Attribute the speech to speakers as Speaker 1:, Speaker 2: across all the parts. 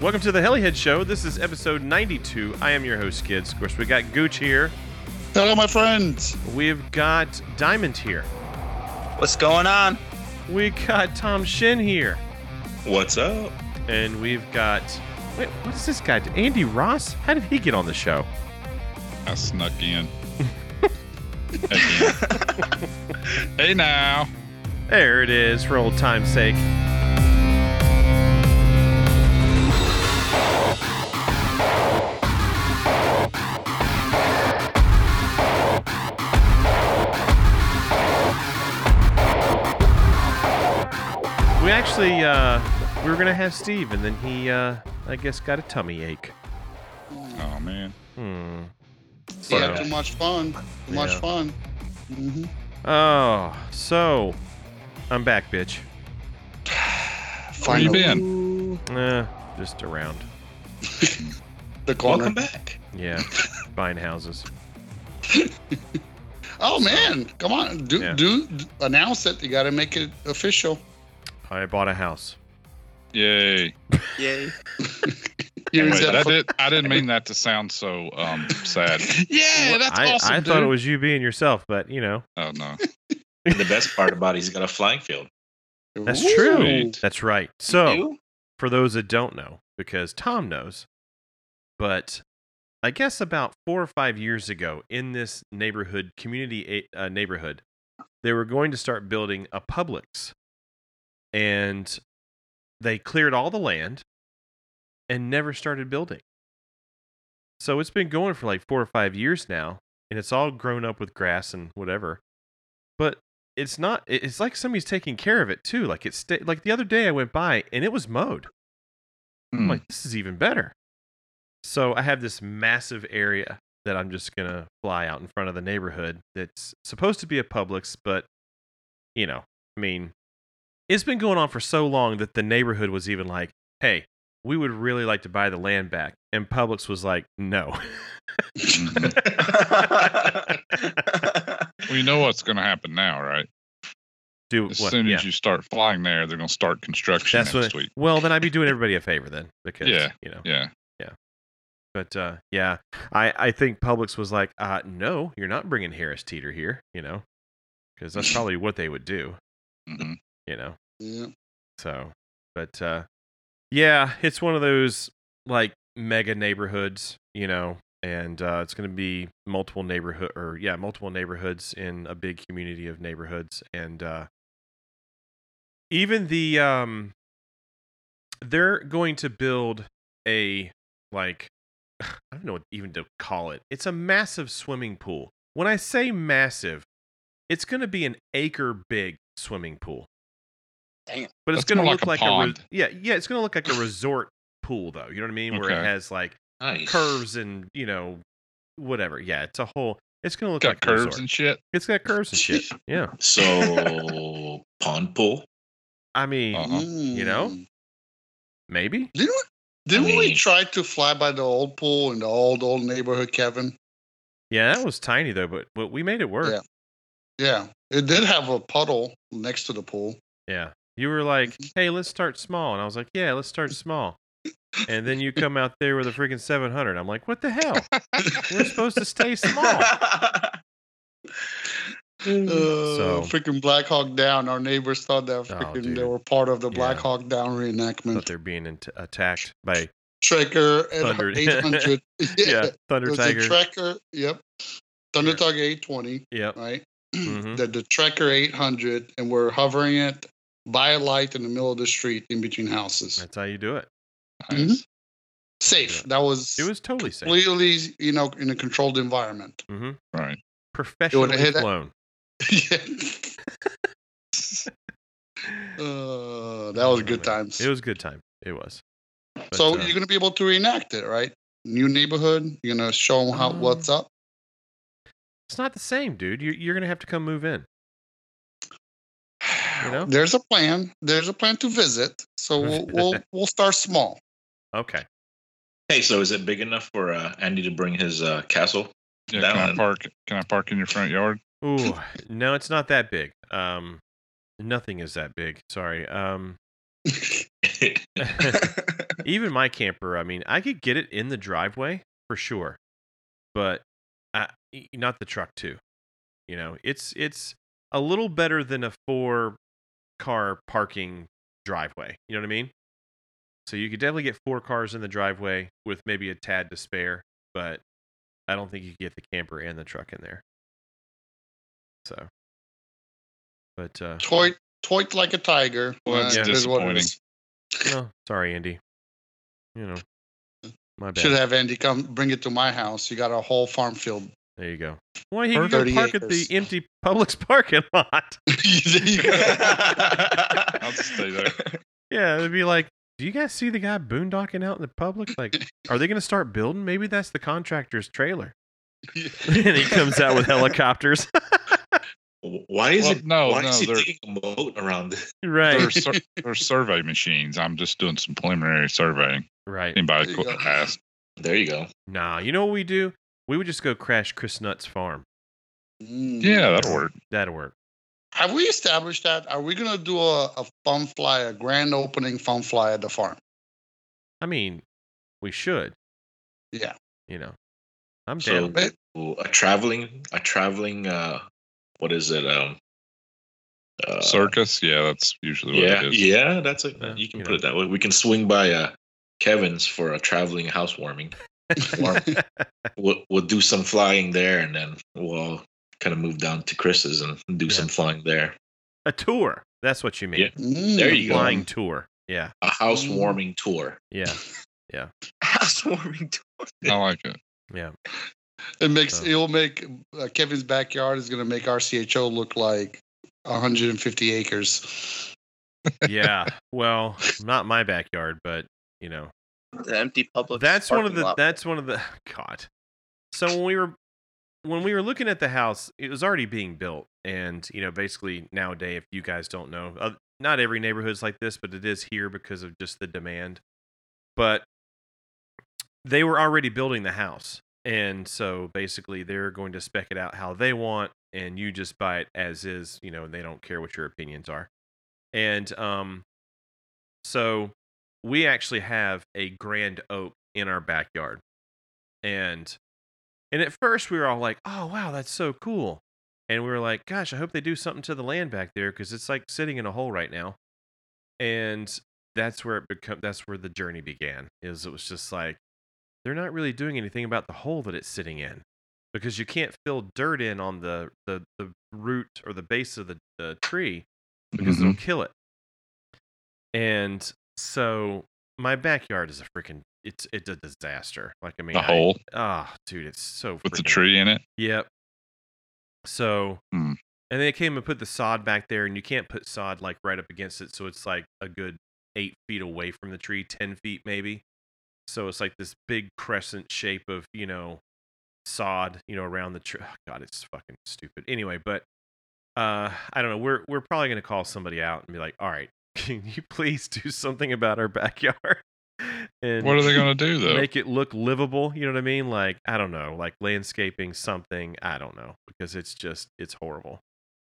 Speaker 1: Welcome to the Helihead Show. This is episode 92. I am your host, Kids. Of course, we got Gooch here.
Speaker 2: Hello, my friends.
Speaker 1: We've got Diamond here.
Speaker 3: What's going on?
Speaker 1: We got Tom Shin here.
Speaker 4: What's up?
Speaker 1: And we've got. Wait, what is this guy? do? Andy Ross? How did he get on the show?
Speaker 2: I snuck in. Again. hey now.
Speaker 1: There it is, for old time's sake. We actually, uh, we were gonna have Steve, and then he, uh, I guess, got a tummy ache.
Speaker 2: Oh man.
Speaker 1: Hmm.
Speaker 2: Yeah,
Speaker 1: Yeah.
Speaker 2: too much fun. Too much
Speaker 1: Yeah.
Speaker 2: fun.
Speaker 1: Mm-hmm.
Speaker 2: hmm
Speaker 1: Oh, so I'm back, bitch.
Speaker 2: Where you been?
Speaker 3: Ooh.
Speaker 1: Uh, just around.
Speaker 2: The corner.
Speaker 4: Welcome back.
Speaker 1: Yeah, buying houses.
Speaker 2: Oh man, come on, do
Speaker 1: Yeah.
Speaker 2: do d- announce it. You got to make it official.
Speaker 1: I bought a house.
Speaker 5: Yay.
Speaker 3: Yay.
Speaker 2: You
Speaker 5: Wait,
Speaker 2: was at
Speaker 5: I,
Speaker 2: fu-
Speaker 5: did, I didn't mean that to sound so um, sad.
Speaker 2: yeah, that's
Speaker 1: I,
Speaker 2: awesome.
Speaker 1: I thought
Speaker 2: dude.
Speaker 1: it was you being yourself, but you know,
Speaker 5: Oh, no.
Speaker 4: The best part about it, he's got a flying field.
Speaker 1: That's
Speaker 2: Ooh.
Speaker 1: true. that's right. So.
Speaker 3: You?
Speaker 1: for those that don't know, because Tom knows, but I guess about four or five years ago in this neighborhood, community uh, neighborhood, they were going to start building a Publix. And they cleared all the land and never started building. So it's been going for like four or five years now, and it's all grown up with grass and whatever. But it's not it- it's like somebody's taking care of it too like it's sta- like the other day i went by and it was mowed i'm
Speaker 5: Hmm.
Speaker 1: like this is even better so i have this massive area that i'm just gonna fly out in front of the neighborhood that's supposed to be a publix but you know i mean it's been going on for so long that the neighborhood was even like hey we would really like to buy the land back and publix was like no
Speaker 5: Mhm. well, you know what's going to happen now, right?
Speaker 1: do
Speaker 5: As
Speaker 1: what
Speaker 5: soon
Speaker 1: yeah.
Speaker 5: as you start flying there, they're going to start construction
Speaker 1: that's
Speaker 5: next
Speaker 1: what
Speaker 5: week.
Speaker 1: well then i'd be doing everybody a favor then because
Speaker 5: Yeah.
Speaker 1: you know
Speaker 5: Yeah.
Speaker 1: But uh, yeah, I, I think Publix was like, uh, no, you're not bringing Harris Teeter here, you know, because that's probably what they would do,
Speaker 5: hmm
Speaker 1: you know.
Speaker 2: Yeah.
Speaker 1: So, but uh, yeah, it's one of those like mega neighborhoods, you know, and uh, it's going to be multiple neighborhood or yeah, multiple neighborhoods in a big community of neighborhoods, and uh, even the um, they're going to build a like I don't know what even to call it. It's a massive swimming pool. When I say massive, it's going to be an acre big swimming pool.
Speaker 3: Damn.
Speaker 1: But it's
Speaker 5: That's
Speaker 1: going to
Speaker 5: more
Speaker 1: look like,
Speaker 5: like a
Speaker 1: a, re-
Speaker 5: pond.
Speaker 1: yeah, yeah, it's going to look like a resort pool though. You know what I mean? Where it
Speaker 5: Okay.
Speaker 1: has like
Speaker 4: Nice.
Speaker 1: curves and, you know, whatever. Yeah, it's a whole it's going to look
Speaker 5: Got
Speaker 1: like a
Speaker 5: curves
Speaker 1: resort.
Speaker 5: and shit.
Speaker 1: it's got curves and shit. Yeah.
Speaker 4: So pond pool.
Speaker 1: I mean,
Speaker 5: Uh-huh.
Speaker 1: You know?
Speaker 2: Mm.
Speaker 1: maybe.
Speaker 2: Didn't we- didn't we
Speaker 4: mean-
Speaker 2: try to fly by the old pool in the old old neighborhood, Kevin?
Speaker 1: Yeah, that was tiny though, but but we made it work.
Speaker 2: Yeah. Yeah, it did have a puddle next to the pool.
Speaker 1: Yeah. You were like, hey, let's start small. And I was like, yeah, let's start small. And then you come out there with a freaking 700. I'm like, what the hell? We're supposed to stay small. Mm.
Speaker 2: Uh, freaking Black Hawk Down. Our neighbors thought that freaking
Speaker 1: Oh, dude.
Speaker 2: they were part of the Black
Speaker 1: Yeah.
Speaker 2: Hawk Down
Speaker 1: But
Speaker 2: reenactment.
Speaker 1: they're being int- attacked by
Speaker 2: Tracker at
Speaker 1: Thundered.
Speaker 2: 800. yeah,
Speaker 1: yeah,
Speaker 2: it
Speaker 1: Thunder
Speaker 2: was
Speaker 1: Tiger.
Speaker 2: the Tracker. Yep, Thunder
Speaker 1: Yeah.
Speaker 2: Tiger 820.
Speaker 1: yep.
Speaker 2: Right,
Speaker 1: Mhm.
Speaker 2: the the Tracker 800, and we're hovering it by a light in the middle of the street in between houses.
Speaker 1: That's how you do it.
Speaker 5: Nice.
Speaker 2: Safe.
Speaker 1: Yeah.
Speaker 2: That was
Speaker 1: It was totally safe.
Speaker 2: completely, you know, in a controlled environment.
Speaker 1: hmm
Speaker 5: Right.
Speaker 1: Professionally
Speaker 2: hit that-
Speaker 1: flown.
Speaker 2: yeah. Uh, that was good times.
Speaker 1: It was a good time. It was. But,
Speaker 2: so
Speaker 1: uh,
Speaker 2: you're gonna be able to reenact it, right? New neighborhood. You're gonna show them how
Speaker 1: Um,
Speaker 2: what's up.
Speaker 1: it's not the same, dude. You're, you're going to have to come move in. You know?
Speaker 2: There's a plan. There's a plan to visit. So we'll we'll, we'll start small.
Speaker 1: Okay.
Speaker 4: Hey, so is it big enough for uh, Andy to bring his uh, castle?
Speaker 5: Yeah,
Speaker 4: That
Speaker 5: can I
Speaker 4: one.
Speaker 5: park? Can I park in your front yard?
Speaker 1: Ooh, no, it's not that big. Um, nothing is that big. Sorry. Um, even my camper, I mean, I could get it in the driveway for sure, but I, not the truck too. You know, it's it's a little better than a four car parking driveway. You know what I mean? So you could definitely get four cars in the driveway with maybe a tad to spare, but I don't think you could get the camper and the truck in there. So, but uh,
Speaker 2: Toit, toit like a tiger.
Speaker 5: Well,
Speaker 1: that's
Speaker 2: It is what it
Speaker 5: disappointing.
Speaker 2: is.
Speaker 1: well, sorry, Andy. You know, my bad.
Speaker 2: Should have Andy come bring it to my house. You got a whole farm field.
Speaker 1: There you go. Why he can go
Speaker 2: 30
Speaker 1: park at the
Speaker 2: acres.
Speaker 1: empty Publix parking lot?
Speaker 2: Mm.
Speaker 5: I'll just stay there.
Speaker 1: yeah, it'd be like, do you guys see the guy boondocking out in the public? Like, are they going to start building? Maybe that's the contractor's trailer. and he comes out with helicopters.
Speaker 4: Why is
Speaker 5: Well,
Speaker 4: it?
Speaker 5: no,
Speaker 4: why
Speaker 5: no,
Speaker 4: is
Speaker 5: they're-
Speaker 4: it taking a boat around? it?
Speaker 5: They're,
Speaker 1: right.
Speaker 5: sur- they're survey machines. I'm just doing some preliminary surveying.
Speaker 1: Right.
Speaker 5: Anybody
Speaker 2: There
Speaker 5: could
Speaker 2: you go.
Speaker 5: ask.
Speaker 4: There you go.
Speaker 1: Nah, you know what we do? We would just go crash Chris Nutt's farm.
Speaker 2: Mm.
Speaker 5: Yeah, that'll work.
Speaker 1: That'd work.
Speaker 2: Have we established that? Are we gonna do a, a fun fly, a grand opening fun fly at the farm?
Speaker 1: I mean, we should,
Speaker 2: Yeah.
Speaker 1: you know. I'm
Speaker 4: So
Speaker 1: down.
Speaker 2: But-
Speaker 4: a traveling, a traveling. uh What is it? Um. Uh,
Speaker 5: Circus? Yeah, that's usually what
Speaker 4: Yeah,
Speaker 5: it is.
Speaker 4: yeah. That's it.
Speaker 1: Yeah,
Speaker 4: you can
Speaker 1: you
Speaker 4: put
Speaker 1: know.
Speaker 4: it that way. We can swing by uh Kevin's for a traveling housewarming. We'll we'll do some flying there, and then we'll kind of move down to Chris's and do
Speaker 1: Yeah.
Speaker 4: some flying there.
Speaker 1: A tour. That's what you mean.
Speaker 4: Yeah.
Speaker 2: Mm.
Speaker 4: There
Speaker 1: A
Speaker 4: you go.
Speaker 1: flying tour. Yeah.
Speaker 4: A housewarming tour.
Speaker 1: Yeah.
Speaker 4: Housewarming tour.
Speaker 5: I like it.
Speaker 1: Yeah.
Speaker 2: It makes
Speaker 1: So-
Speaker 2: it'll make uh, Kevin's backyard is gonna make RCHO look like 150 acres.
Speaker 1: yeah. Well, not my backyard, but you know,
Speaker 3: The empty public.
Speaker 1: that's one of
Speaker 3: parking
Speaker 1: the.
Speaker 3: lot.
Speaker 1: That's one of the. God. So when we were when we were looking at the house, it was already being built, and you know, basically nowadays, if you guys don't know, uh, not every neighborhood's like this, but it is here because of just the demand. But they were already building the house, and so basically they're going to spec it out how they want, and you just buy it as is. You know, they don't care what your opinions are, and um, so we actually have a grand oak in our backyard. And and at first we were all like, "Oh wow, that's so cool." And we were like, "Gosh, I hope they do something to the land back there cuz it's like sitting in a hole right now." And that's where it become that's where the journey began. Is it was just like they're not really doing anything about the hole that it's sitting in because you can't fill dirt in on the the, the root or the base of the, the tree because it'll kill it. And so my backyard is a freaking it's it's a disaster. Like I mean,
Speaker 5: The
Speaker 1: I-
Speaker 5: hole
Speaker 1: Ah, dude, it's so
Speaker 5: with the
Speaker 1: freaking-
Speaker 5: tree in it.
Speaker 1: Yep. So,
Speaker 5: Hmm.
Speaker 1: and they came and put the sod back there, and you can't put sod like right up against it, so it's like a good eight feet away from the tree, ten feet maybe. So it's like this big crescent shape of you know sod, you know, around the tree. God, it's fucking stupid. Anyway, but uh, I don't know. We're we're probably gonna call somebody out and be like, all right, can you please do something about our backyard? And
Speaker 5: What are they going to do, though?
Speaker 1: make it look livable. You know what I mean? Like I don't know, like landscaping something. I don't know because it's just it's horrible.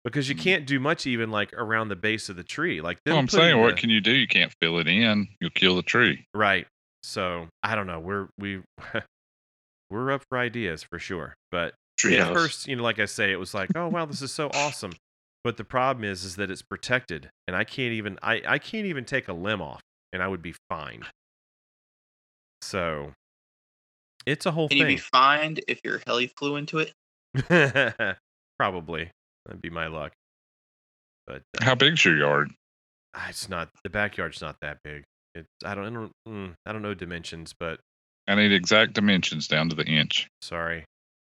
Speaker 1: Because you
Speaker 5: Mm.
Speaker 1: can't do much even like around the base of the tree. Like
Speaker 5: Well,
Speaker 1: them
Speaker 5: I'm
Speaker 1: putting
Speaker 5: saying,
Speaker 1: the-
Speaker 5: what can you do? You can't fill it in. You'll kill the tree.
Speaker 1: right. So I don't know. We're we we're up for ideas for sure. But at
Speaker 4: Treehouse.
Speaker 1: first, you know, like I say, it was like, oh wow, this is so awesome. But the problem is, is that it's protected, and I can't even I I can't even take a limb off, and I would be fined. So, it's a whole
Speaker 3: Can you
Speaker 1: thing.
Speaker 3: be fined if your heli flew into it?
Speaker 1: Probably. That'd be my luck. But uh,
Speaker 5: How big's your yard?
Speaker 1: ah, it's not the backyard's not that big. It's I don't I don't mm, I don't know dimensions, but
Speaker 5: I need exact dimensions down to the inch.
Speaker 1: sorry.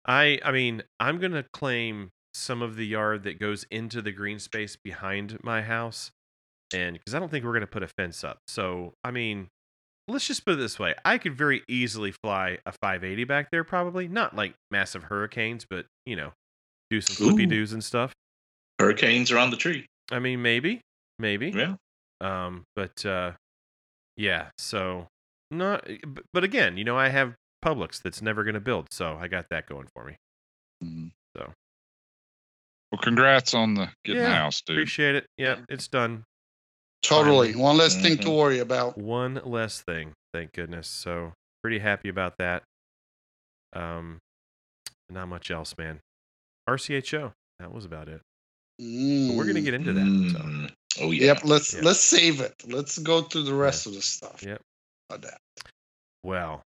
Speaker 1: I I mean, I'm going to claim some of the yard that goes into the green space behind my house and cuz I don't think we're going to put a fence up. So, I mean, let's just put it this way. I could very easily fly a 580 back there probably, not like massive hurricanes, but, you know, do some
Speaker 4: Ooh.
Speaker 1: flippy doos and stuff.
Speaker 4: Hurricanes around the tree.
Speaker 1: I mean, maybe, maybe.
Speaker 4: Yeah.
Speaker 1: Um, but uh, yeah. So not. eh, b- But again, you know, I have Publix that's never going to build, so I got that going for me.
Speaker 5: Mhm.
Speaker 1: So.
Speaker 5: Well, congrats on the getting the
Speaker 1: Yeah,
Speaker 5: house, dude.
Speaker 1: Appreciate it. Yeah, it's done.
Speaker 2: Totally.
Speaker 1: Finally.
Speaker 2: One less thing to
Speaker 4: Mhm.
Speaker 2: worry about.
Speaker 1: One less thing. thank goodness. So pretty happy about that. Um, not much else, man. RCHO. That was about it. But we're gonna
Speaker 2: Mm.
Speaker 1: get into that. So.
Speaker 4: Mm. Oh yeah.
Speaker 2: Yep, let's
Speaker 1: Yeah.
Speaker 2: let's save it. Let's go through the rest of the stuff.
Speaker 1: Yep.
Speaker 2: About that.
Speaker 1: Well,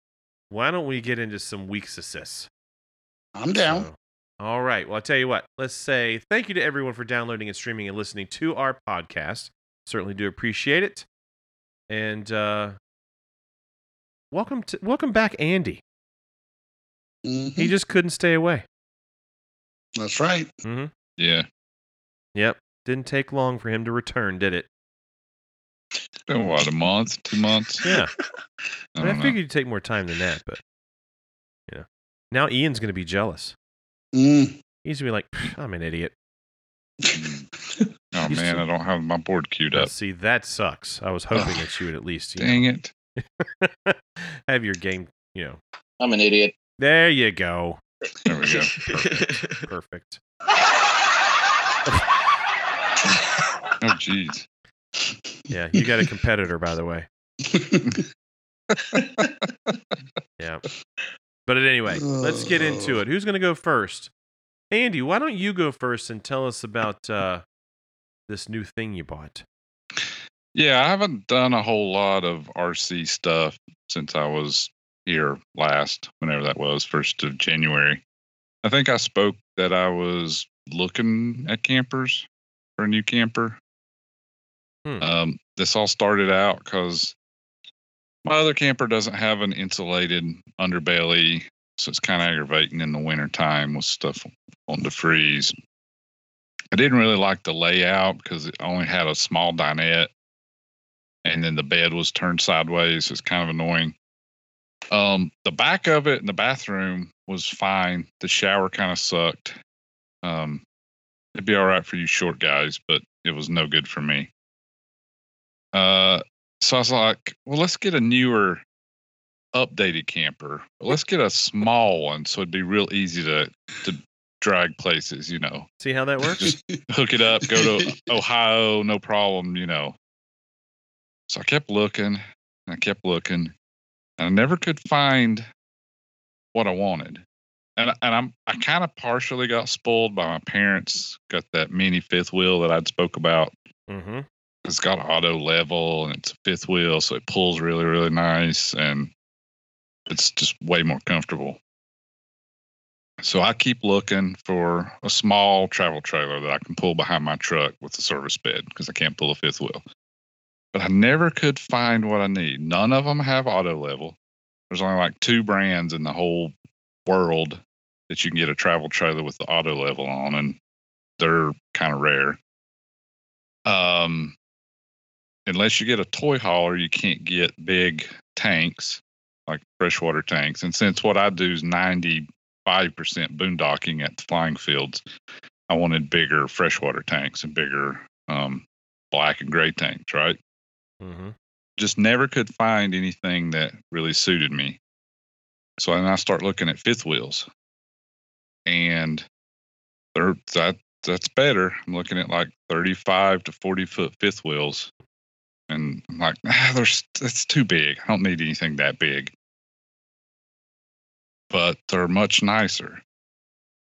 Speaker 1: why don't we get into some weeks assists?
Speaker 2: I'm down.
Speaker 1: So, all right. Well, I'll tell you what. Let's say thank you to everyone for downloading and streaming and listening to our podcast. Certainly do appreciate it. And uh, welcome to welcome back, Andy.
Speaker 2: Mhm.
Speaker 1: He just couldn't stay away.
Speaker 2: That's right.
Speaker 5: Yeah.
Speaker 1: Yep. Didn't take long for him to return, did it?
Speaker 5: Been what, a month, two months?
Speaker 1: Yeah. I,
Speaker 5: I
Speaker 1: mean, I
Speaker 5: don't
Speaker 1: figured
Speaker 5: know.
Speaker 1: you'd take more time than that, but yeah. Now Ian's gonna be jealous.
Speaker 2: Mm.
Speaker 1: He's gonna be like, "Pfft, I'm an idiot.
Speaker 5: Oh
Speaker 1: you
Speaker 5: man,
Speaker 1: still-
Speaker 5: I don't have my board queued up.
Speaker 1: See, that sucks. I was hoping that you would at least you
Speaker 5: Dang it.
Speaker 1: know, have your game, you know.
Speaker 4: I'm an idiot.
Speaker 1: There you go.
Speaker 5: There we go.
Speaker 1: Perfect.
Speaker 5: Oh jeez.
Speaker 1: Yeah, you got a competitor, by the way. Yeah. But anyway, let's get into it. Who's going to go first? Andy, why don't you go first and tell us about uh, this new thing you bought?
Speaker 5: Yeah, I haven't done a whole lot of RC stuff since I was here last, whenever that was, first of January. I think I spoke that I was looking at campers for a new camper.
Speaker 1: Hmm.
Speaker 5: Um, this all started out because my other camper doesn't have an insulated underbelly, so it's kind of aggravating in the wintertime with stuff on the freeze. I didn't really like the layout because it only had a small dinette and then the bed was turned sideways. It's kind of annoying. Um, the back of it in the bathroom was fine. The shower kind of sucked. Um, it'd be all right for you short guys, but it was no good for me. Uh, so I was like, well, let's get a newer, updated camper. Let's get a small one so it'd be real easy to to drag places. You know,
Speaker 1: See how that works?
Speaker 5: Just- hook it up, go to Ohio, no problem, you know. So I kept looking and I kept looking and I never could find what I wanted. And and I'm I kind of partially got spoiled by my parents. Got that mini fifth wheel that I'd spoke about.
Speaker 1: mm-hmm.
Speaker 5: It's got auto level and it's a fifth wheel, so it pulls really, really nice and it's just way more comfortable. So I keep looking for a small travel trailer that I can pull behind my truck with a service bed because I can't pull a fifth wheel. But I never could find what I need. None of them have auto level. There's only like two brands in the whole world that you can get a travel trailer with the auto level on, and they're kind of rare. Um, unless you get a toy hauler, you can't get big tanks like freshwater tanks. And since what I do is 90 five percent boondocking at the flying fields. I wanted bigger freshwater tanks and bigger um, black and gray tanks, right?
Speaker 1: Mm-hmm.
Speaker 5: Just never could find anything that really suited me. So then I start looking at fifth wheels, and they're, that that's better. I'm looking at like 35 to 40 foot fifth wheels, and I'm like, ah, there's that's too big. I don't need anything that big. But they're much nicer.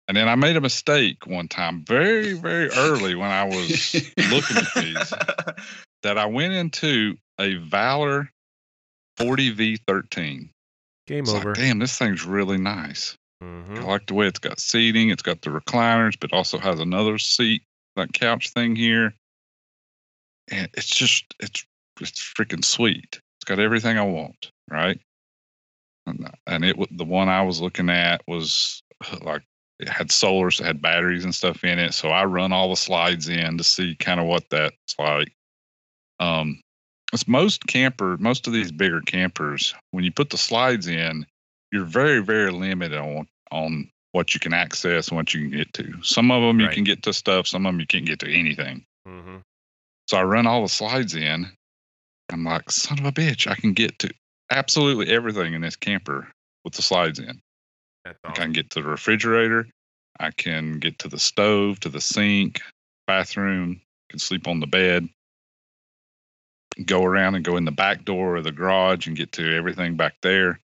Speaker 5: And then I made a mistake one time, very very early when I was looking at these that I went into a Valor 40V13.
Speaker 1: Game
Speaker 5: It's
Speaker 1: over.
Speaker 5: like, damn, this thing's really nice. I
Speaker 1: Mm-hmm.
Speaker 5: like the way it's got seating, it's got the recliners, but also has another seat, like couch thing here. And it's just it's it's freaking sweet. It's got everything I want, right? And, and it wa- the one I was looking at was uh, like it had solar, so it had batteries and stuff in it. So I run all the slides in to see kind of what that's like. Um, it's most camper, most of these bigger campers, when you put the slides in, you're very very limited on on what you can access and what you can get to some of them you
Speaker 1: Right.
Speaker 5: can get to stuff some of them you can't get to anything
Speaker 1: Mm-hmm.
Speaker 5: so i run all the slides in i'm like son of a bitch i can get to absolutely everything in this camper with the slides in
Speaker 1: That's
Speaker 5: like I can
Speaker 1: awesome.
Speaker 5: get to the refrigerator. I can get to the stove, to the sink, bathroom, can sleep on the bed. go around and go in the back door of the garage and get to everything back there.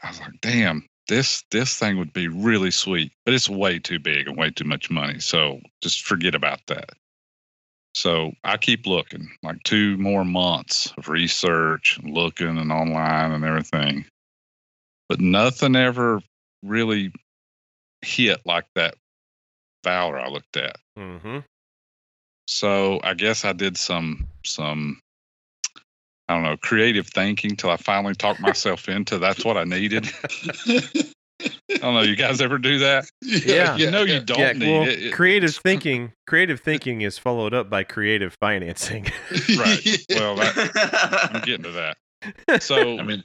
Speaker 5: I was like, damn, this this thing would be really sweet, but it's way too big and way too much money. So just forget about that. So I keep looking, like two more months of research and looking and online and everything. But nothing ever really hit like that Valor I looked at.
Speaker 1: Mm-hmm.
Speaker 5: So I guess I did some some I don't know, creative thinking till I finally talked myself into that's what I needed. I don't know, you guys ever do that?
Speaker 1: Yeah.
Speaker 5: you know you don't
Speaker 1: yeah,
Speaker 5: need
Speaker 1: well,
Speaker 5: it. It-
Speaker 1: creative thinking. Creative thinking is followed up by creative financing.
Speaker 5: Right. Well, that, I'm getting to that. So
Speaker 4: I mean,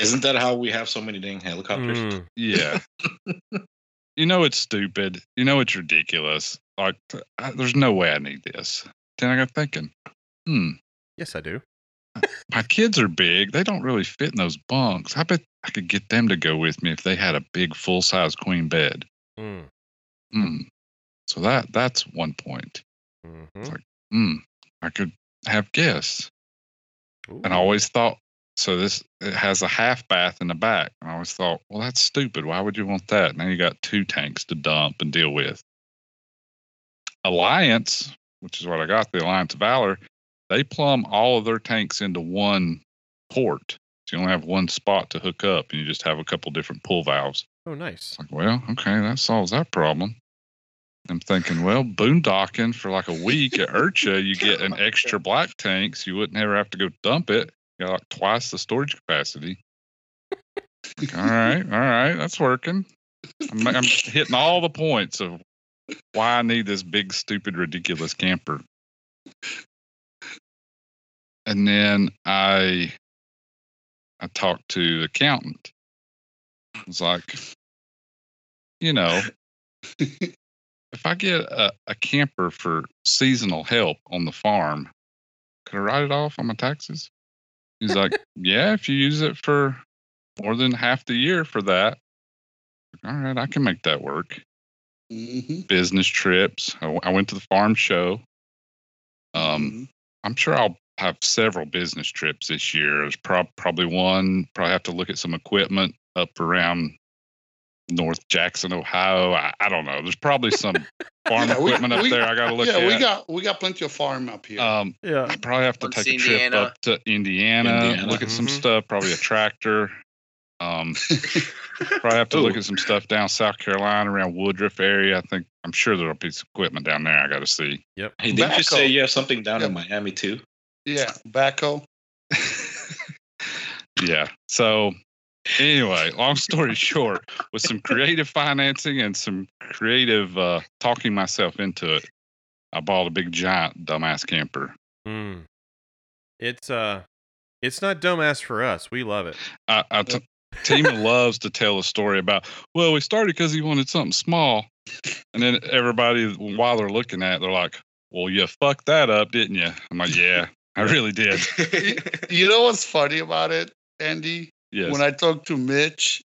Speaker 4: isn't that how we have so many dang
Speaker 5: Oh,
Speaker 4: helicopters?
Speaker 1: Mm.
Speaker 5: Yeah. you know it's stupid. You know it's ridiculous. Like, th- I, there's no way I need this. Then I got thinking, hmm,
Speaker 1: Yes, I do.
Speaker 5: my kids are big. They don't really fit in those bunks. I bet I could get them to go with me if they had a big full size queen bed.
Speaker 1: Mm.
Speaker 5: Hmm. So that that's one point.
Speaker 1: Mhm.
Speaker 5: Hmm. I could have guests. and I
Speaker 1: Ooh.
Speaker 5: always thought so. This it has a half bath in the back, and I always thought, well, that's stupid. Why would you want that? Now you got two tanks to dump and deal with. Alliance, which is what I got, the Alliance Valor, they plumb all of their tanks into one port. So you only have one spot to hook up, and you just have a couple different pull valves.
Speaker 1: Oh, nice.
Speaker 5: It's like, well, okay, that solves that problem. I'm thinking, well, boondocking for like a week at Urcha, you get an extra black tank, so you wouldn't ever have to go dump it. You got like twice the storage capacity. Like, all right, all right, that's working. I'm, I'm hitting all the points of why I need this big, stupid, ridiculous camper. And then I, I talked to the accountant. I was like, you know, if I get a, a camper for seasonal help on the farm, could I write it off on my taxes? He's like, Yeah, if you use it for more than half the year for that. All right, I can make that work.
Speaker 2: Mhm.
Speaker 5: Business trips. I, w- I went to the farm show.
Speaker 2: Mm-hmm.
Speaker 5: Um, I'm sure I'll have several business trips this year. There's prob- probably one. Probably have to look at some equipment up around North Jackson, Ohio. I, I don't know. There's probably some farm
Speaker 2: Yeah, we-
Speaker 5: equipment up
Speaker 2: we-
Speaker 5: there I got to look
Speaker 2: yeah,
Speaker 5: at.
Speaker 2: we got we got plenty of farm up here.
Speaker 5: um,
Speaker 1: Yeah.
Speaker 5: I probably have to
Speaker 3: Once
Speaker 5: take a trip
Speaker 3: Indiana. Mm-hmm.
Speaker 5: up to Indiana,
Speaker 4: Indiana.
Speaker 5: look at some
Speaker 1: Mhm.
Speaker 5: stuff. Probably a tractor. Um, probably have to look
Speaker 4: Ooh.
Speaker 5: at some stuff down South Carolina around Woodruff area. I think I'm sure there'll be some equipment down there. I got to see.
Speaker 4: Hey, didn't you say
Speaker 2: Backhoe.
Speaker 4: you have something down in
Speaker 2: Yeah.
Speaker 4: Miami too?
Speaker 2: yeah, backhoe.
Speaker 5: yeah. So anyway, long story short, with some creative financing and some creative uh, talking myself into it, I bought a big giant dumbass camper.
Speaker 1: Mm. It's uh, it's not dumbass for us. We love it.
Speaker 5: I, I t- Tima loves to tell a story about. Well, we started because he wanted something small, and then everybody while they're looking at, it, they're like, "Well, you fucked that up, didn't you?" I'm like, "Yeah, I really did."
Speaker 2: You know what's funny about it, Andy?
Speaker 5: Yes.
Speaker 2: When I talked to Mitch,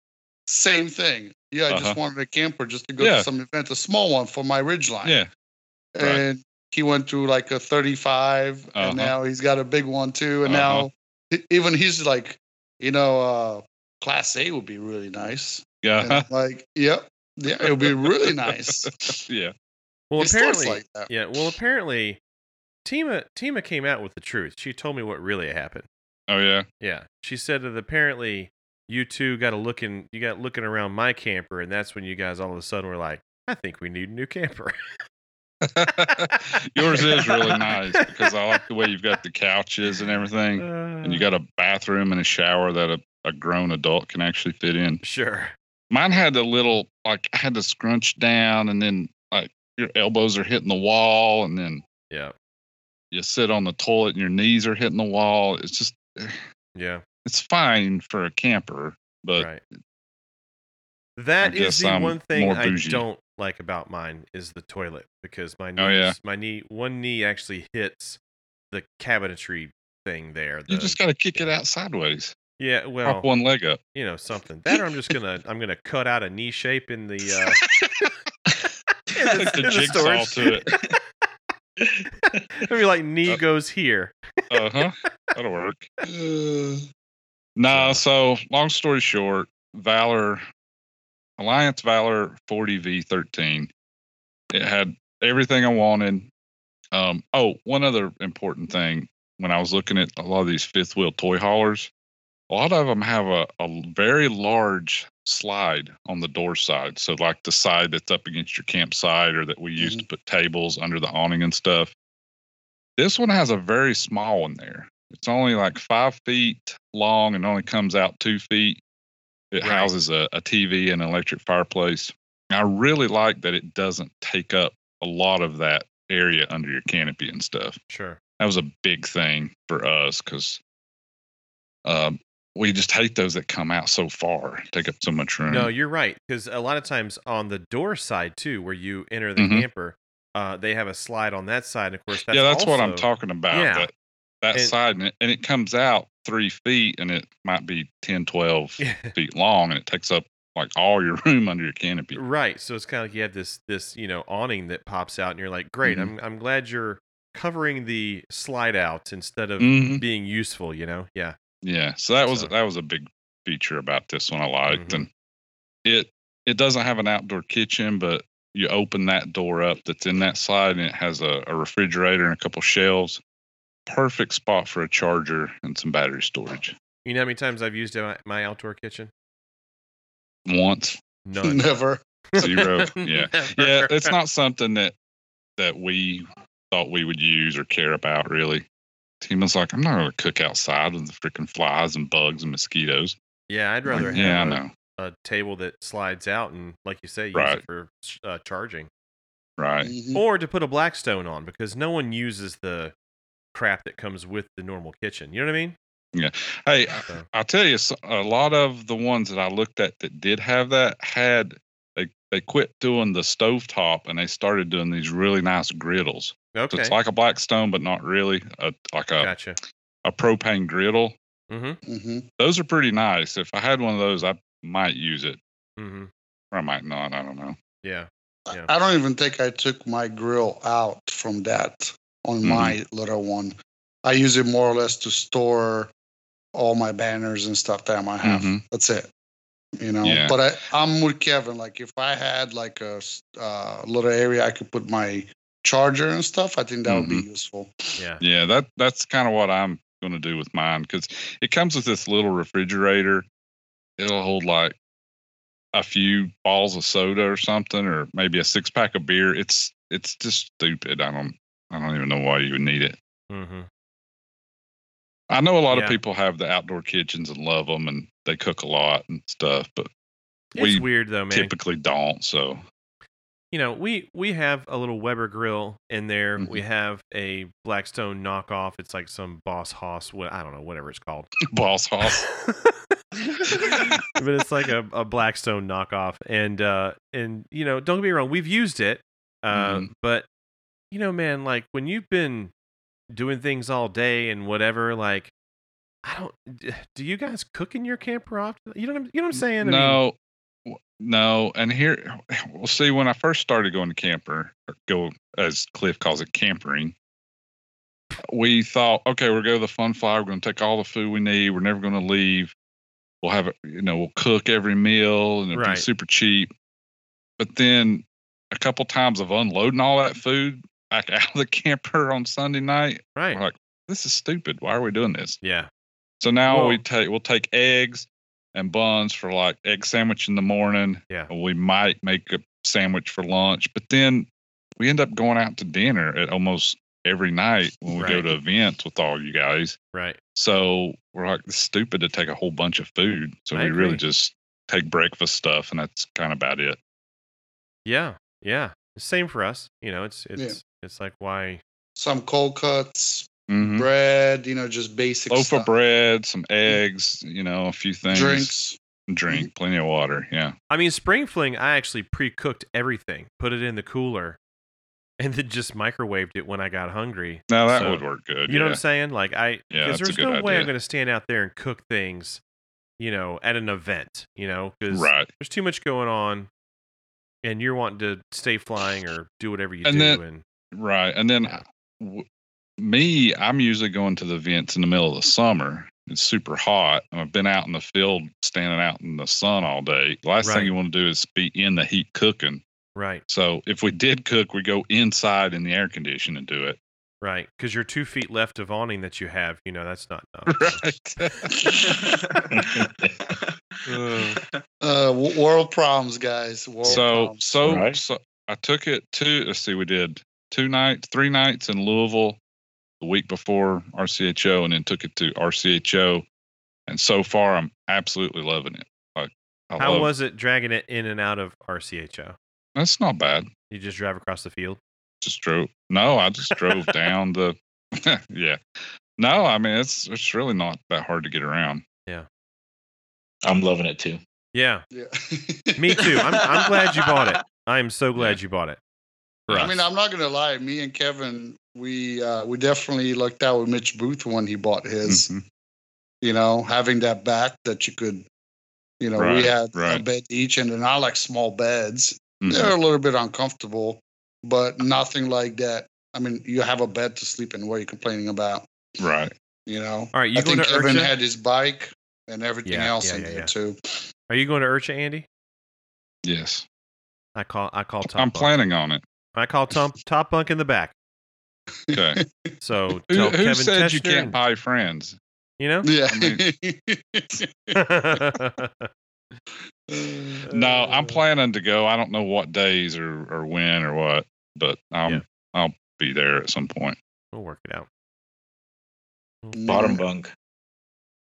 Speaker 2: same thing. Yeah, I
Speaker 5: Uh-huh.
Speaker 2: just wanted a camper just to go
Speaker 5: Yeah.
Speaker 2: to some event, a small one for my ridgeline.
Speaker 5: yeah. right.
Speaker 2: and he went to like a 35
Speaker 5: Uh-huh.
Speaker 2: and now he's got a big one too and
Speaker 5: Uh-huh.
Speaker 2: now e- even he's like you know uh class a would be really nice And
Speaker 5: Yeah.
Speaker 2: I'm like yep yeah it would be really nice
Speaker 5: yeah.
Speaker 1: Well,
Speaker 2: It's stuff
Speaker 1: apparently,
Speaker 2: like that.
Speaker 1: yeah. Well, apparently, Tima Tima came out with the truth. She told me what really happened.
Speaker 5: Oh yeah.
Speaker 1: Yeah, she said that apparently you two got a looking you got looking around my camper, and that's when you guys all of a sudden were like, I think we need a new camper.
Speaker 5: Yours is really nice because I like the way you've got the couches and everything,
Speaker 1: Uh,
Speaker 5: and you
Speaker 2: Uh-huh.
Speaker 5: got a bathroom and a shower that a, a grown adult can actually fit in.
Speaker 1: sure.
Speaker 5: Mine had a little like I had to scrunch down, and then like your elbows are hitting the wall, and then
Speaker 1: Yeah.
Speaker 5: you sit on the toilet and your knees are hitting the wall. It's just
Speaker 1: Yeah.
Speaker 5: it's fine for a camper, but
Speaker 1: right. That is
Speaker 5: guess
Speaker 1: the
Speaker 5: I'm
Speaker 1: one thing
Speaker 5: more
Speaker 1: I
Speaker 5: bougie.
Speaker 1: don't like about mine is the toilet because my knees,
Speaker 5: Oh, yeah.
Speaker 1: my knee, one knee actually hits the cabinetry thing there.
Speaker 5: you
Speaker 1: the-
Speaker 5: just got to kick it out sideways,
Speaker 1: yeah.
Speaker 5: prop
Speaker 1: Well,
Speaker 5: one leg up.
Speaker 1: you know something. That or I'm just gonna I'm gonna cut out a knee shape in the uh, in the,
Speaker 5: Like the
Speaker 1: in the
Speaker 5: jigsaw
Speaker 1: storage.
Speaker 5: to it.
Speaker 1: I mean, like knee
Speaker 5: Uh,
Speaker 1: goes here.
Speaker 5: Uh huh. That'll work.
Speaker 2: Uh,
Speaker 5: No, so long story short, Valor Alliance Valor 40v13. It had everything I wanted. Um, oh, one other important thing when I was looking at a lot of these fifth wheel toy haulers, a lot of them have a, a very large slide on the door side. So, like the side that's up against your campsite or that we use to put tables under the awning and stuff. This one has a very small one there. It's only like five feet long and only comes out two feet. It
Speaker 1: Right.
Speaker 5: houses a, a TV and an electric fireplace. I really like that it doesn't take up a lot of that area under your canopy and stuff
Speaker 1: Sure.
Speaker 5: that was a big thing for us because um, we just hate those that come out so far, take up so much room.
Speaker 1: No, you're right. Because a lot of times on the door side too, where you enter the
Speaker 5: Mhm.
Speaker 1: camper, uh, they have a slide on that side. Of course, that's
Speaker 5: yeah, that's what I'm
Speaker 1: also-
Speaker 5: talking about.
Speaker 1: yeah.
Speaker 5: That, that
Speaker 1: And-
Speaker 5: side, and it, and it comes out three feet and it might be 10, 12
Speaker 1: Yeah,
Speaker 5: feet long, and it takes up like all your room under your canopy.
Speaker 1: right. So it's kind of like you have this this you know awning that pops out, and you're like, great.
Speaker 5: Mhm.
Speaker 1: I'm I'm glad you're covering the slide out instead of
Speaker 5: Mhm.
Speaker 1: being useful. You know. Yeah.
Speaker 5: Yeah, so that was
Speaker 1: So-
Speaker 5: that was a big feature about this one I liked,
Speaker 1: Mhm.
Speaker 5: and it it doesn't have an outdoor kitchen, but you open that door up that's in that slide, and it has a, a refrigerator and a couple shelves. Perfect spot for a charger and some battery storage.
Speaker 1: You know how many times I've used my, my outdoor kitchen?
Speaker 5: Once,
Speaker 1: None.
Speaker 2: never.
Speaker 5: zero. yeah, yeah,
Speaker 1: Never.
Speaker 5: it's not something that that we thought we would use or care about really. Tima's like, I'm not going to cook outside with the freaking flies and bugs and mosquitoes.
Speaker 1: Yeah, I'd
Speaker 5: I'm like,
Speaker 1: rather have
Speaker 5: yeah, I
Speaker 1: a-
Speaker 5: know.
Speaker 1: a table that slides out and, like you say, use
Speaker 5: Right. Mm.
Speaker 1: it for uh, charging
Speaker 5: Right.
Speaker 2: Mhm.
Speaker 1: or to put a Blackstone on because no one uses the crap that comes with the normal kitchen. You know what I mean?
Speaker 5: Hey,
Speaker 1: So-
Speaker 5: I'll tell you, so- a lot of the ones that I looked at that did have that had they they quit doing the stovetop and they started doing these really nice griddles. So
Speaker 1: Okay,
Speaker 5: it's like a blackstone, but not really a, like a,
Speaker 1: gotcha.
Speaker 5: a propane griddle.
Speaker 1: hmm
Speaker 2: Mhm.
Speaker 5: Those are pretty nice. If I had one of those, I might use it
Speaker 1: hmm
Speaker 5: or I might not. I don't know.
Speaker 1: Yeah.
Speaker 2: I-
Speaker 1: Yeah.
Speaker 2: I don't even think I took my grill out from that on
Speaker 5: Mhm.
Speaker 2: my little one. I use it more or less to store all my banners and stuff that I might have.
Speaker 5: Mhm.
Speaker 2: That's it. You know,
Speaker 5: Yeah.
Speaker 2: but I, I'm with Kevin. Like, if I had like a s- uh, little area I could put my charger and stuff, I think that would
Speaker 5: Mm-hmm.
Speaker 2: be useful.
Speaker 1: Yeah.
Speaker 5: Yeah, that that's kind of what I'm going to do with mine because it comes with this little refrigerator. It'll hold like a few balls of soda or something, or maybe a six pack of beer. It's it's just stupid. I don't I don't even know why you would need it.
Speaker 1: hmm
Speaker 5: I know a lot
Speaker 1: Yeah.
Speaker 5: of people have the outdoor kitchens and love them, and they cook a lot and stuff, but
Speaker 1: It's
Speaker 5: We
Speaker 1: weird though, man.
Speaker 5: typically don't. So
Speaker 1: you know, we we have a little Weber grill in there. We
Speaker 5: Mhm.
Speaker 1: have a Blackstone knockoff. It's like some Boss Hoss. What I don't know, whatever it's called.
Speaker 5: boss hoss.
Speaker 1: but it's like a, a Blackstone knockoff. And uh and you know, don't get me wrong, we've used it. Uh
Speaker 5: Mhm.
Speaker 1: but you know, man, like when you've been doing things all day and whatever, like I don't d- do you guys cook in your camper often? You know what I'm, you know what I'm saying? I mean,
Speaker 5: No, w- no. And here, well, see, when I first started going to camper, or go as Cliff calls it, campering, we thought, okay, we're going to the fun fly. We're going to take all the food we need. We're never going to leave. We'll have, it, you know, we'll cook every meal and it'll
Speaker 1: Right.
Speaker 5: be super cheap. But then a couple times of unloading all that food back out of the camper on Sunday night,
Speaker 1: right.
Speaker 5: we're like, this is stupid. Why are we doing this?
Speaker 1: Yeah.
Speaker 5: So now
Speaker 1: Well-
Speaker 5: we take we'll take eggs and buns for like egg sandwich in the morning.
Speaker 1: Yeah.
Speaker 5: And we might make a sandwich for lunch, but then we end up going out to dinner at almost every night when we go
Speaker 1: Right.
Speaker 5: to events with all you guys.
Speaker 1: Right.
Speaker 5: So we're like it's stupid to take a whole bunch of food. So
Speaker 1: I
Speaker 5: we
Speaker 1: agree.
Speaker 5: really just take breakfast stuff and that's kind of about it.
Speaker 1: Yeah. Yeah. Same for us. You know, it's it's
Speaker 2: Yeah.
Speaker 1: it's like why
Speaker 2: Some cold cuts,
Speaker 5: Mhm.
Speaker 2: bread, you know, just basic
Speaker 5: Loaf
Speaker 2: stuff.
Speaker 5: of bread, some eggs, you know, a few things.
Speaker 2: drinks.
Speaker 5: Drink, plenty of water. Yeah.
Speaker 1: I mean, spring fling, I actually pre cooked everything, put it in the cooler, and then just microwaved it when I got hungry.
Speaker 5: Now that
Speaker 1: So-
Speaker 5: would work good.
Speaker 1: You know
Speaker 5: yeah.
Speaker 1: what I'm saying? Like I, because
Speaker 5: Yeah, that's a
Speaker 1: there's
Speaker 5: good
Speaker 1: no way I'm
Speaker 5: idea.
Speaker 1: going to stand out there and cook things, you know, at an event, you know, because
Speaker 5: Right.
Speaker 1: there's too much going on, and you're wanting to stay flying or do whatever you
Speaker 5: And
Speaker 1: do,
Speaker 5: then-
Speaker 1: and
Speaker 5: Right. And then
Speaker 1: Yeah.
Speaker 5: w- me, I'm usually going to the vents in the middle of the summer. It's super hot. and I've been out in the field, standing out in the sun all day. The last
Speaker 1: Right.
Speaker 5: thing you want to do is be in the heat cooking.
Speaker 1: Right,
Speaker 5: So if we did cook, we go inside in the air condition and do it.
Speaker 1: right. Because your two feet left of awning that you have, you know, that's not done.
Speaker 2: Uh, w- world problems, guys. World
Speaker 5: so
Speaker 2: problems.
Speaker 5: so
Speaker 4: Right.
Speaker 5: so I took it to let's see, we did two nights, three nights in Louisville the week before RCHO and then took it to RCHO. And so far I'm absolutely loving it. Like I
Speaker 1: How
Speaker 5: love
Speaker 1: was it dragging it in and out of RCHO?
Speaker 5: that's not bad.
Speaker 1: You just drive across the field.
Speaker 5: Just drove no, I just drove down the yeah. No, I mean it's it's really not that hard to get around.
Speaker 4: I'm loving it too.
Speaker 1: Yeah,
Speaker 2: yeah.
Speaker 1: me too. I'm, I'm glad you bought it. I am so glad you bought it. For
Speaker 5: Yeah.
Speaker 2: I
Speaker 1: us.
Speaker 2: mean, I'm not gonna lie. Me and Kevin, we uh, we definitely lucked out with Mitch Booth when he bought his.
Speaker 5: Mhm.
Speaker 1: Mm-hmm.
Speaker 2: You know, having that back that you could, you know, we
Speaker 5: Right,
Speaker 2: had a
Speaker 5: right.
Speaker 2: bed each, and they're not like small beds.
Speaker 5: Mhm.
Speaker 2: They're a
Speaker 1: Mm-hmm.
Speaker 2: little bit uncomfortable, but nothing like that. I mean, you have a bed to sleep in. What are you complaining about?
Speaker 5: Right.
Speaker 2: You know.
Speaker 1: All right, you
Speaker 2: I
Speaker 1: going
Speaker 2: think
Speaker 1: to
Speaker 2: Kevin
Speaker 1: Urcha?
Speaker 2: had his bike and everything
Speaker 1: Yeah,
Speaker 2: else
Speaker 1: yeah,
Speaker 2: in
Speaker 1: yeah,
Speaker 2: there
Speaker 1: yeah.
Speaker 2: too.
Speaker 1: Are you going to Urcha, Andy?
Speaker 5: Yes.
Speaker 1: I call. I call Top.
Speaker 5: I'm
Speaker 1: Bunk.
Speaker 5: planning on it.
Speaker 1: I call Tom Top Bunk in the back.
Speaker 5: Okay.
Speaker 1: So
Speaker 5: who
Speaker 1: tell
Speaker 5: who
Speaker 1: Kevin
Speaker 5: said
Speaker 1: Teschner
Speaker 5: you can't
Speaker 1: and-
Speaker 5: buy friends?
Speaker 1: You know.
Speaker 2: Yeah.
Speaker 5: I mean- No, I'm planning to go. I don't know what days or, or when or what, but um,
Speaker 1: Yeah.
Speaker 5: I'll be there at some point.
Speaker 1: We'll work it out.
Speaker 2: Mm-hmm.
Speaker 4: Bottom bunk.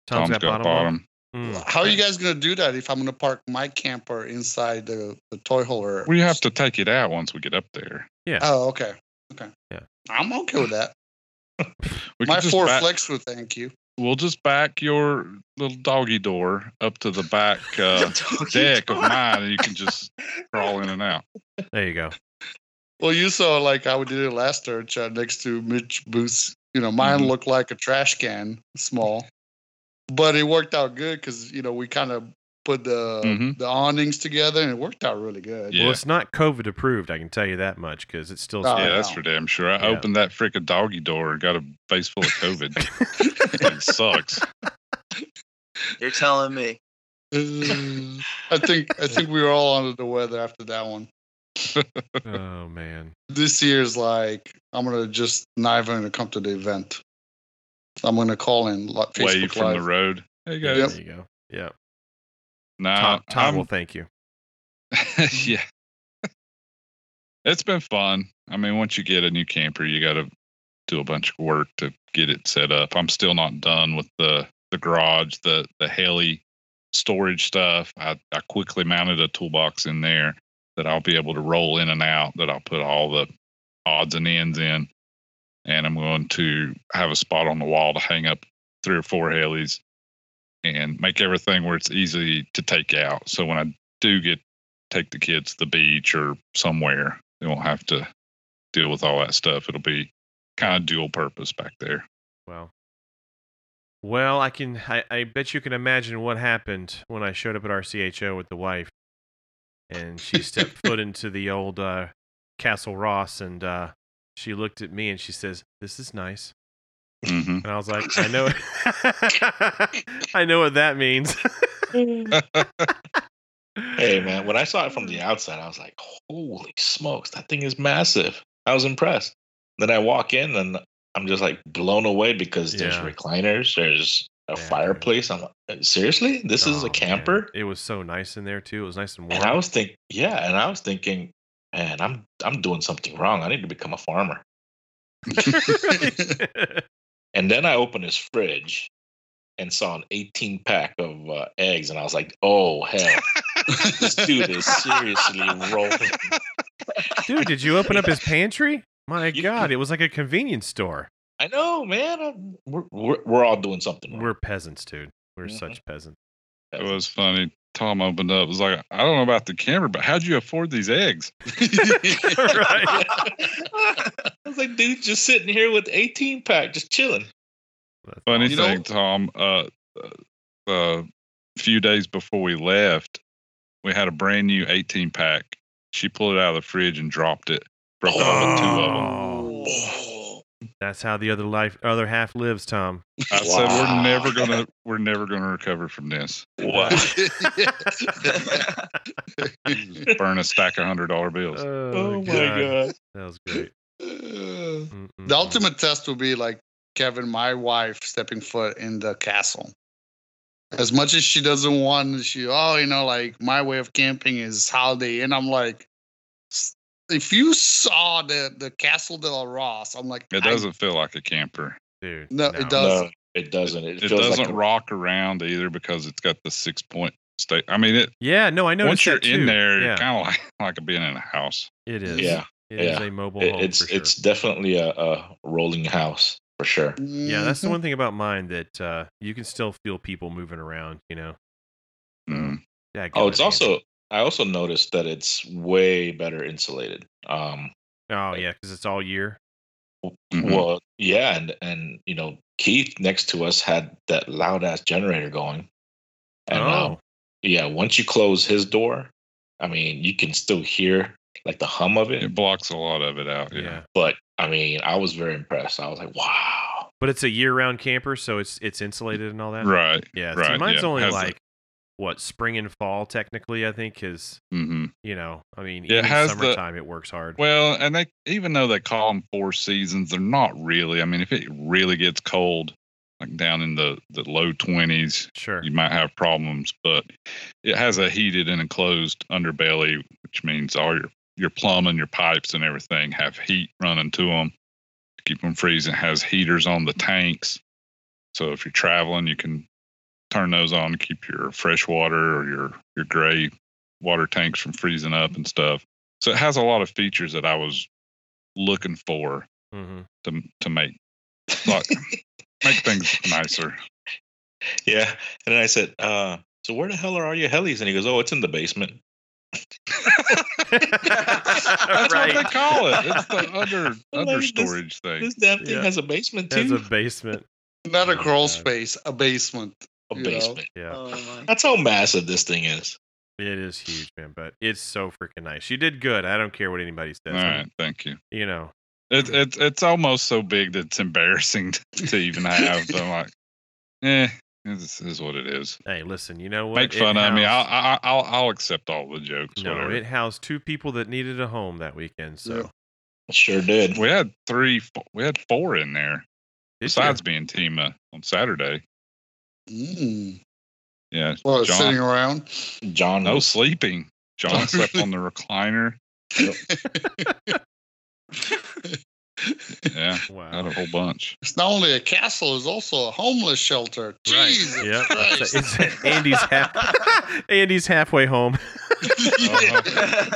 Speaker 1: Tom's got, bottom. bunk? Mm.
Speaker 2: How are you guys gonna do that if I'm gonna park my camper inside the, the toy holder?
Speaker 5: We have to take it out once we get up there.
Speaker 2: Oh, okay. Okay.
Speaker 1: Yeah.
Speaker 2: I'm okay with that.
Speaker 5: We
Speaker 2: my
Speaker 5: could just
Speaker 2: four
Speaker 5: back-
Speaker 2: flex would thank you.
Speaker 5: We'll just back your little doggy door up to the back uh, deck of mine, and you can just crawl in and out.
Speaker 1: There you go.
Speaker 2: Well, you saw like how we did it last church uh, next to Mitch Booth's. You know, mine
Speaker 5: Mhm.
Speaker 2: looked like a trash can, small, but it worked out good because you know we kind of put the
Speaker 5: Mhm.
Speaker 2: the awnings together and it worked out really good.
Speaker 5: Yeah.
Speaker 1: Well, it's not COVID approved. I can tell you that much because it's still.
Speaker 2: Oh,
Speaker 5: Ah, yeah,
Speaker 1: spread.
Speaker 5: that's for damn sure. I
Speaker 1: Yeah.
Speaker 5: opened that frickin' doggy door and got a face full of COVID. it sucks.
Speaker 3: You're telling me.
Speaker 2: Uh, I think I think we were all under the weather after that one.
Speaker 1: Oh man.
Speaker 2: This year's like I'm gonna just not even gonna come to the event. I'm gonna call in like Facebook
Speaker 5: Wave from the
Speaker 2: Live.
Speaker 5: road. Hey guys.
Speaker 2: Yep.
Speaker 1: There you go. Yeah.
Speaker 5: Nah,
Speaker 1: Tom, Tom
Speaker 5: Uh, I'm-
Speaker 1: will thank you.
Speaker 5: yeah. It's been fun. I mean, once you get a new camper, you got to do a bunch of work to get it set up. I'm still not done with the the garage, the the heli storage stuff. I I quickly mounted a toolbox in there that I'll be able to roll in and out. That I'll put all the odds and ends in, and I'm going to have a spot on the wall to hang up three or four helis and make everything where it's easy to take out. So when I do get take the kids to the beach or somewhere. They won't have to deal with all that stuff. It'll be kind of dual purpose back there.
Speaker 1: Wow. Well, I can. I, I bet you can imagine what happened when I showed up at RCHO with the wife, and she stepped foot into the old uh, Castle Ross, and uh, she looked at me and she says, "This is nice,"
Speaker 5: Mm-hmm.
Speaker 1: and I was like, "I know, I know what that means."
Speaker 4: Hey man, when I saw it from the outside, I was like, "Holy smokes, that thing is massive!" I was impressed. Then I walk in and I'm just like blown away because there's
Speaker 1: Yeah.
Speaker 4: recliners, there's a
Speaker 1: Yeah,
Speaker 4: fireplace. I'm like, "Uh, seriously, this
Speaker 1: Oh,
Speaker 4: is a
Speaker 1: man.
Speaker 4: camper.
Speaker 1: It was so nice in there too. It was nice and warm.
Speaker 4: And I was think, yeah, and I was thinking, man, I'm I'm doing something wrong. I need to become a farmer. And then I opened his fridge and saw an 18 pack of uh, eggs, and I was like, oh hell, this dude is seriously rolling.
Speaker 1: Dude, did you open up his pantry? My
Speaker 4: You-
Speaker 1: God, it was like a convenience store.
Speaker 4: I know, man. I'm- We're, we're, we're all doing something. wrong.
Speaker 1: We're peasants, dude. We're
Speaker 4: Mhm.
Speaker 1: such peasants.
Speaker 5: It was funny. Tom opened up. It was like, I don't know about the camera, but how'd you afford these eggs?
Speaker 1: right?
Speaker 4: I was like, dude, just sitting here with 18 pack, just chilling.
Speaker 1: That's
Speaker 5: Funny
Speaker 1: awesome.
Speaker 2: You know-
Speaker 5: thing, Tom. Uh, uh, uh, few days before we left, we had a brand new 18
Speaker 3: Oh.
Speaker 5: pack. She pulled it out of the fridge and dropped it. Broke all but two of them.
Speaker 1: Oh.
Speaker 4: Oh,
Speaker 1: That's how the other life, other half lives, Tom.
Speaker 5: I said we're never gonna we're never gonna recover from this.
Speaker 4: Wow.
Speaker 5: Burn a stack of hundred dollar bills.
Speaker 1: Oh, That was great.
Speaker 2: the
Speaker 1: Mm, mm, mm.
Speaker 2: ultimate test would be like Kevin, my wife, stepping foot in the castle. As much as she doesn't want, she oh, you know, like my way of camping is holiday, and I'm like, "S- if you saw the the Castle de la Ross, I'm like,
Speaker 5: It
Speaker 2: I-
Speaker 5: doesn't feel like a camper.
Speaker 1: Dude.
Speaker 2: No, it does-
Speaker 4: No, it doesn't. It,
Speaker 5: It,
Speaker 4: feels
Speaker 5: doesn't
Speaker 4: like a-
Speaker 5: rock around either because it's got the six point state. I mean, it
Speaker 1: Yeah, no, I know.
Speaker 5: once you're in there,
Speaker 1: yeah,
Speaker 5: it's kind of like like being in a house.
Speaker 1: it is.
Speaker 4: Yeah,
Speaker 1: it is
Speaker 4: yeah.
Speaker 1: a mobile
Speaker 4: it-
Speaker 1: home.
Speaker 4: it's
Speaker 1: for sure.
Speaker 4: it's definitely a, a rolling house for sure.
Speaker 1: Yeah, that's the
Speaker 2: Mhm.
Speaker 1: one thing about mine that uh, you can still feel people moving around. You know.
Speaker 5: Mm.
Speaker 1: Yeah.
Speaker 4: Oh, it's also I also noticed that it's way better insulated. Um,
Speaker 1: Oh yeah, because it's all year.
Speaker 5: Mhm.
Speaker 4: well, yeah, and and you know Keith next to us had that loud ass generator going, and um,
Speaker 1: oh.
Speaker 4: yeah, once you close his door, I mean you can still hear like the hum of it.
Speaker 5: It blocks a lot of it out.
Speaker 1: yeah.
Speaker 5: Yeah.
Speaker 4: But I mean, I was very impressed. I was like, wow.
Speaker 1: But it's a year-round camper, so it's it's insulated and all that.
Speaker 5: Right.
Speaker 1: Yeah. see,
Speaker 5: right,
Speaker 1: mine's
Speaker 5: yeah,
Speaker 1: only
Speaker 5: has the-
Speaker 1: like what spring and fall technically. I think is
Speaker 5: hmm
Speaker 1: you know. I mean,
Speaker 5: Yeah, it
Speaker 1: even
Speaker 5: has the-
Speaker 1: summertime it works hard.
Speaker 5: Well, and they even though they call them four seasons, they're not really. I mean, if it really gets cold, like down in the the low twenties,
Speaker 1: sure.
Speaker 5: you might have problems. But it has a heated and enclosed underbelly, which means all your your plumbing, your pipes, and everything have heat running to them to keep them freezing. It has heaters on the tanks, so if you're traveling, you can turn those on to keep your fresh water or your your gray water tanks from freezing up and stuff. So it has a lot of features that I was looking for
Speaker 1: hmm
Speaker 5: to to make Look. make things nicer.
Speaker 4: yeah. And then I said, uh, so where the hell are all your helis? And he goes, oh, it's in the basement.
Speaker 5: That's what
Speaker 1: right.
Speaker 5: they call it. It's the under
Speaker 4: Like
Speaker 5: under
Speaker 4: this-
Speaker 5: storage thing.
Speaker 4: This damn thing
Speaker 1: Yeah.
Speaker 4: has a basement
Speaker 1: It's
Speaker 4: too.
Speaker 1: a basement.
Speaker 2: Mm, not a
Speaker 1: Oh,
Speaker 2: crawl
Speaker 1: God.
Speaker 2: space, a basement.
Speaker 4: A,
Speaker 2: you know.
Speaker 4: basement.
Speaker 1: Yeah.
Speaker 3: Oh my.
Speaker 4: That's how massive this thing is.
Speaker 1: It is huge, man, but it's so freaking nice. You did good. I don't care what anybody says.
Speaker 5: All right, thank you.
Speaker 1: You know,
Speaker 5: It's it's it's almost so big that it's embarrassing to, to even have. So I'm like, eh, this is what it is.
Speaker 1: hey, listen, you know what?
Speaker 5: Make
Speaker 1: It
Speaker 5: fun of me. I'll,
Speaker 1: housed-
Speaker 5: I- I'll I'll accept all the jokes.
Speaker 1: no,
Speaker 5: whatever.
Speaker 1: it housed two people that needed a home that weekend. So,
Speaker 2: Yeah.
Speaker 1: Did
Speaker 4: Sure did.
Speaker 5: we had three. fo- We had four in there
Speaker 1: you?
Speaker 5: besides being Tima on Saturday.
Speaker 2: Mm.
Speaker 5: Yeah,
Speaker 2: Well, it's
Speaker 5: John.
Speaker 2: sitting around.
Speaker 4: John
Speaker 5: no
Speaker 4: was
Speaker 5: sleeping. John slept on the recliner. Yeah, had
Speaker 1: wow.
Speaker 5: a whole bunch.
Speaker 2: It's not only a castle; it's also a homeless shelter. Jesus
Speaker 1: Yeah,
Speaker 2: Christ!
Speaker 1: it's, Andy's half. Andy's halfway home. Uh-huh.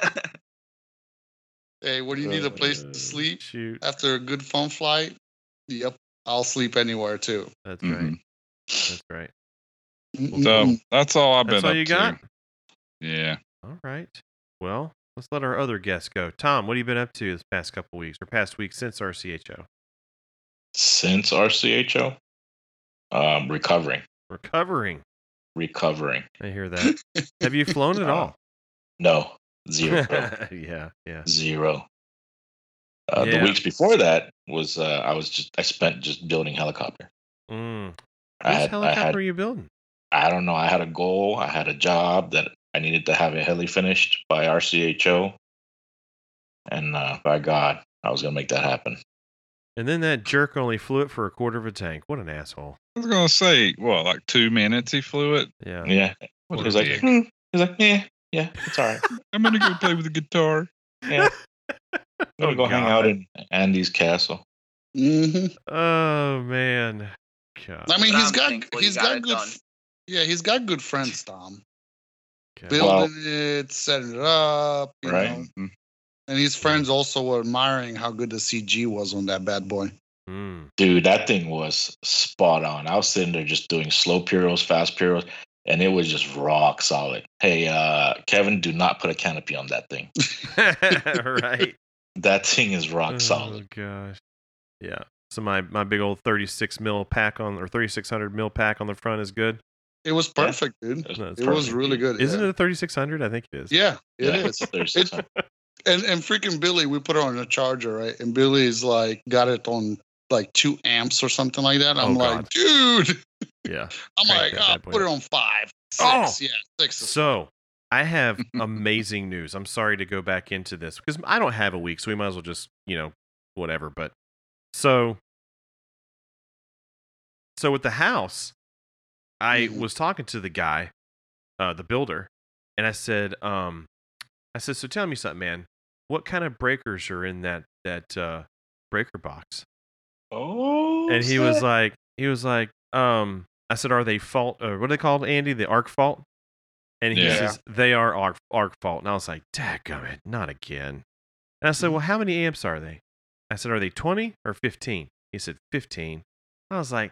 Speaker 2: Hey, when you need a place
Speaker 3: Uh-huh.
Speaker 2: to sleep
Speaker 1: Shoot,
Speaker 2: after a good fun flight, yep, I'll sleep anywhere too.
Speaker 1: that's
Speaker 5: Mhm.
Speaker 1: right. That's right.
Speaker 5: So that's all I've
Speaker 1: That's
Speaker 5: been.
Speaker 1: all
Speaker 5: up
Speaker 1: you
Speaker 5: to.
Speaker 1: got.
Speaker 5: Yeah.
Speaker 1: All right. Well, let's let our other guests go. Tom, what have you been up to this past couple weeks or past week since RCHO?
Speaker 4: since RCHO. Um, recovering.
Speaker 1: Recovering.
Speaker 4: Recovering.
Speaker 1: I hear that. have you flown at
Speaker 4: Uh,
Speaker 1: all?
Speaker 4: No. Zero.
Speaker 1: yeah, yeah.
Speaker 4: zero. Uh,
Speaker 1: Yeah.
Speaker 4: The weeks before that was uh, I was just I spent just building helicopter.
Speaker 1: Mm.
Speaker 4: I
Speaker 1: Which
Speaker 4: had, I
Speaker 1: helicopter
Speaker 4: had
Speaker 1: are you building?
Speaker 4: I don't know I had a goal I had a job that I needed to have a heli finished by RCHO, and uh, by God I was gonna make that happen.
Speaker 1: And then that jerk only flew it for a quarter of a tank. What an asshole.
Speaker 5: I was gonna say, what, like two minutes he flew it?
Speaker 1: Yeah.
Speaker 4: Yeah,
Speaker 5: What
Speaker 4: he
Speaker 5: a
Speaker 4: was like,
Speaker 5: dick.
Speaker 4: hmm. he was like, yeah, yeah, it's all right.
Speaker 5: I'm gonna go play with the guitar.
Speaker 4: I'm gonna
Speaker 1: Oh,
Speaker 4: go hang out
Speaker 1: God.
Speaker 4: in Andy's castle.
Speaker 2: hmm
Speaker 1: Oh man. God.
Speaker 2: I mean,
Speaker 3: But
Speaker 2: he's
Speaker 3: I'm
Speaker 2: got
Speaker 3: thankful you
Speaker 2: he's
Speaker 3: got
Speaker 2: got,
Speaker 3: it
Speaker 2: good.
Speaker 3: done.
Speaker 2: f- Yeah, he's got good friends, Tom.
Speaker 1: Okay.
Speaker 4: Bill- Well-
Speaker 2: Building it, setting it up, you
Speaker 4: Right.
Speaker 2: know.
Speaker 1: Mm-hmm.
Speaker 5: Mhm.
Speaker 2: And his friends also were admiring how good the CG was on that bad boy.
Speaker 1: Mm.
Speaker 4: Dude, that thing was spot on. I was sitting there just doing slow puros, fast puros, and it was just rock solid. Hey, uh, Kevin, do not put a canopy on that thing.
Speaker 1: right.
Speaker 4: That thing is rock
Speaker 1: Oh
Speaker 4: solid.
Speaker 1: gosh. Yeah. So my, my big old 36 mil pack on or 3600 mil pack on the front is good.
Speaker 2: It was perfect, dude.
Speaker 4: That's
Speaker 1: No, it's
Speaker 2: It was
Speaker 1: perfect.
Speaker 2: really good.
Speaker 1: Isn't
Speaker 2: yeah.
Speaker 1: it a 3600? I think it is.
Speaker 2: Yeah, it
Speaker 4: Yeah,
Speaker 2: is.
Speaker 4: it's a 3600.
Speaker 2: And and freaking Billy, we put her on a charger, right? And Billy's like got it on like two amps or something like that. I'm
Speaker 1: Oh,
Speaker 2: like,
Speaker 1: God.
Speaker 2: dude.
Speaker 1: Yeah.
Speaker 2: I'm
Speaker 1: Crank
Speaker 2: like,
Speaker 1: that
Speaker 2: oh,
Speaker 1: bad boy
Speaker 2: put it
Speaker 1: up.
Speaker 2: on five. Six.
Speaker 1: Oh!
Speaker 2: Yeah, six. is-
Speaker 1: So I have amazing news. I'm sorry to go back into this because I don't have a week, so we might as well just you know whatever. But so so with the house, I
Speaker 2: Mhm.
Speaker 1: was talking to the guy, uh, the builder, and I said, um, I said, so tell me something, man. What kind of breakers are in that that uh, breaker box?
Speaker 4: Oh.
Speaker 1: And he was like, he was like, um, I said, are they fault? Or what are they called, Andy? The arc fault? And he
Speaker 5: Yeah.
Speaker 1: says, they are arc, arc fault. And I was like, dadgummit, not again. And I said, well, how many amps are they? I said, are they 20 or 15? He said, 15. I was like,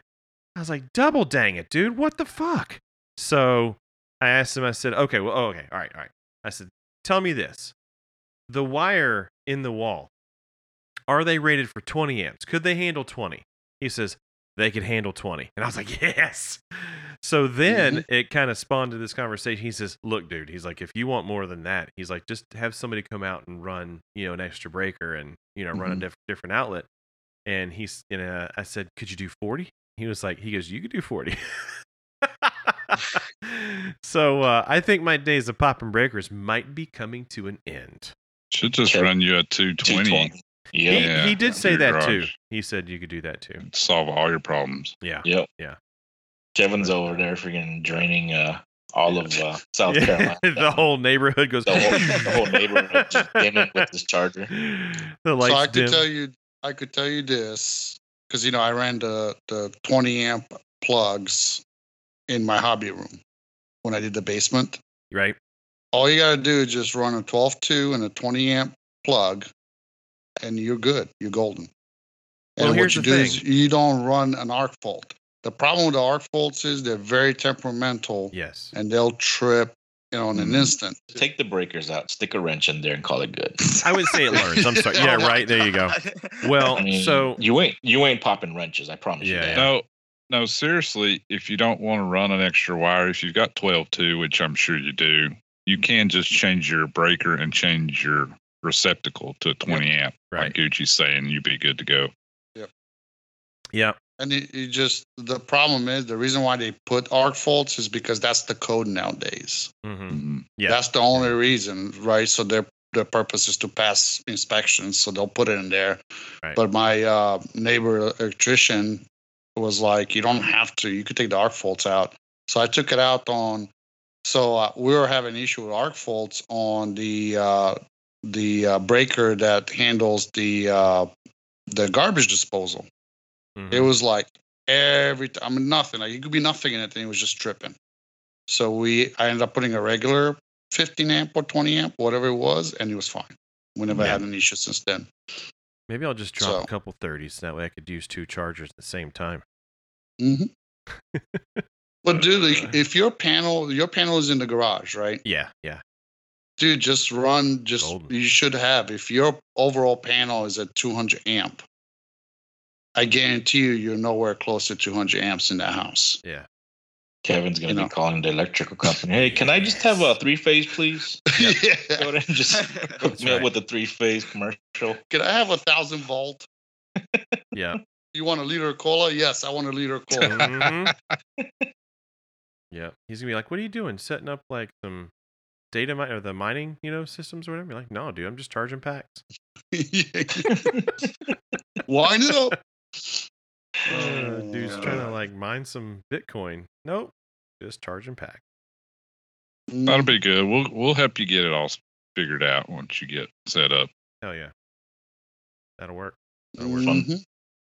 Speaker 1: I was like, double dang it, dude. What the fuck? So I asked him, I said, okay, well, oh, okay, all right, all right. I said, tell me this. The wire in the wall, are they rated for 20 amps? Could they handle 20? He says, they could handle 20. And I was like, yes. So then it kind of spawned to this conversation. He says, look, dude, he's like, if you want more than that, he's like, just have somebody come out and run, you know, an extra breaker and, you know, run a
Speaker 4: Mm-hmm.
Speaker 2: Mhm.
Speaker 1: diff- different outlet. And he's, and uh, I said, could you do 40? He was like, he goes, you could do 40. so uh, I think my days of popping breakers might be coming to an end.
Speaker 5: Should just
Speaker 4: Okay.
Speaker 5: run you at 220.
Speaker 4: 220. Yeah.
Speaker 1: He,
Speaker 5: Yeah.
Speaker 1: he did say
Speaker 5: Your
Speaker 1: that
Speaker 5: garage.
Speaker 1: too. He said you could do that too.
Speaker 5: Solve all your problems.
Speaker 1: Yeah.
Speaker 4: Yep.
Speaker 1: Yeah.
Speaker 4: Kevin's over there freaking draining uh, all of uh, South
Speaker 1: Yeah.
Speaker 4: Carolina.
Speaker 1: the whole neighborhood goes.
Speaker 4: the whole, the whole neighborhood just came in with this charger.
Speaker 1: The lights
Speaker 2: so I could
Speaker 1: dim.
Speaker 2: tell you, I could tell you this because you know I ran the the 20 amp plugs in my hobby room when I did the basement.
Speaker 1: right.
Speaker 2: All you gotta do is just run a 12.2 and a 20 amp plug, and you're good. You're golden.
Speaker 1: Well,
Speaker 2: and
Speaker 1: here's
Speaker 2: what
Speaker 1: the
Speaker 2: you do is you don't run an arc fault. The problem with the arc faults is they're very temperamental
Speaker 1: Yes.
Speaker 2: and they'll trip, you know, in an
Speaker 1: Mm-hmm.
Speaker 5: Mhm.
Speaker 2: instant.
Speaker 4: Take the breakers out, stick a wrench in there, and call it good.
Speaker 1: I would say it learns. I'm sorry. Yeah.
Speaker 3: Oh my
Speaker 1: Right. There you go.
Speaker 3: God.
Speaker 1: Well,
Speaker 4: I mean,
Speaker 1: so
Speaker 4: you ain't you ain't popping wrenches. I promise
Speaker 1: Yeah,
Speaker 4: you that.
Speaker 1: yeah.
Speaker 5: No, no, seriously, if you don't want to run an extra wire, if you've got 12 2, which I'm sure you do, you can just change your breaker and change your receptacle to a 20 amp. Like
Speaker 1: right.
Speaker 5: Gucci's saying, you'd be good to go.
Speaker 1: Yeah.
Speaker 2: And you, you just, the problem is the reason why they put arc faults is because that's the code nowadays.
Speaker 1: hmm
Speaker 5: Mhm.
Speaker 1: Yeah.
Speaker 2: That's the only reason, right? So their their purpose is to pass inspections, so they'll put it in there.
Speaker 1: Right.
Speaker 2: But my uh, neighbor electrician was like, "You don't have to. You could take the arc faults out." So I took it out on. So uh, we were having issue with arc faults on the uh, the uh, breaker that handles the uh, the garbage disposal.
Speaker 1: Mhm.
Speaker 2: It was like every I mean nothing. Like it could be nothing in it, and it was just dripping. So we I ended up putting a regular 15 amp or 20 amp, whatever it was, and it was fine. We never
Speaker 1: Yeah.
Speaker 2: had an issue since then.
Speaker 1: Maybe I'll just drop
Speaker 2: So-
Speaker 1: a couple thirties. That way I could use two chargers at the same time.
Speaker 2: hmm Mm-hmm. but dude, like, if your panel your panel is in the garage, right?
Speaker 1: Yeah. Yeah.
Speaker 2: Dude, just run. Just
Speaker 1: Golden.
Speaker 2: you should have. If your overall panel is at 200 amp, I guarantee you, you're nowhere close to 200 amps in that house.
Speaker 4: Kevin's gonna
Speaker 2: You
Speaker 4: be
Speaker 2: know.
Speaker 4: calling the electrical company. Hey, can I just have a three phase, please? Go
Speaker 2: yeah.
Speaker 4: ahead and just hook me
Speaker 1: right.
Speaker 4: up with a three phase commercial.
Speaker 2: Can I have a thousand volt?
Speaker 1: Yeah.
Speaker 2: You want a liter of cola? Yes, I want a liter of cola.
Speaker 1: Mhm. yeah. He's gonna be like, "What are you doing? Setting up like some data mi- or the mining, you know, systems or whatever." You're like, "No, dude, I'm just charging packs."
Speaker 2: Wind it up.
Speaker 1: Uh,
Speaker 2: Oh,
Speaker 1: dude's trying to
Speaker 2: God.
Speaker 1: like mine some Bitcoin. Nope, just charging pack.
Speaker 2: Mm-hmm.
Speaker 5: That'll be good. We'll we'll help you get it all figured out once you get set up.
Speaker 1: Hell yeah, that'll work. That'll work.
Speaker 4: fun.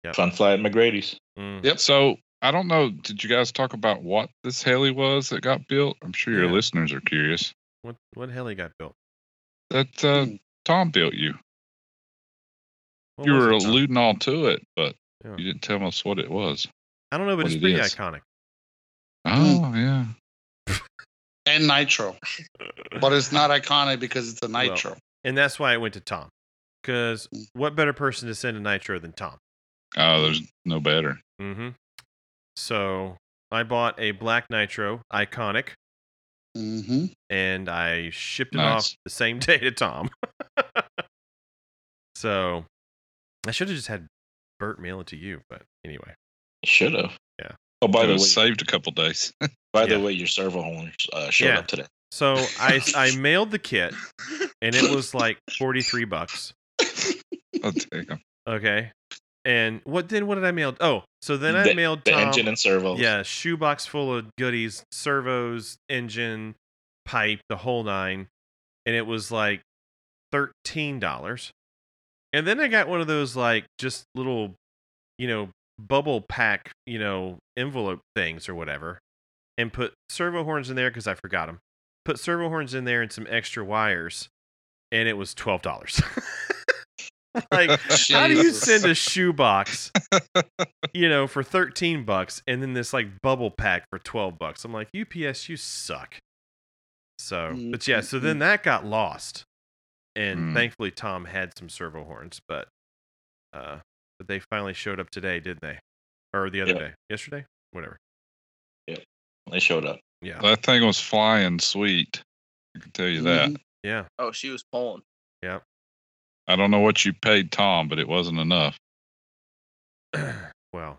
Speaker 2: Mhm.
Speaker 4: Fun fly at McGrady's.
Speaker 1: Mm.
Speaker 2: Yep.
Speaker 5: So I don't know. Did you guys talk about what this heli was that got built? I'm sure your
Speaker 1: Yeah.
Speaker 5: listeners are curious.
Speaker 1: What what hell he got built?
Speaker 5: That uh,
Speaker 2: Hmm.
Speaker 5: Tom built you.
Speaker 1: What
Speaker 5: you
Speaker 1: was
Speaker 5: were
Speaker 1: it, Tom?
Speaker 5: alluding all to it, but
Speaker 1: Yeah.
Speaker 5: you didn't tell us what it was.
Speaker 1: I don't know, but
Speaker 5: what
Speaker 1: it's
Speaker 5: it
Speaker 1: pretty
Speaker 5: is.
Speaker 1: iconic.
Speaker 5: Oh yeah.
Speaker 2: And nitro,
Speaker 4: Uh,
Speaker 2: but it's not iconic because it's a
Speaker 1: Well,
Speaker 2: nitro.
Speaker 1: and that's why I went to Tom, because
Speaker 4: Mm.
Speaker 1: what better person to send a nitro than Tom?
Speaker 5: Oh, there's no better.
Speaker 1: Mm-hmm. So I bought a black nitro, iconic,
Speaker 2: hmm
Speaker 1: and I shipped it off
Speaker 5: Nice.
Speaker 1: the same day to Tom. so I should have just had Bert mail it to you, but anyway.
Speaker 4: Should have.
Speaker 1: Yeah.
Speaker 4: Oh, by
Speaker 5: By
Speaker 4: the way,
Speaker 5: saved a couple days.
Speaker 4: by
Speaker 1: Yeah.
Speaker 4: the way, your servo owner uh, showed
Speaker 1: Yeah.
Speaker 4: up today.
Speaker 1: So I I mailed the kit and it was like forty three bucks.
Speaker 5: I'll take 'em.
Speaker 1: Okay. And what then? What did I mail? Oh, so then I
Speaker 4: The-
Speaker 1: mailed
Speaker 4: The
Speaker 1: Tom.
Speaker 4: engine and servo.
Speaker 1: Oh. yeah, shoebox full of goodies, servos, engine, pipe, the whole nine, and it was like thirteen dollars. And then I got one of those like just little, you know, bubble pack, you know, envelope things or whatever, and put servo horns in there because I forgot them. Put servo horns in there and some extra wires, and it was twelve dollars. like how do you
Speaker 2: Jesus.
Speaker 1: send a shoebox, you know, for 13 bucks and then this like bubble pack for 12 bucks? I'm like, UPS, you suck. So, but yeah, so then that got lost. And
Speaker 5: Mm.
Speaker 1: thankfully, Tom had some servo horns, but, uh, but they finally showed up today, didn't they? Or the other
Speaker 4: Yeah.
Speaker 1: day, yesterday, whatever.
Speaker 4: They showed up.
Speaker 1: Yeah.
Speaker 5: That thing was flying sweet. I can tell you that.
Speaker 2: Mm-hmm.
Speaker 1: yeah.
Speaker 3: Oh, she was pulling.
Speaker 5: I don't know what you paid Tom, but it wasn't enough.
Speaker 1: well,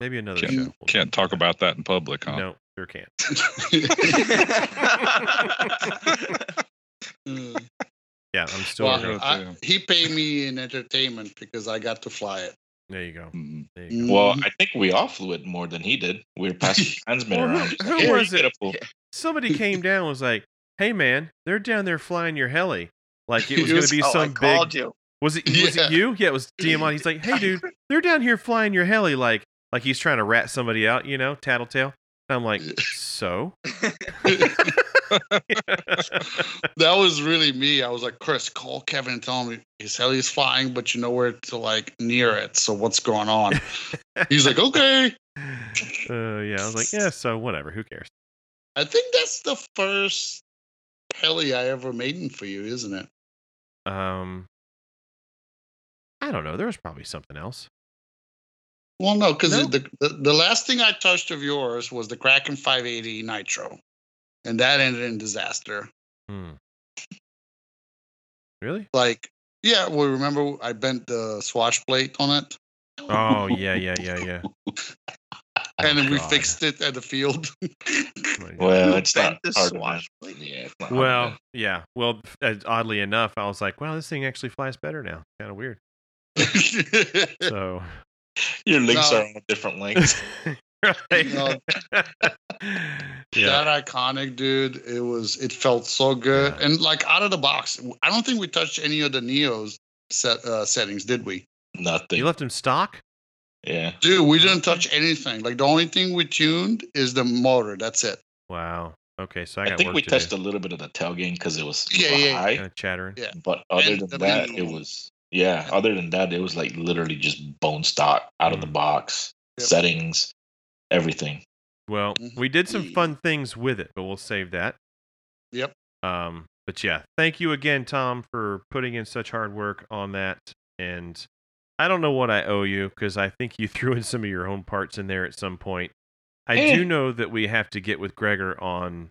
Speaker 1: maybe another
Speaker 5: Can't-
Speaker 1: show. We'll
Speaker 5: Can't talk about that in public, huh?
Speaker 1: No, sure can't.
Speaker 2: Mm.
Speaker 1: Yeah, I'm still.
Speaker 5: Sure.
Speaker 2: well, I, he paid me in entertainment because I got to fly it.
Speaker 1: there you go.
Speaker 5: Mm.
Speaker 1: There you go.
Speaker 2: Mm-hmm.
Speaker 4: Well, I think we all flew it more than he did. We were passing transmit
Speaker 1: Well, who-
Speaker 4: around. He's like,
Speaker 1: who
Speaker 4: "Here,
Speaker 1: was
Speaker 4: you get
Speaker 1: it?"
Speaker 4: a pull."
Speaker 1: somebody came down and was like, "Hey man, they're down there flying your heli." Like it was going
Speaker 2: It
Speaker 1: to
Speaker 2: was-
Speaker 1: be
Speaker 3: oh, I
Speaker 1: some
Speaker 3: called
Speaker 1: big.
Speaker 3: you.
Speaker 1: Was it was
Speaker 2: Yeah.
Speaker 1: it you? Yeah, it was DMI. He's like, "Hey dude, they're down here flying your heli." Like like he's trying to rat somebody out, you know, tattletale. And I'm like, so. Uh,
Speaker 2: Mm. that was really me. I was like, Chris, call Kevin and tell him his heli's flying, but you know where to like near it. So what's going on? He's like, okay.
Speaker 1: Uh, yeah, I was like, yeah, so whatever. Who cares?
Speaker 2: I think that's the first heli I ever made for you, isn't it?
Speaker 1: Um, I don't know. There was probably something else.
Speaker 2: Well, no, because
Speaker 1: No.
Speaker 2: the, the the last thing I touched of yours was the Kraken 580 Nitro, and that ended in disaster.
Speaker 1: Hmm. Really?
Speaker 2: Like, yeah, well, remember I bent the swash plate on it,
Speaker 1: Oh yeah, yeah, yeah, yeah.
Speaker 2: and then we
Speaker 1: Oh God.
Speaker 2: fixed it at the field.
Speaker 1: Oh, my God.
Speaker 4: Well, it's not
Speaker 3: Bent the
Speaker 4: hard to
Speaker 3: swash
Speaker 4: imagine.
Speaker 3: plate.
Speaker 4: Yeah, it's not hard to
Speaker 1: Well,
Speaker 4: imagine.
Speaker 1: yeah. Well, uh, oddly enough, I was like, "Wow, this thing actually flies better now." Kind of weird. So,
Speaker 4: your links
Speaker 2: No.
Speaker 4: are on different links.
Speaker 1: right. yeah,
Speaker 2: That iconic dude, it was it felt so good,
Speaker 1: Yeah.
Speaker 2: and like out of the box. I don't think we touched any of the Neos set uh, settings, did we?
Speaker 1: you
Speaker 4: Nothing.
Speaker 1: left him stock.
Speaker 4: yeah.
Speaker 2: Dude, we didn't touch
Speaker 4: Mm-hmm.
Speaker 2: anything. Like the only thing we tuned is the motor. That's it.
Speaker 1: Wow. Okay, so I
Speaker 4: I,
Speaker 1: got
Speaker 4: think
Speaker 1: work
Speaker 4: we
Speaker 1: to
Speaker 4: touched
Speaker 1: do.
Speaker 4: a little bit of the tailgate because it was
Speaker 2: Yeah, yeah,
Speaker 4: high.
Speaker 1: Kinda chattering.
Speaker 2: Yeah.
Speaker 4: But other
Speaker 2: And
Speaker 4: than
Speaker 2: the
Speaker 4: that, it
Speaker 2: manual.
Speaker 4: was yeah. Other than that, it was like literally just bone stock out
Speaker 1: Mm.
Speaker 4: of the box
Speaker 2: Yep.
Speaker 4: settings, everything.
Speaker 1: Well,
Speaker 2: Mhm.
Speaker 1: we did some fun things with it, but we'll save that.
Speaker 2: Yep.
Speaker 1: Um, but yeah, thank you again, Tom, for putting in such hard work on that. And I don't know what I owe you because I think you threw in some of your own parts in there at some point. I
Speaker 4: Eh.
Speaker 1: do know that we have to get with Gregor on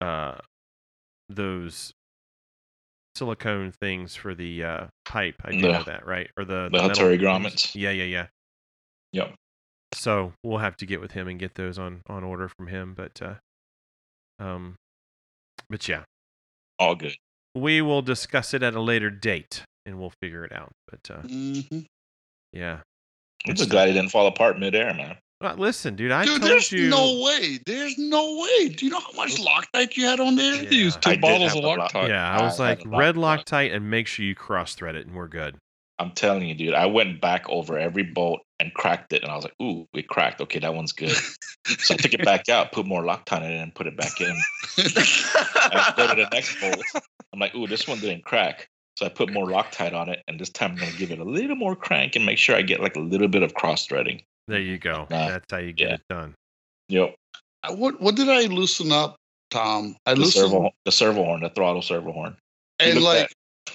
Speaker 1: uh those silicone things for the uh pipe. I do
Speaker 4: The-
Speaker 1: know that, right? Or the
Speaker 4: the
Speaker 1: metal
Speaker 4: Hattori
Speaker 1: things.
Speaker 4: grommets.
Speaker 1: Yeah, yeah, yeah.
Speaker 4: Yep.
Speaker 1: So we'll have to get with him and get those on on order from him. But uh, um, but yeah,
Speaker 4: All good.
Speaker 1: we will discuss it at a later date and we'll figure it out. But uh,
Speaker 4: Mm-hmm.
Speaker 2: Mhm.
Speaker 1: yeah,
Speaker 4: I'm
Speaker 1: Good
Speaker 4: just
Speaker 1: stuff.
Speaker 4: glad it didn't fall apart midair, man.
Speaker 1: Uh, listen, dude, I
Speaker 2: Dude,
Speaker 1: told
Speaker 2: there's
Speaker 1: you.
Speaker 2: no way. There's no way. Do you know how much Loctite you had on there?
Speaker 1: Yeah.
Speaker 5: You used two
Speaker 4: I did
Speaker 5: bottles
Speaker 4: have
Speaker 5: of
Speaker 4: a lot.
Speaker 5: Loctite.
Speaker 1: yeah, I was
Speaker 4: I- I
Speaker 1: like
Speaker 4: had a
Speaker 1: red
Speaker 4: Loctite.
Speaker 1: Loctite and make sure you cross thread it and we're good.
Speaker 4: I'm telling you, dude. I went back over every bolt and cracked it, and I was like, "Ooh, it cracked. Okay, that one's good." so I took it back out, put more Loctite in, it, and put it back in. I go to the next bolt. I'm like, ooh, this one didn't crack. So I put more Loctite on it, and this time I'm gonna give it a little more crank and make sure I get like a little bit of cross threading.
Speaker 1: There you go.
Speaker 4: Nah.
Speaker 1: That's how you get
Speaker 4: Yeah.
Speaker 1: it done.
Speaker 4: Yep.
Speaker 2: I- what what did I loosen up, Tom? I
Speaker 4: The
Speaker 2: loosened
Speaker 4: servo, the servo horn, the throttle servo horn.
Speaker 2: and
Speaker 4: looked
Speaker 2: like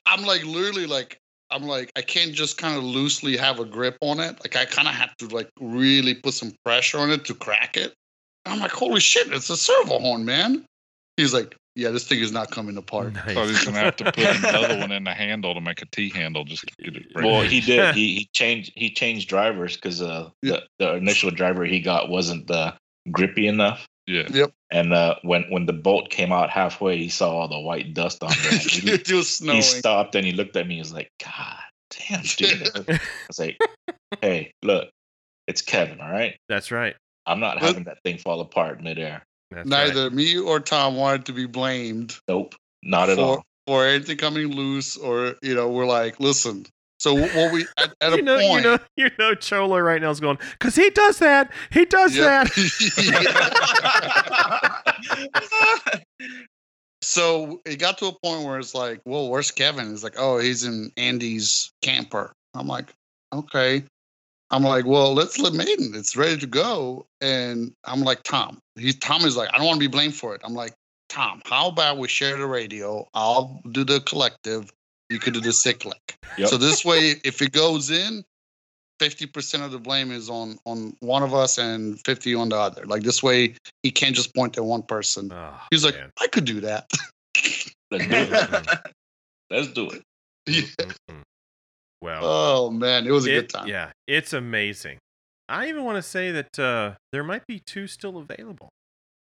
Speaker 2: I'm like literally like I'm like I can't just kind of loosely have a grip on it. Like I kind of have to like really put some pressure on it to crack it. And I'm like, holy shit, it's a servo horn, man. He's like, Yeah, this thing is not coming apart.
Speaker 5: So he's gonna have to put another one in the handle to make a T handle just to get it. right.
Speaker 4: Well, he did. He, he changed he changed drivers because uh, the, the initial driver he got wasn't uh, grippy enough.
Speaker 5: yeah.
Speaker 4: And uh, when when the bolt came out halfway, he saw all the white dust on there. He,
Speaker 2: it was snowing.
Speaker 4: he stopped and he looked at me. He was like, "God damn, dude!" I was like, "Hey, look, it's Kevin. All right,
Speaker 1: That's right.
Speaker 4: I'm not
Speaker 2: Well-
Speaker 4: having that thing fall apart midair.
Speaker 1: That's right.
Speaker 2: Neither me or Tom wanted to be blamed
Speaker 4: Nope, not at
Speaker 2: For-
Speaker 4: all.
Speaker 2: for anything coming loose, or you know, we're like, listen. So what what we at, at
Speaker 1: you
Speaker 2: a
Speaker 1: know,
Speaker 2: point,
Speaker 1: you know, you know, Chola right now is going because he does that. He does
Speaker 2: Yeah.
Speaker 1: that.
Speaker 2: so it got to a point where it's like, well, where's Kevin? It's like, oh, he's in Andy's camper. I'm like, okay. I'm like, well, let's let Maiden. It's ready to go. And I'm like, Tom. He Tom is like, I don't want to be blamed for it. I'm like, Tom, how about we share the radio? I'll do the collective. You could do the cyclic.
Speaker 4: Yep.
Speaker 2: So this way, if it goes in, fifty percent of the blame is on on one of us and fifty on the other. Like this way, he can't just point at one person.
Speaker 1: Oh,
Speaker 2: He's like,
Speaker 1: man.
Speaker 2: I could do that.
Speaker 4: Let's do it. Let's do it.
Speaker 1: Mm-mm. Mm-hmm. well,
Speaker 2: Oh man, it was a
Speaker 1: it-
Speaker 2: good time.
Speaker 1: yeah, it's amazing. I even want to say that uh, there might be two still available.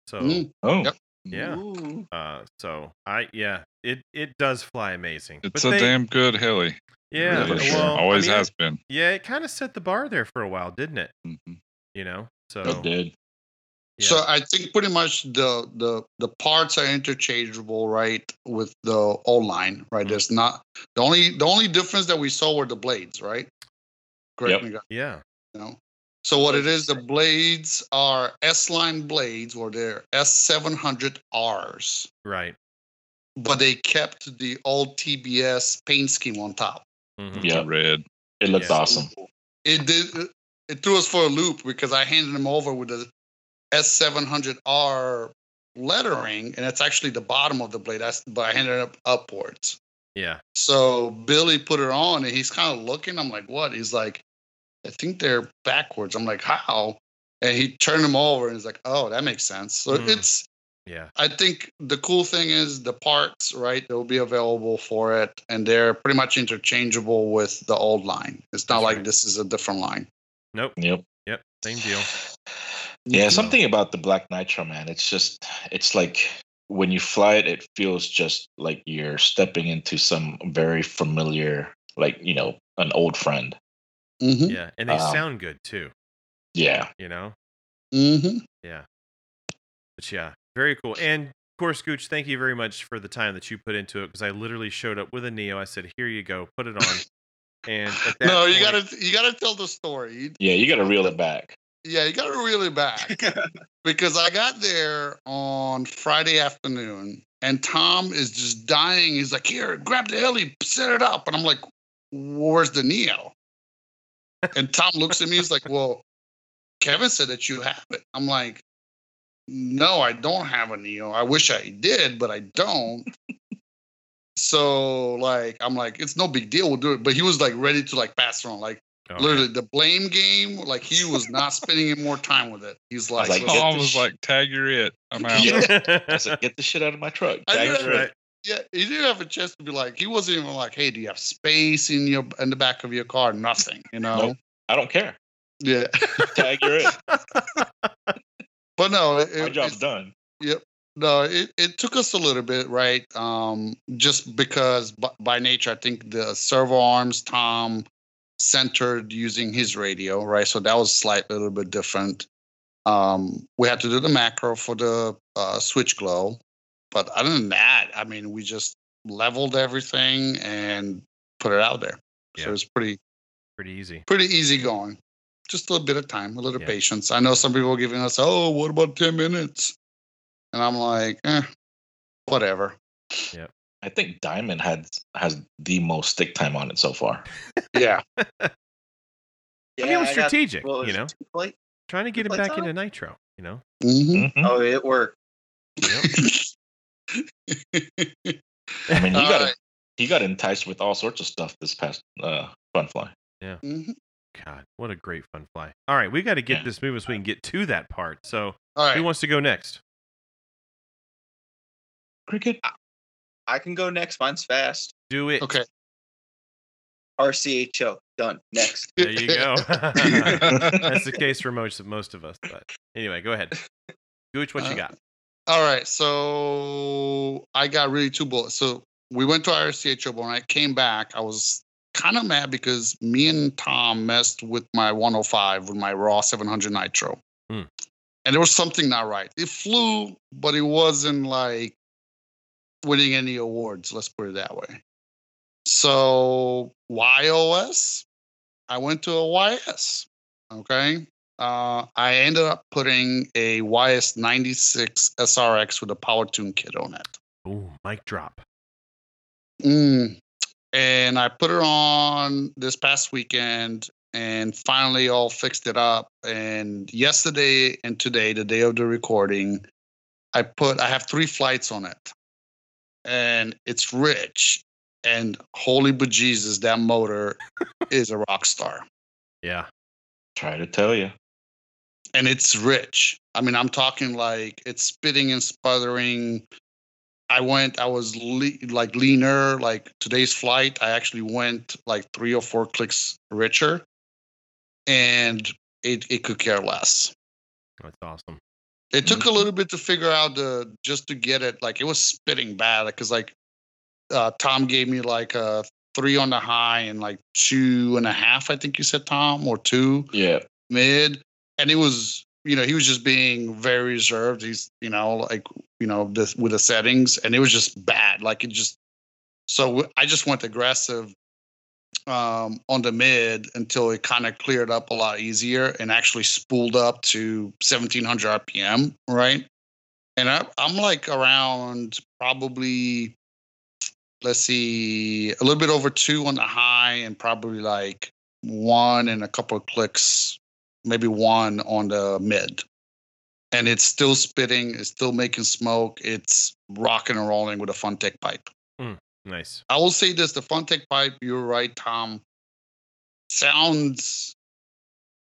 Speaker 1: So
Speaker 2: Mm.
Speaker 4: Oh,
Speaker 2: Yep. Mm-hmm.
Speaker 1: yeah,
Speaker 3: Ooh.
Speaker 1: uh, so I yeah, it it does fly amazing.
Speaker 5: It's
Speaker 1: But
Speaker 5: a
Speaker 1: they-
Speaker 5: damn good heli.
Speaker 1: yeah.
Speaker 5: for sure.
Speaker 1: well, I
Speaker 5: Always
Speaker 1: mean,
Speaker 5: has been.
Speaker 1: Yeah, it kind of set the bar there for a while, didn't it?
Speaker 5: Mhm.
Speaker 1: You know, so
Speaker 4: it did.
Speaker 1: yeah.
Speaker 2: Oh, So I think pretty much the the the parts are interchangeable, right? With the O line, right?
Speaker 1: Mhm.
Speaker 2: There's not the only the only difference that we saw were the blades, right? Correct
Speaker 4: Yep.
Speaker 2: me, if I'm
Speaker 1: yeah,
Speaker 2: No. So what it is, the blades are S line blades, or they're S seven hundred Rs,
Speaker 1: right.
Speaker 2: but they kept the old TBS paint scheme on top.
Speaker 1: Mhm.
Speaker 5: It's a
Speaker 4: Yeah,
Speaker 5: Red.
Speaker 4: it looked
Speaker 1: Yeah.
Speaker 4: awesome.
Speaker 2: It did. It threw us for a loop because I handed him over with the S700R lettering, and it's actually the bottom of the blade. That's but I handed it up upwards.
Speaker 1: Yeah,
Speaker 2: So Billy put it on, and he's kind of looking. I'm like, what? He's like, I think they're backwards. I'm like, how? And he turned them over, and he's like, oh, that makes sense. So
Speaker 1: Mm.
Speaker 2: it's
Speaker 1: yeah,
Speaker 2: I think the cool thing is the parts, right? They'll be available for it, and they're pretty much interchangeable with the old line. It's not
Speaker 1: That's
Speaker 2: like
Speaker 1: right.
Speaker 2: this is a different line.
Speaker 1: nope,
Speaker 4: Yep.
Speaker 1: yep, same deal.
Speaker 2: Mm-hmm.
Speaker 4: Yeah,
Speaker 1: Yeah.
Speaker 4: something about the Black Nitro, man. It's just, it's like when you fly it, it feels just like you're stepping into some very familiar, like, you know, an old friend.
Speaker 2: Mm-hmm.
Speaker 1: Yeah, and they
Speaker 4: Um,
Speaker 1: sound good too.
Speaker 4: Yeah.
Speaker 1: You know,
Speaker 2: Mm-hmm.
Speaker 1: But yeah, very cool. And of course, Gooch, thank you very much for the time that you put into it because I literally showed up with a Neo. I said, "Here you go, put it on." And at that
Speaker 2: No, you
Speaker 1: point-
Speaker 2: gotta you gotta tell the story. You-
Speaker 4: Yeah, you got to reel it back.
Speaker 2: Yeah, you gotta reel it back because I got there on Friday afternoon, and Tom is just dying. He's like, "Here, grab the heli, set it up," and I'm like, "Where's the neo?" And Tom looks at me. He's like, "Well, Kevin said that you have it." I'm like, "No, I don't have a neo. I wish I did, but I don't." so like, I'm like, "It's no big deal. We'll do it." But he was like ready to like pass it on, like.
Speaker 1: Oh,
Speaker 2: Literally, the blame game, like he was not spending any more time with it. He's like,
Speaker 4: like,
Speaker 2: "Listen,
Speaker 4: get
Speaker 5: Tom
Speaker 4: the
Speaker 5: was
Speaker 4: sh-
Speaker 5: like, "Tag your it. I'm out."
Speaker 4: Yeah. I
Speaker 1: yeah.
Speaker 4: said, get the shit out of my truck.
Speaker 2: I
Speaker 4: Tag
Speaker 2: know,
Speaker 4: it
Speaker 1: That's
Speaker 4: right.
Speaker 1: right.
Speaker 2: Yeah, he didn't have a chance to be like. He wasn't even like, "Hey, do you have space in your in the back of your car?" Nothing, you know.
Speaker 4: Nope. I don't care.
Speaker 2: Yeah,
Speaker 4: Tag your it.
Speaker 2: but no, it,
Speaker 4: My
Speaker 2: it-
Speaker 4: job's done.
Speaker 2: no, it, it took us a little bit, right? Um, just because by, by nature, I think the servo arms Tom centered using his radio, right? So that was slight, a little bit different. Um, we had to do the macro for the uh, switch glow, but other than that, I mean, we just leveled everything and put it out there.
Speaker 1: Yeah.
Speaker 2: So it's pretty
Speaker 1: Pretty easy.
Speaker 2: pretty easy going. Just a little bit of time, a little
Speaker 1: Yeah.
Speaker 2: patience. I know some people are giving us, oh, what about 10 minutes? And I'm like, eh, whatever.
Speaker 4: I think Diamond had has the most stick time on it so far.
Speaker 2: Yeah.
Speaker 1: I mean, it was
Speaker 3: got-
Speaker 1: strategic.
Speaker 3: what was
Speaker 1: you know,
Speaker 3: it, two plate?
Speaker 1: trying to get him
Speaker 3: Like
Speaker 1: back
Speaker 3: that?
Speaker 1: into nitro. You know.
Speaker 2: hmm
Speaker 4: Mhm.
Speaker 3: Oh, it worked.
Speaker 1: Yep.
Speaker 4: Mm-hmm. I mean, he
Speaker 2: All
Speaker 4: got
Speaker 2: right.
Speaker 4: he got enticed with all sorts of stuff this past uh, fun fly.
Speaker 2: Mm-hmm.
Speaker 1: God, what a great fun fly! All right, we got to get
Speaker 4: Yeah.
Speaker 1: this moving so we can get to that part. So,
Speaker 2: All
Speaker 1: who
Speaker 2: right.
Speaker 1: wants to go next?
Speaker 4: Cricket.
Speaker 3: I can go next. Mine's fast.
Speaker 1: Do it.
Speaker 2: Okay.
Speaker 3: RCHO. Done. Next.
Speaker 1: There you go.
Speaker 5: Mm-hmm.
Speaker 1: That's the case for most most of us. But anyway, go ahead. Gooch, what you
Speaker 2: Uh,
Speaker 1: got?
Speaker 2: All right. So I got really two bullets. So we went to IRCHO, but when I came back, I was kind of mad because me and Tom messed with my 105 with my Raw 700 Nitro.
Speaker 1: Hmm.
Speaker 2: And there was something not right. It flew, but it wasn't like winning any awards. Let's put it that way. So YOS, I went to a YS. Okay uh, I ended up putting a YS96 SRX with a power tune kit on it.
Speaker 1: Ooh, mic drop.
Speaker 2: Mm. And I put it on this past weekend and finally all fixed it up. And yesterday and today, the day of the recording, I put, I have three flights on it. And it's rich. And holy bejesus, that motor is a rock star.
Speaker 1: Yeah.
Speaker 4: Try to tell you.
Speaker 2: and it's rich. I mean, I'm talking like it's spitting and sputtering. I went, I was le- like leaner. Like today's flight, I actually went like three or four clicks richer, and it it could care less.
Speaker 1: That's awesome.
Speaker 2: It took a little bit to figure out the just to get it. Like it was spitting bad because like uh, Tom gave me like a three on the high and like two and a half. I think you said Tom or two
Speaker 4: Yeah.
Speaker 2: mid and it was you know he was just being very reserved he's you know like you know this with the settings and it was just bad like it just so i just went aggressive um on the mid until it kind of cleared up a lot easier and actually spooled up to 1700 rpm right and I, i'm like around probably let's see a little bit over two on the high and probably like one and a couple of clicks maybe one on the mid. And it's still spitting, it's still making smoke, it's rocking and rolling with a Funtech pipe.
Speaker 1: Nice.
Speaker 2: I will say this the Funtech pipe, you're right, Tom, sounds,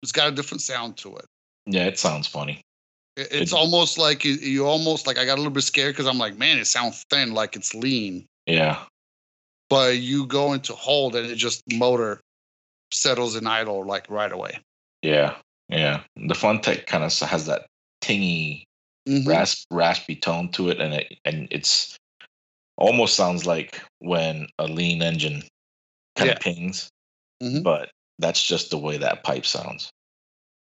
Speaker 2: it's got a different sound to it.
Speaker 4: Yeah, it sounds funny.
Speaker 2: It- It's
Speaker 4: It-
Speaker 2: almost like you, you almost like I got a little bit scared because I'm like, man, it sounds thin, like it's lean.
Speaker 4: Yeah.
Speaker 2: But you go into hold and it just motor settles in idle like right away.
Speaker 4: Yeah. Yeah. The fun tech kind of has that tingy,
Speaker 2: Mhm.
Speaker 4: rasp, raspy tone to it, and it and it's almost sounds like when a lean engine kind
Speaker 2: Yeah.
Speaker 4: of pings,
Speaker 2: Mhm.
Speaker 4: but that's just the way that pipe sounds.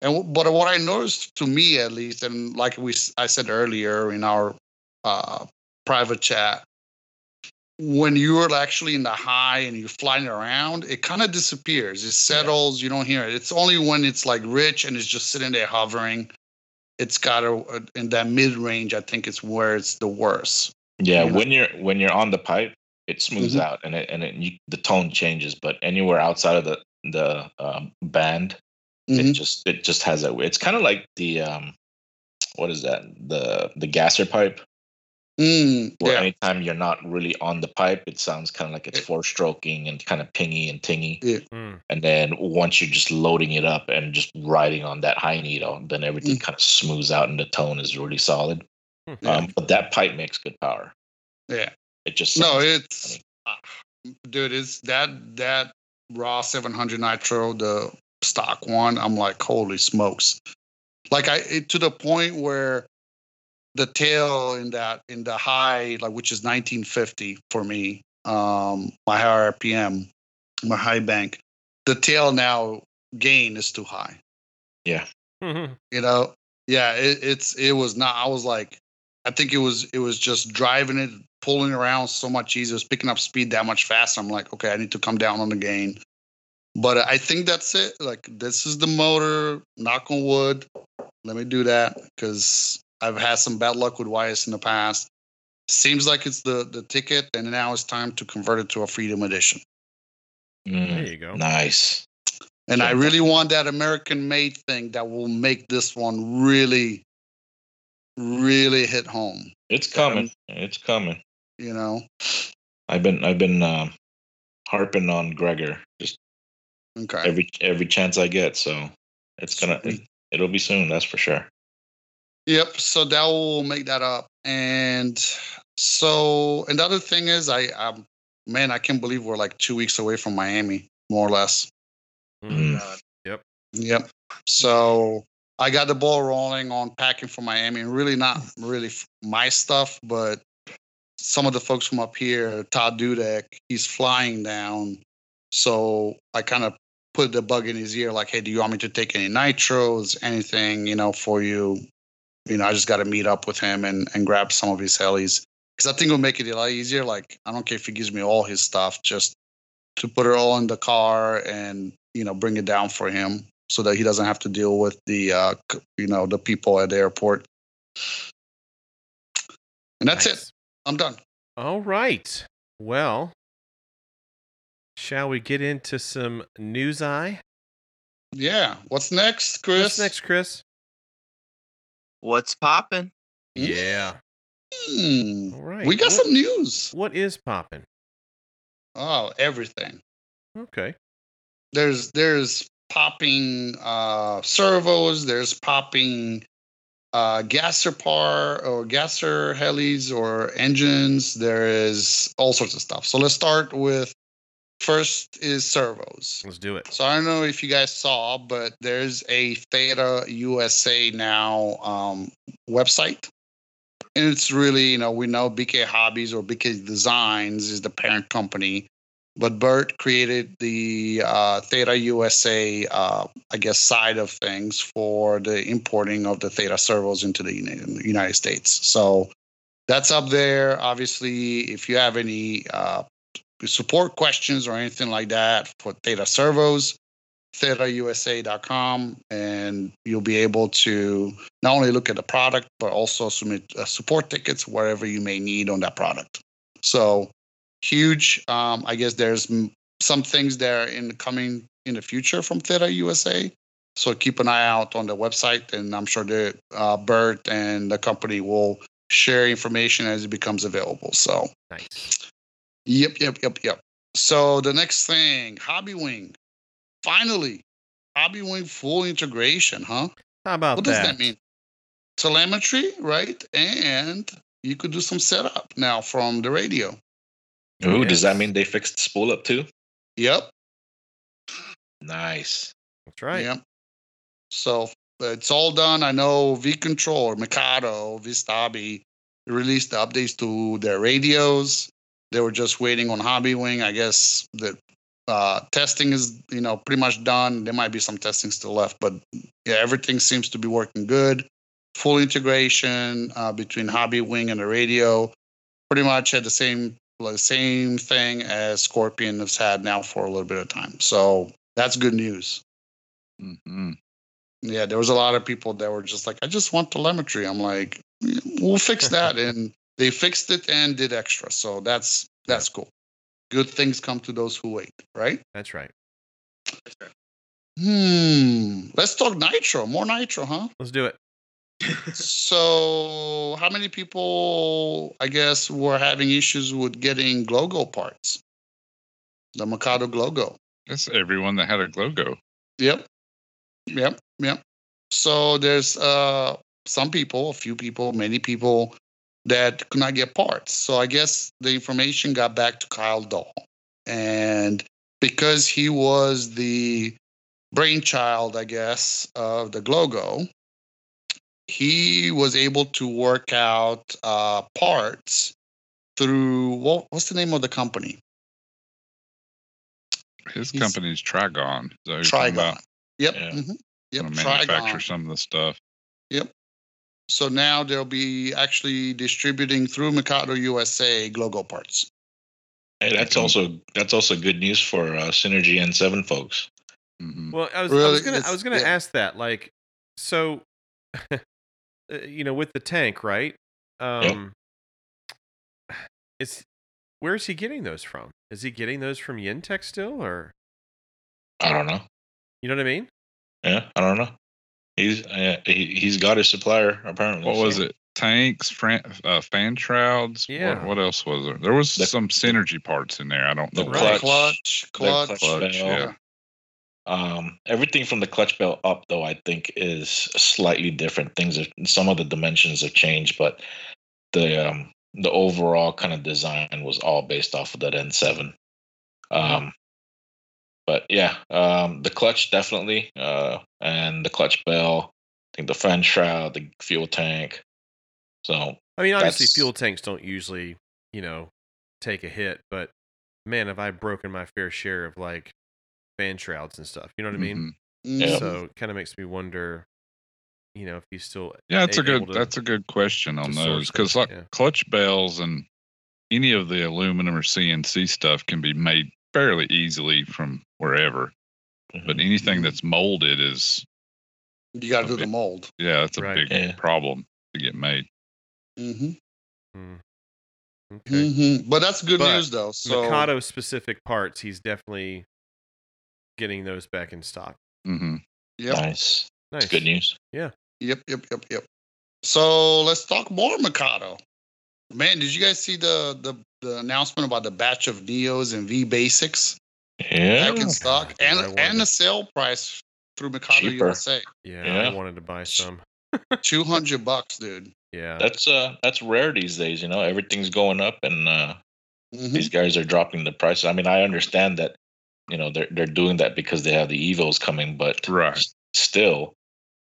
Speaker 2: And w- but what I noticed, to me at least, and like we s- I said earlier in our uh, private chat, when you are actually in the high and you're flying around, it kind of disappears. It settles. You don't hear it. It's only when it's like rich and it's just sitting there hovering. It's got a, a in that mid range. I think it's where it's the worst.
Speaker 4: Yeah,
Speaker 2: Yeah.
Speaker 4: when you're when you're on the pipe, it smooths
Speaker 2: Mhm.
Speaker 4: out and it and it you, the tone changes. But anywhere outside of the the um, band, it
Speaker 2: Mhm.
Speaker 4: just it just has that. It's kind of like the um, what is that? The the gasser pipe.
Speaker 2: Mm,
Speaker 4: Where
Speaker 2: yeah.
Speaker 4: anytime you're not really on the pipe, it sounds kind of like it's
Speaker 2: It-
Speaker 4: four stroking and kind of pingy and tingy.
Speaker 1: Mm.
Speaker 4: And then once you're just loading it up and just riding on that high needle, then everything
Speaker 2: Mm.
Speaker 4: kind of smooths out and the tone is really solid.
Speaker 1: Hmm.
Speaker 2: Yeah.
Speaker 4: Um, but that pipe makes good power.
Speaker 2: Yeah.
Speaker 4: It just
Speaker 2: No,
Speaker 4: sounds-
Speaker 2: it's ah, dude, it's that that raw 700 nitro, the stock one. I'm like, holy smokes! Like I it, to the point where the tail in that in the high, like which is 1950 for me, um, my high RPM, my high bank, the tail now gain is too high
Speaker 1: Mhm.
Speaker 2: you know yeah it, it's it was not i was like i think it was it was just driving it pulling around so much easier it was picking up speed that much faster i'm like okay i need to come down on the gain but i think that's it like this is the motor knock on wood let me do that because i've had some bad luck with ys in the past seems like it's the the ticket and now it's time to convert it to a freedom edition
Speaker 1: There
Speaker 4: Mm,
Speaker 1: you go.
Speaker 4: nice.
Speaker 2: and i
Speaker 4: Yeah.
Speaker 2: really want that american made thing that will make this one really really hit home
Speaker 4: It's coming. It's coming.
Speaker 2: you know
Speaker 4: I've been I've been um, harping on Gregor just
Speaker 2: okay
Speaker 4: every every chance I get. So it's gonna it,
Speaker 2: Sweet.
Speaker 4: it'll be soon. That's for sure.
Speaker 2: yep so that will make that up and So another thing is, I um, man, I can't believe we're like two weeks away from Miami, more or less.
Speaker 1: Mm.
Speaker 3: God.
Speaker 2: Yep. So I got the ball rolling on packing for Miami. Really not really f- my stuff, but some of the folks from up here, Todd Dudek, he's flying down. So I kind of put the bug in his ear, like, hey, do you want me to take any nitros, anything, you know, for you? You know, I just got to meet up with him and, and grab some of his helis. Because I think it'll make it a lot easier. Like, I don't care if he gives me all his stuff, just to put it all in the car and you know bring it down for him so that he doesn't have to deal with the uh c- you know the people at the airport and that's it
Speaker 1: Nice.
Speaker 2: i'm done
Speaker 1: All right. Well, shall we get into some news eye?
Speaker 2: yeah what's next chris
Speaker 1: What's next, Chris?
Speaker 3: What's popping?
Speaker 1: Yeah.
Speaker 2: Hmm.
Speaker 1: All right.
Speaker 2: we got
Speaker 1: What-
Speaker 2: some news
Speaker 1: What is popping?
Speaker 2: oh everything
Speaker 1: Okay.
Speaker 2: there's there's popping uh servos there's popping uh gasser par or gasser helis or engines there is all sorts of stuff so let's start with first is servos
Speaker 1: Let's do it.
Speaker 2: so i don't know if you guys saw but there's a theta usa now um website and it's really you know we know bk hobbies or bk designs is the parent company but Bert created the uh, Theta USA, uh, I guess, side of things for the importing of the Theta servos into the Uni- United States. So that's up there. Obviously, if you have any uh, support questions or anything like that for Theta servos, thetausa.com, and you'll be able to not only look at the product, but also submit uh, support tickets wherever you may need on that product. So huge. Um, I guess there's m- some things there in the coming in the future from Theta USA. So keep an eye out on the website, and I'm sure the uh, Bert and the company will share information as it becomes available. So,
Speaker 1: Nice.
Speaker 2: yep, yep, yep, yep. So the next thing, Hobby Wing, finally, Hobby Wing full integration, huh?
Speaker 1: How about
Speaker 2: What does that mean? Telemetry, right? And you could do some setup now from the radio.
Speaker 4: Ooh, does that
Speaker 1: Yes.
Speaker 4: mean they fixed the spool up too?
Speaker 2: Yep.
Speaker 4: Nice.
Speaker 1: That's right.
Speaker 2: Yep. So uh, it's all done. I know V Control, Mikado, Vistabi released the updates to their radios. They were just waiting on Hobby Wing. I guess the uh, testing is, you know, pretty much done. There might be some testing still left, but yeah, everything seems to be working good. Full integration uh, between Hobby Wing and the radio. Pretty much had the same like, same thing as Scorpion has had now for a little bit of time. So that's good news.
Speaker 5: hmm
Speaker 2: Yeah, there was a lot of people that were just like, I just want telemetry. I'm like, we'll fix that. and they fixed it and did extra. So that's that's cool. Good things come to those who wait, right?
Speaker 1: That's right.
Speaker 2: Hmm. Let's talk nitro. More nitro, huh?
Speaker 1: Let's do it.
Speaker 2: so how many people I guess were having issues with getting Glogo parts? The Mikado Glogo.
Speaker 5: That's everyone that had a Glogo.
Speaker 2: Yep. Yep. Yep. So there's uh some people, a few people, many people that could not get parts. So I guess the information got back to Kyle Dahl. And because he was the brainchild, I guess, of the Glogo, he was able to work out uh, parts through what, what's the name of the company?
Speaker 5: His
Speaker 2: He's-
Speaker 5: company's Trigon. So you're talking
Speaker 2: Trigon.
Speaker 5: about
Speaker 2: Yep.
Speaker 4: Yeah.
Speaker 2: mhm, Yep.
Speaker 5: gonna manufacture
Speaker 2: Trigon.
Speaker 5: some of the stuff.
Speaker 2: So now they'll be actually distributing through Mikado USA Glogo parts.
Speaker 4: Hey, that's
Speaker 5: Mhm.
Speaker 4: also that's also good news for uh, Synergy and Seven folks.
Speaker 5: hmm
Speaker 1: Well, I was, I
Speaker 2: Really,
Speaker 1: was gonna, I
Speaker 2: it's-
Speaker 1: was gonna
Speaker 2: yeah.
Speaker 1: ask that. Like, so, uh, you know, with the tank, right? Um, it's where is he getting those from? Is he getting those from Yintech still, or
Speaker 4: I don't know.
Speaker 1: you know what I mean?
Speaker 4: Yeah, I don't know. He's uh, he, he's got his supplier apparently.
Speaker 5: What was it? Tanks, fran- uh, fan shrouds.
Speaker 1: Yeah.
Speaker 5: What, what else was there? There was
Speaker 4: The-
Speaker 5: some synergy parts in there. I don't
Speaker 4: The
Speaker 5: know.
Speaker 4: Right.
Speaker 5: what-
Speaker 2: Clutch,
Speaker 4: Their
Speaker 2: clutch.
Speaker 5: Clutch,
Speaker 4: bell.
Speaker 5: yeah.
Speaker 4: Um, everything from the clutch bell up, though, I think is slightly different. Things have, some of the dimensions have changed, but the um, the overall kind of design was all based off of that N7. Um, but yeah, um, the clutch definitely, uh, and the clutch bell. I think the fan shroud, the fuel tank. So
Speaker 1: I mean, obviously,
Speaker 4: That's-
Speaker 1: fuel tanks don't usually, you know, take a hit, but man, have I broken my fair share of like fan shrouds and stuff. You know what I
Speaker 2: Mm-hmm.
Speaker 1: mean?
Speaker 5: Mhm.
Speaker 4: Yeah.
Speaker 1: So it kind of makes me wonder, you know, if he's still
Speaker 5: Yeah, that's
Speaker 1: a-
Speaker 5: a good
Speaker 1: able to-
Speaker 5: that's a good question on
Speaker 1: to source
Speaker 5: those because
Speaker 1: those,
Speaker 5: like
Speaker 1: yeah.
Speaker 5: clutch bells and any of the aluminum or CNC stuff can be made fairly easily from wherever. But
Speaker 4: mm-hmm.
Speaker 1: Mm-hmm.
Speaker 5: anything that's molded is
Speaker 2: You got to do
Speaker 5: Okay.
Speaker 2: the mold.
Speaker 5: yeah, that's a
Speaker 1: Right.
Speaker 5: big
Speaker 4: Yeah.
Speaker 5: problem to get made.
Speaker 2: hmm
Speaker 1: Hmm. Okay.
Speaker 2: hmm But that's good
Speaker 1: But
Speaker 2: news, though. So
Speaker 1: Mikado specific parts, he's definitely getting those back in stock.
Speaker 5: hmm
Speaker 2: Yep.
Speaker 4: nice.
Speaker 1: Nice.
Speaker 4: It's good news.
Speaker 2: Yep, yep, yep, yep. So let's talk more Mikado. Man, did you guys see the the, the announcement about the batch of Neos and V Basics
Speaker 4: Yeah.
Speaker 2: back in stock
Speaker 1: Yeah, I
Speaker 2: and
Speaker 1: wanted
Speaker 2: and
Speaker 1: to-
Speaker 2: the sale price through Mikado
Speaker 4: Cheaper.
Speaker 2: USA,
Speaker 1: Yeah, I
Speaker 4: Yeah.
Speaker 1: wanted to buy some.
Speaker 2: two hundred bucks, dude.
Speaker 1: Yeah.
Speaker 4: That's uh that's rare these days, you know. Everything's going up and uh
Speaker 2: Mhm.
Speaker 4: these guys are dropping the prices. I mean, I understand that, you know, they're they're doing that because they have the Evos coming, but
Speaker 5: Right.
Speaker 4: s- still,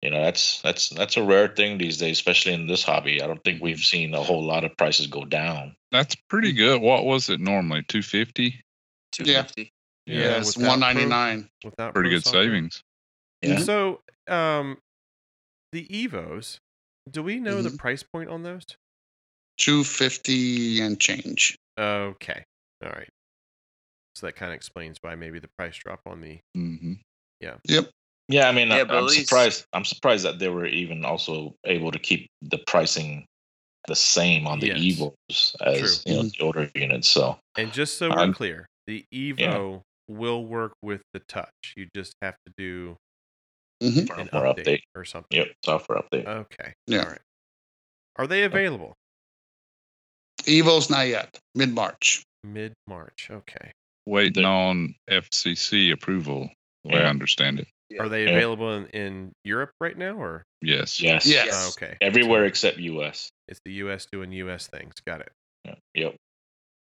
Speaker 4: you know, that's that's that's a rare thing these days, especially in this hobby. I don't think we've seen a whole lot of prices go down.
Speaker 5: That's pretty
Speaker 1: Mm-hmm.
Speaker 5: good. What was it normally? Two fifty?
Speaker 3: Two
Speaker 2: Yeah.
Speaker 3: fifty.
Speaker 1: Yeah,
Speaker 2: yeah, it's
Speaker 1: without
Speaker 2: one ninety nine.
Speaker 1: Pro- without
Speaker 5: Pretty
Speaker 1: Pro
Speaker 5: good
Speaker 1: software.
Speaker 5: savings.
Speaker 4: Yeah.
Speaker 1: So, um, the Evos, do we know the
Speaker 4: Mm-hmm.
Speaker 2: Mhm.
Speaker 1: price point on those?
Speaker 2: Two fifty and change.
Speaker 1: Okay. All right. So that kind of explains why maybe the price drop on the.
Speaker 5: hmm
Speaker 4: Yeah, I mean,
Speaker 3: Yeah,
Speaker 4: I,
Speaker 3: but at
Speaker 4: I'm
Speaker 3: least-
Speaker 4: surprised. I'm surprised that they were even also able to keep the pricing the same on the
Speaker 1: Yes.
Speaker 4: Evos as
Speaker 1: True.
Speaker 4: you know, the older units. So
Speaker 1: And just so we're
Speaker 4: Um,
Speaker 1: clear, the Evo will work with the Touch. You just have to do
Speaker 2: Mhm.
Speaker 1: an
Speaker 4: firmware
Speaker 1: update, Uh,
Speaker 4: update.
Speaker 1: or something.
Speaker 4: Yep, software update.
Speaker 1: Okay.
Speaker 2: Yeah.
Speaker 1: All right. Are they available
Speaker 2: Evo's not yet. Mid March.
Speaker 1: mid March? Okay.
Speaker 5: Waiting
Speaker 4: They're-
Speaker 5: on FCC approval. the way I
Speaker 4: yeah.
Speaker 5: understand it.
Speaker 1: Are they
Speaker 4: Yeah.
Speaker 1: available in, in Europe right now, or
Speaker 5: Yes.
Speaker 4: Yes.
Speaker 2: Yeah.
Speaker 1: Oh,
Speaker 3: Yes.
Speaker 1: okay?
Speaker 4: Everywhere except U.S.
Speaker 1: It's the U.S. doing U.S. things. Got it.
Speaker 4: Yeah. Yep.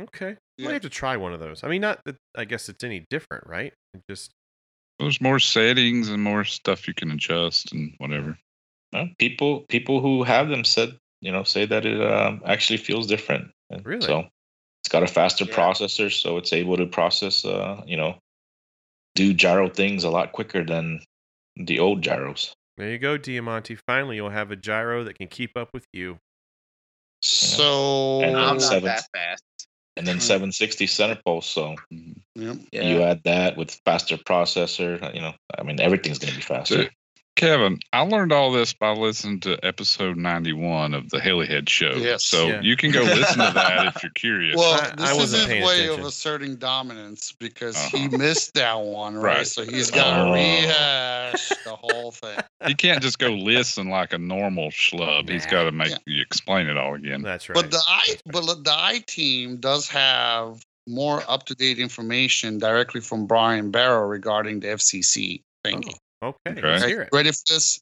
Speaker 1: Okay. I
Speaker 2: Yeah.
Speaker 1: might have to try one of those. I mean, not that I guess it's any different, right? It just
Speaker 5: There's more settings and more stuff you can adjust and whatever.
Speaker 4: Well, people people who have them said you know say that it um, actually feels different. And
Speaker 1: Really?
Speaker 4: So it's got a faster
Speaker 3: Yeah.
Speaker 4: processor, so it's able to process uh you know do gyro things a lot quicker than the old gyros.
Speaker 1: there you go, Diamante. Finally, you'll have a gyro that can keep up with you.
Speaker 2: So
Speaker 4: And
Speaker 3: I'm
Speaker 4: Oh.
Speaker 3: not
Speaker 4: Seven.
Speaker 3: that fast.
Speaker 4: And then
Speaker 2: Mm.
Speaker 4: 760 center pole, so
Speaker 5: Mhm.
Speaker 2: Yep.
Speaker 3: Hmm. Yeah.
Speaker 4: you add that with faster processor you know i mean everything's going to be faster
Speaker 5: So, Kevin, I learned all this by listening to episode 91 of the Helihead Show.
Speaker 2: Yes.
Speaker 5: So
Speaker 1: Yeah.
Speaker 5: you can go listen to that if you're curious.
Speaker 2: Well,
Speaker 1: I- I
Speaker 2: this is
Speaker 1: wasn't
Speaker 2: his
Speaker 1: paying
Speaker 2: way
Speaker 1: attention.
Speaker 2: of asserting dominance because he
Speaker 5: Uh-huh.
Speaker 2: missed that one, right?
Speaker 5: Right.
Speaker 2: So he's got to
Speaker 1: Uh-huh.
Speaker 4: Oh.
Speaker 2: rehash the whole thing.
Speaker 5: he can't just go listen like a normal schlub. He's
Speaker 1: Nah.
Speaker 5: got to make
Speaker 2: Yeah.
Speaker 5: you explain it all again.
Speaker 1: That's right.
Speaker 2: Mm. But the I,
Speaker 1: That's
Speaker 2: but the I team does have more up to date information directly from Brian Barrow regarding the FCC thingy.
Speaker 1: Oh, okay,
Speaker 5: Okay.
Speaker 1: let's
Speaker 2: Okay,
Speaker 1: hear it.
Speaker 2: Ready for this?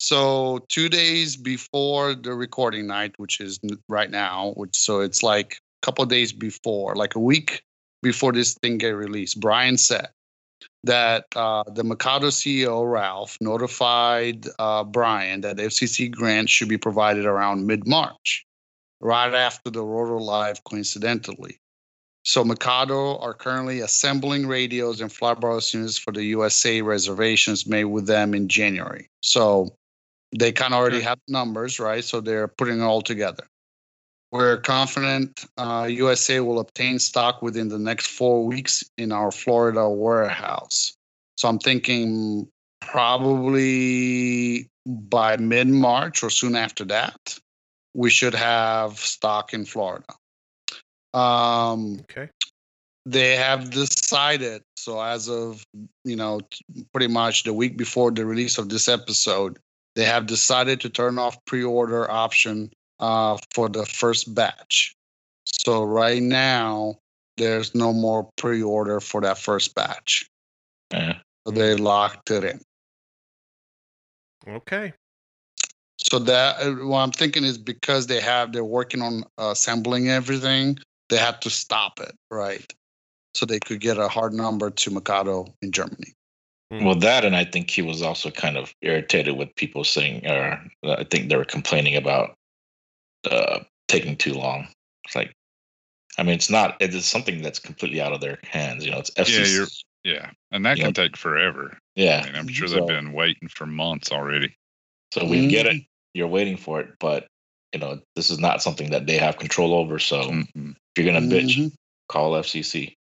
Speaker 2: So two days before the recording night, which is n- right now, which so it's like a couple days before, like a week before this thing get released. Brian said that uh, the Mikado CEO Ralph notified uh, Brian that the FCC grant should be provided around mid-March, right after the Roto Live, coincidentally. So Mikado are currently assembling radios and flatbars units for the USA reservations made with them in January. So they kind of already have numbers, right? So they're putting it all together. We're confident uh, USA will obtain stock within the next four weeks in our Florida warehouse. So I'm thinking probably by mid March or soon after that, we should have stock in Florida. Um,
Speaker 1: Okay.
Speaker 2: they have decided so as of you know t- pretty much the week before the release of this episode they have decided to turn off pre-order option uh, for the first batch so right now there's no more pre-order for that first batch
Speaker 4: Yeah.
Speaker 2: so they locked it in
Speaker 1: Okay.
Speaker 2: So that uh, what I'm thinking is because they have they're working on uh, assembling everything, they had to stop it, right? So they could get a hard number to Mikado in Germany.
Speaker 4: Well, that and I think he was also kind of irritated with people saying, or uh, I think they were complaining about uh, taking too long. It's like, I mean, it's not. It is something that's completely out of their hands. You know, it's
Speaker 5: Yeah,
Speaker 4: FCC.
Speaker 5: you're- Yeah, and that can
Speaker 4: Yep.
Speaker 5: take forever.
Speaker 4: yeah.
Speaker 5: I mean, I'm sure they've
Speaker 4: So-
Speaker 5: been waiting for months already.
Speaker 4: So we get it. You're waiting for it, but you know, this is not something that they have control over. So
Speaker 5: Mhm.
Speaker 4: if you're gonna bitch,
Speaker 2: Mhm.
Speaker 4: call FCC.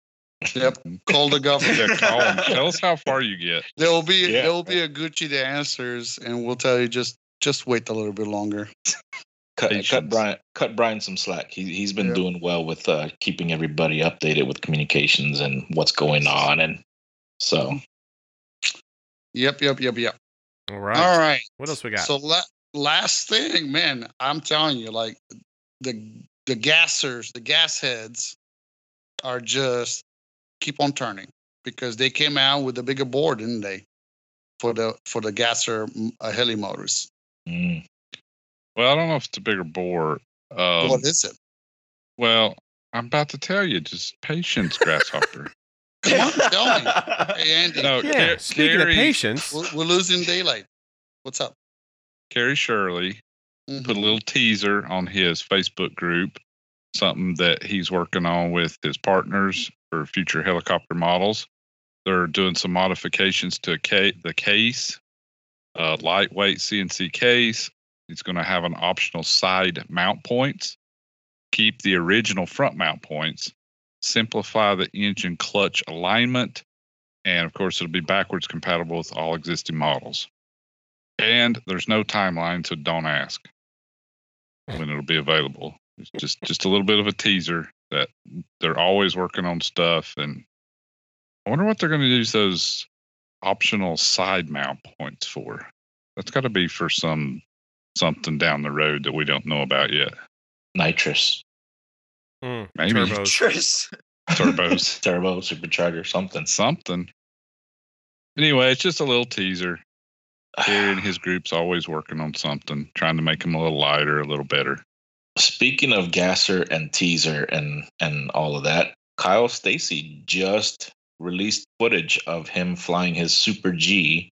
Speaker 2: Yep. Call the government.
Speaker 5: Yeah, call 'em. Tell us how far you get.
Speaker 2: There will be
Speaker 4: Yeah.
Speaker 2: there will be a Gucci that answers, and we'll tell you just just wait a little bit longer.
Speaker 4: Cut, cut
Speaker 5: Patience.
Speaker 4: Brian, cut Brian some slack. He he's been
Speaker 2: Yeah.
Speaker 4: doing well with uh, keeping everybody updated with communications and what's going on, and so
Speaker 2: Yep, yep, yep, yep.
Speaker 1: All right.
Speaker 2: All right.
Speaker 1: What else we got?
Speaker 2: So la- last thing, man, I'm telling you, like the the gassers, the gas heads are just keep on turning because they came out with a bigger board, didn't they? For the for the gasser mm, uh, heli motors.
Speaker 4: mm,
Speaker 5: Well, I don't know if it's a bigger bore. Um,
Speaker 2: what is it?
Speaker 5: well, I'm about to tell you. Just patience, grasshopper.
Speaker 2: Come on, tell me. Hey Andy,
Speaker 5: No,
Speaker 1: yeah.
Speaker 5: Car-
Speaker 1: Speaking
Speaker 5: Carrie,
Speaker 1: of patience,
Speaker 2: we're, we're losing daylight. What's up?
Speaker 5: Carrie Shirley
Speaker 2: Mhm.
Speaker 5: put a little teaser on his Facebook group, something that he's working on with his partners for future helicopter models. They're doing some modifications to a ca- the case, uh, lightweight CNC case. It's going to have an optional side mount points, keep the original front mount points, simplify the engine clutch alignment, and of course, it'll be backwards compatible with all existing models. And there's no timeline, so don't ask when it'll be available. It's just just a little bit of a teaser that they're always working on stuff, and I wonder what they're going to use those optional side mount points for. That's got to be for some something down the road that we don't know about yet.
Speaker 4: nitrous,
Speaker 1: Mm,
Speaker 5: Maybe.
Speaker 1: turbos.
Speaker 3: Tris.
Speaker 5: Turbos.
Speaker 4: turbo, supercharger, something.
Speaker 5: Something. Anyway, it's just a little teaser. Gary and his group's always working on something, trying to make him a little lighter, a little better.
Speaker 4: Speaking of Gasser and Teaser and and all of that, Kyle Stacy just released footage of him flying his Super G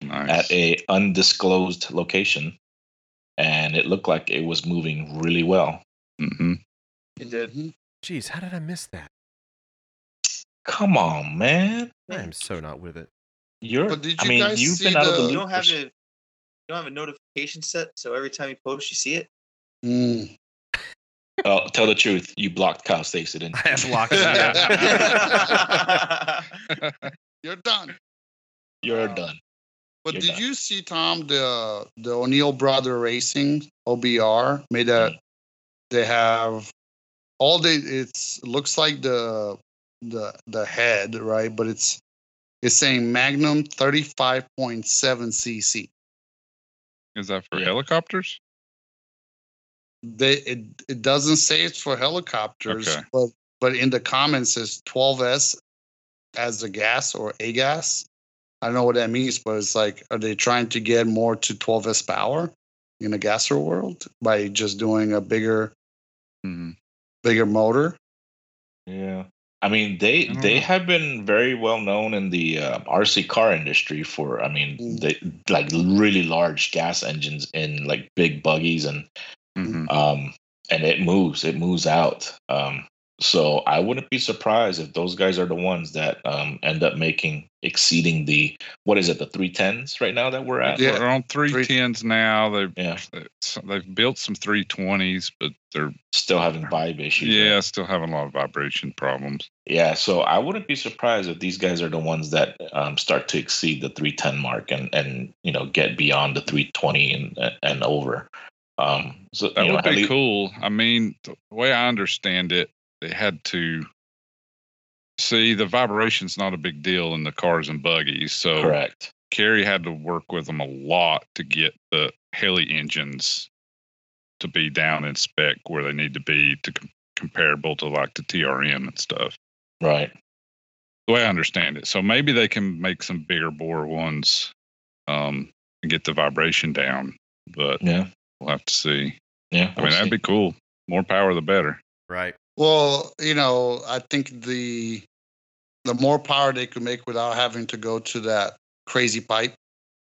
Speaker 5: Nice.
Speaker 4: at a undisclosed location, and it looked like it was moving really well.
Speaker 5: hmm
Speaker 3: He did.
Speaker 2: Mhm.
Speaker 1: Jeez, how did I miss that?
Speaker 4: Come on, man!
Speaker 1: I am so not with it.
Speaker 4: You're.
Speaker 2: But did
Speaker 4: I
Speaker 2: you
Speaker 4: mean,
Speaker 2: guys
Speaker 4: you've
Speaker 2: see
Speaker 4: been out of
Speaker 2: the-
Speaker 4: the loop.
Speaker 3: You don't have
Speaker 4: for-
Speaker 3: a you don't have a notification set, so every time you post, you see it.
Speaker 2: Mm.
Speaker 4: Oh, tell the truth. You blocked Kyle Stacy, didn't
Speaker 1: I have locked
Speaker 2: it
Speaker 1: it.
Speaker 2: out.
Speaker 3: I
Speaker 2: You're done.
Speaker 4: you? are
Speaker 2: Wow.
Speaker 4: done.
Speaker 2: But
Speaker 4: You're
Speaker 2: did
Speaker 4: done.
Speaker 2: you see Tom the the O'Neill brother racing OBR made a
Speaker 4: Mm.
Speaker 2: they have all the it's looks like the the the head right but it's it's saying Magnum 35.7 cc
Speaker 5: Is that for
Speaker 4: Yeah.
Speaker 5: helicopters?
Speaker 2: they it, it doesn't say it's for helicopters
Speaker 5: Okay.
Speaker 2: but but in the comments it's 12s as a gas or a gas i don't know what that means but it's like are they trying to get more to 12s power in the gasser world by just doing a bigger
Speaker 5: hmm
Speaker 2: bigger motor
Speaker 4: Yeah. I mean, they
Speaker 5: I don't
Speaker 4: they
Speaker 5: know.
Speaker 4: have been very well known in the uh, RC car industry for, I mean,
Speaker 2: Mm.
Speaker 4: they like really large gas engines in like big buggies and
Speaker 5: hmm
Speaker 4: um and it moves, it moves out. Um so I wouldn't be surprised if those guys are the ones that um end up making exceeding the what is it, the 310s right now that we're at?
Speaker 2: Yeah.
Speaker 5: They're on three tens now. They've
Speaker 4: Yeah.
Speaker 5: they've built some three twenties, but they're
Speaker 4: Still having vibe issues. right?
Speaker 5: yeah still having a lot of vibration problems.
Speaker 4: Yeah, so I wouldn't be surprised if these guys are the ones that um, start to exceed the 310 mark and and you know get beyond the 320 and and over. Um, so
Speaker 5: That
Speaker 4: you know,
Speaker 5: would be
Speaker 4: Heli-
Speaker 5: cool. I mean, the way I understand it, they had to see the vibration's not a big deal in the cars and buggies, so
Speaker 4: Correct.
Speaker 5: Carrie had to work with them a lot to get the heli engines to be down in spec where they need to be to com- comparable to like the TRM and stuff.
Speaker 4: Right.
Speaker 5: the way I understand it. So maybe they can make some bigger bore ones um, and get the vibration down. But
Speaker 4: Yeah.
Speaker 5: We'll have to see.
Speaker 4: Yeah.
Speaker 5: I mean, that'd be cool. More power, the better.
Speaker 1: Right.
Speaker 2: Well, you know, I think the the more power they could make without having to go to that crazy pipe,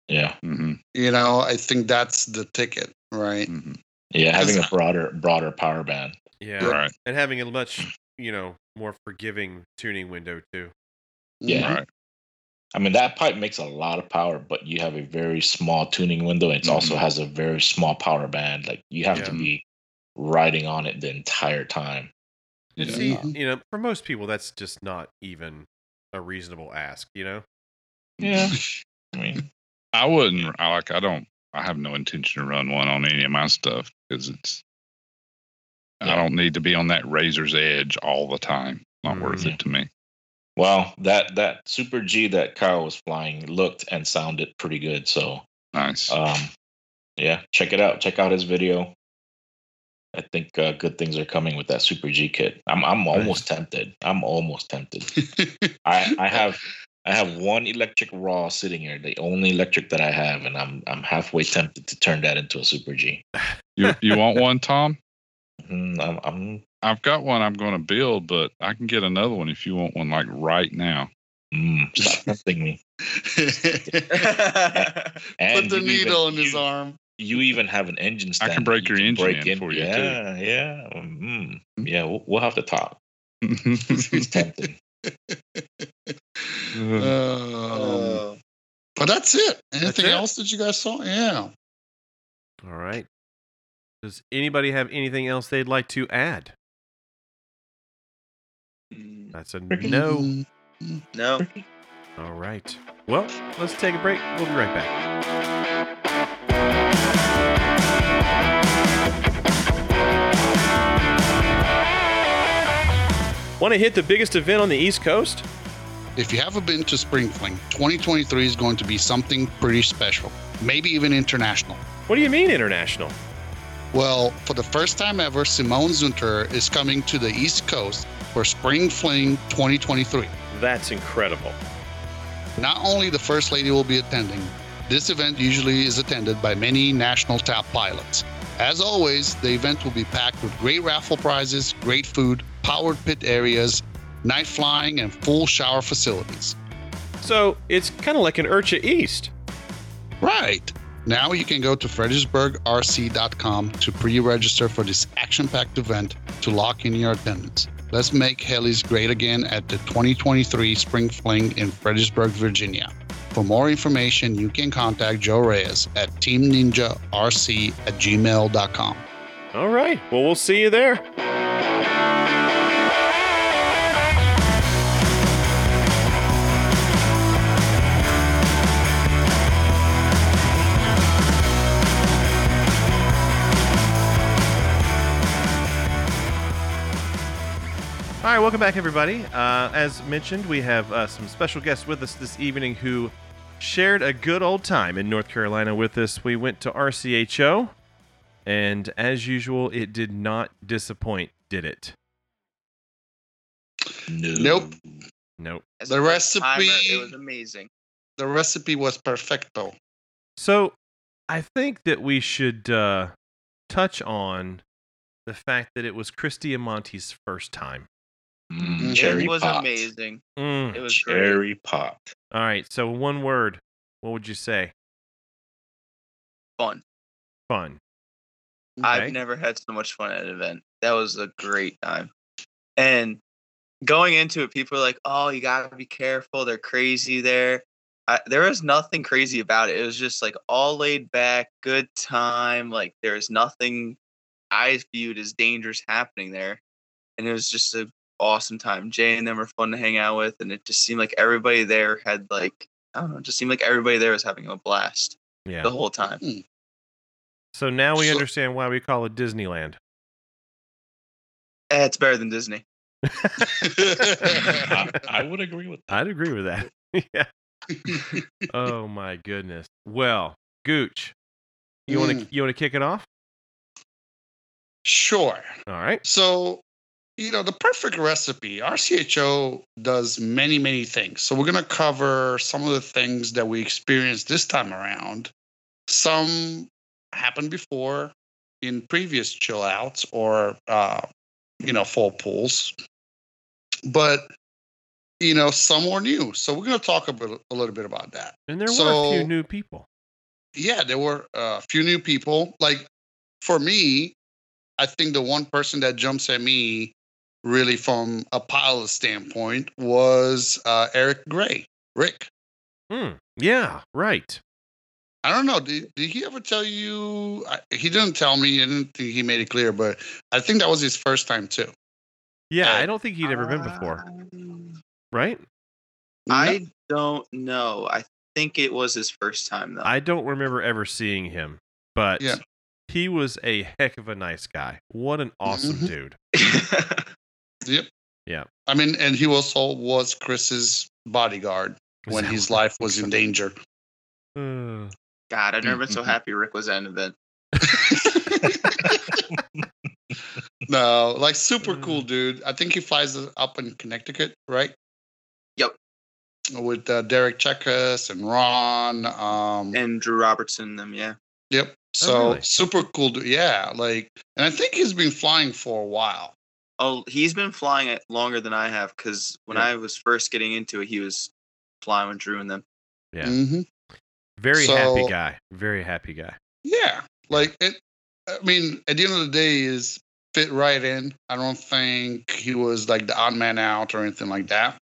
Speaker 4: yeah.
Speaker 5: hmm
Speaker 2: you know, I think that's the ticket, right?
Speaker 5: hmm
Speaker 4: Yeah. Having a broader, broader power band.
Speaker 1: Yeah.
Speaker 5: Right.
Speaker 1: And having a much, you know, more forgiving tuning window too.
Speaker 4: Yeah.
Speaker 5: Right.
Speaker 4: I mean, that pipe makes a lot of power, but you have a very small tuning window. It also
Speaker 5: Mhm.
Speaker 4: has a very small power band. Like you have to
Speaker 5: Yeah.
Speaker 4: be riding on it the entire time.
Speaker 1: And
Speaker 5: Yeah.
Speaker 1: see, you know, for most people that's just not even a reasonable ask, you know?
Speaker 4: Yeah. I mean,
Speaker 5: I wouldn't. I like. I don't. I have no intention to run one on any of my stuff because it's.
Speaker 4: Yeah.
Speaker 5: I don't need to be on that razor's edge all the time. Not worth
Speaker 4: Mhm.
Speaker 5: it to me.
Speaker 4: well, that that Super G that Kyle was flying looked and sounded pretty good. So,
Speaker 5: Nice.
Speaker 4: um, yeah, check it out. Check out his video. I think uh, good things are coming with that Super G kit. I'm I'm almost tempted. I'm almost tempted. I, I have I have one electric raw sitting here, the only electric that I have, and I'm I'm halfway tempted to turn that into a super G.
Speaker 5: you you want one, Tom?
Speaker 4: Mm, I'm, I'm
Speaker 5: I've got one. I'm going to build, but I can get another one if you want one, like right now.
Speaker 4: mm, stop tempting me. And
Speaker 2: Put the
Speaker 4: you even-
Speaker 2: needle in his
Speaker 4: you-
Speaker 2: arm.
Speaker 4: You even have an engine
Speaker 5: I
Speaker 4: stand.
Speaker 5: can break
Speaker 4: you
Speaker 5: your engine in for you, too.
Speaker 4: Yeah, yeah, mm, yeah. We'll, we'll have to talk. It's tempting.
Speaker 2: Um,
Speaker 3: Oh.
Speaker 2: but that's it. Anything
Speaker 1: it?
Speaker 2: else that you guys saw? Yeah.
Speaker 1: All right. Does anybody have anything else they'd like to add?
Speaker 3: Mm,
Speaker 1: That's a no.
Speaker 2: Mm.
Speaker 3: No.
Speaker 1: All right. Well, let's take a break. We'll be right back. Want to hit the biggest event on the East Coast?
Speaker 2: If you haven't been to Spring Fling, 2023 is going to be something pretty special, maybe even international.
Speaker 1: What do you mean international?
Speaker 2: Well, for the first time ever, Simone Zunter is coming to the East Coast for Spring Fling 2023.
Speaker 1: That's incredible.
Speaker 2: Not only the First Lady will be attending, this event usually is attended by many national top pilots. As always, the event will be packed with great raffle prizes, great food, powered pit areas, night flying, and full shower facilities.
Speaker 1: So it's kind of like an Urcha East.
Speaker 2: Right. Now you can go to FredericksburgRC.com to pre register for this action packed event to lock in your attendance. Let's make Helly's great again at the 2023 Spring Fling in Fredericksburg, Virginia. For more information, you can contact Joe Reyes at teamninjarc at gmail.com.
Speaker 1: All right. Well, we'll see you there. All right, welcome back, everybody. Uh, as mentioned, we have uh, some special guests with us this evening who shared a good old time in North Carolina with us. We went to RCHO, and as usual, it did not disappoint, did it?
Speaker 4: No.
Speaker 2: Nope.
Speaker 1: Nope.
Speaker 3: As
Speaker 2: The
Speaker 3: a first
Speaker 2: recipe-
Speaker 3: timer, it was amazing.
Speaker 2: The recipe was perfecto.
Speaker 1: So I think that we should uh, touch on the fact that it was Christy and Monty's first time.
Speaker 4: Mm,
Speaker 2: It
Speaker 4: cherry
Speaker 3: it was
Speaker 4: popped.
Speaker 3: amazing.
Speaker 1: Mm.
Speaker 3: It was great.
Speaker 4: Cherry popped.
Speaker 1: All right, so one word. What would you say?
Speaker 3: Fun.
Speaker 1: Fun. Okay.
Speaker 3: I've never had so much fun at an event. That was a great time. And going into it, people were like, "Oh, you gotta be careful. They're crazy there." I, there was nothing crazy about it. It was just like all laid back, good time. Like there was nothing I viewed as dangerous happening there, and it was just an awesome time. Jay and them were fun to hang out with, and it just seemed like everybody there had like I don't know, it just seemed like everybody there was having a blast
Speaker 1: Yeah.
Speaker 3: the whole time.
Speaker 1: So now we
Speaker 2: So-
Speaker 1: understand why we call it Disneyland.
Speaker 3: Eh, it's better than Disney.
Speaker 4: I, I would agree with
Speaker 1: I'd agree with that. yeah. Oh my goodness. Well, Gooch, you want to
Speaker 2: Mm.
Speaker 1: you want to kick it off?
Speaker 2: Sure.
Speaker 1: All right.
Speaker 2: So, you know, the perfect recipe, RCHO does many, many things. So, we're going to cover some of the things that we experienced this time around. Some happened before, in previous chill outs or uh, you know full pools, but you know some were new. So we're going to talk a, bit, a little bit about that.
Speaker 1: And there were a
Speaker 2: So-
Speaker 1: few new people.
Speaker 2: yeah, there were a few new people. Like for me, I think the one person that jumps at me really from a pilot standpoint was uh, Eric Gray, Rick.
Speaker 1: Hmm. Yeah, right.
Speaker 2: I don't know. Did, did he ever tell you? I, he didn't tell me. I didn't think he made it clear, but I think that was his first time too.
Speaker 1: Yeah,
Speaker 2: Uh,
Speaker 1: I don't think he'd ever been before,
Speaker 3: Um,
Speaker 1: right?
Speaker 3: I don't know. I think it was his first time though.
Speaker 1: I don't remember ever seeing him, but
Speaker 2: Yeah.
Speaker 1: he was a heck of a nice guy. What an awesome
Speaker 2: Mhm.
Speaker 1: dude.
Speaker 2: Yep.
Speaker 1: Yeah.
Speaker 2: I mean, and he also was Chris's bodyguard when
Speaker 1: So-
Speaker 2: his life was in danger.
Speaker 1: Uh,
Speaker 3: God, I've never been
Speaker 1: Mm-hmm.
Speaker 3: so happy Rick was at an event.
Speaker 2: No, like super
Speaker 1: Mm.
Speaker 2: cool dude. I think he flies up in Connecticut, right?
Speaker 3: Yep.
Speaker 2: With uh, Derek Chekas and Ron. Um,
Speaker 3: And Drew Robertson, and them, yeah.
Speaker 2: yep. So
Speaker 1: Oh, really?
Speaker 2: super cool dude. Yeah, like, and I think he's been flying for a while.
Speaker 3: Oh, he's been flying it longer than I have because when
Speaker 2: Yeah.
Speaker 3: I was first getting into it, he was flying with Drew and them.
Speaker 1: Yeah.
Speaker 2: Mm-hmm.
Speaker 1: very happy
Speaker 2: So-
Speaker 1: guy. Very happy guy.
Speaker 2: Yeah. Like it. I mean, at the end of the day, is fit right in. I don't think he was like the odd man out or anything like that.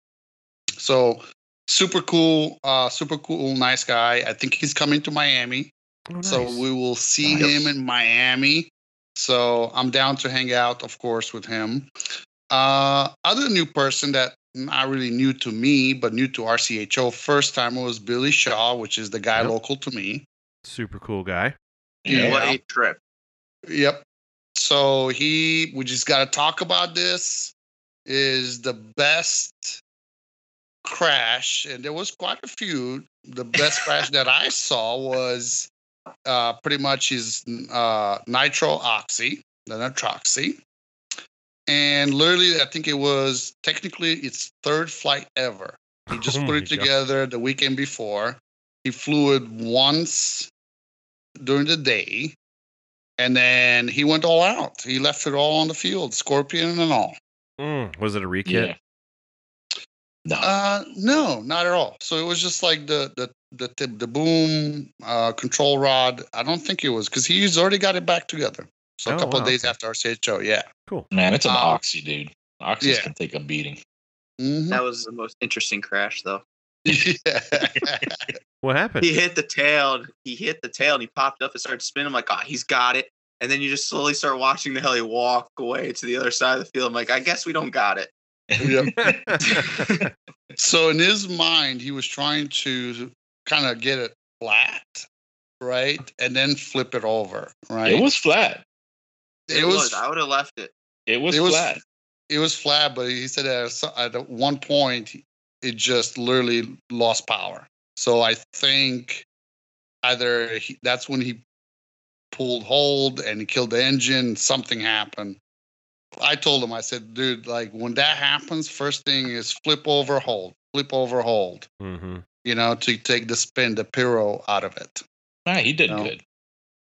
Speaker 2: So super cool, uh, super cool, nice guy. I think he's coming to Miami.
Speaker 1: Oh,
Speaker 2: So
Speaker 1: nice.
Speaker 2: we will see
Speaker 4: Nice.
Speaker 2: him in Miami. So I'm down to hang out, of course, with him. Uh, other new person that not really new to me, but new to RCHO first time was Billy Shaw, which is the guy
Speaker 1: Yep.
Speaker 2: local to me.
Speaker 1: super cool guy.
Speaker 4: Yeah.
Speaker 3: What a trip.
Speaker 2: Yep. So he, we just got to talk about this. Is the best crash, and there was quite a few. The best crash that I saw was uh, pretty much his uh, nitro oxy, the nitroxy, and literally, I think it was technically its third flight ever. He just
Speaker 1: Oh
Speaker 2: put
Speaker 1: my
Speaker 2: it
Speaker 1: God.
Speaker 2: together the weekend before. He flew it once during the day, and then he went all out. He left it all on the field, scorpion and all.
Speaker 1: Mm, was it a rekit?
Speaker 4: Yeah. No.
Speaker 2: Uh, no, not at all. So it was just like the the the the, the boom uh, control rod. I don't think it was because he's already got it back together. So
Speaker 1: Oh,
Speaker 2: a couple of
Speaker 1: wow,
Speaker 2: days
Speaker 1: okay.
Speaker 2: after RCHO, yeah.
Speaker 4: Man, it's an
Speaker 2: um,
Speaker 4: oxy, dude. Oxys
Speaker 2: yeah.
Speaker 4: can take a beating.
Speaker 2: Mhm.
Speaker 3: That was the most interesting crash, though.
Speaker 2: yeah.
Speaker 1: What happened?
Speaker 3: He hit the tail. and- He hit the tail and he popped up and started spinning. I'm like, oh, he's got it. And then you just slowly start watching the heli walk away to the other side of the field. I'm like, I guess we don't got it.
Speaker 2: Yep. So in his mind, he was trying to kind of get it flat, right, and then flip it over, right.
Speaker 4: It was flat.
Speaker 2: it was
Speaker 3: I would have left it.
Speaker 4: It was
Speaker 2: It was-
Speaker 4: flat.
Speaker 2: it was flat, but he said at, so- at one point it just literally lost power. So I think either he, that's when he pulled hold and he killed the engine. Something happened. I told him, I said, dude, like when that happens, first thing is flip over hold, flip over hold.
Speaker 1: hmm
Speaker 2: You know, to take the spin, the pyro out of it.
Speaker 4: Nah, he did
Speaker 2: No.
Speaker 4: good.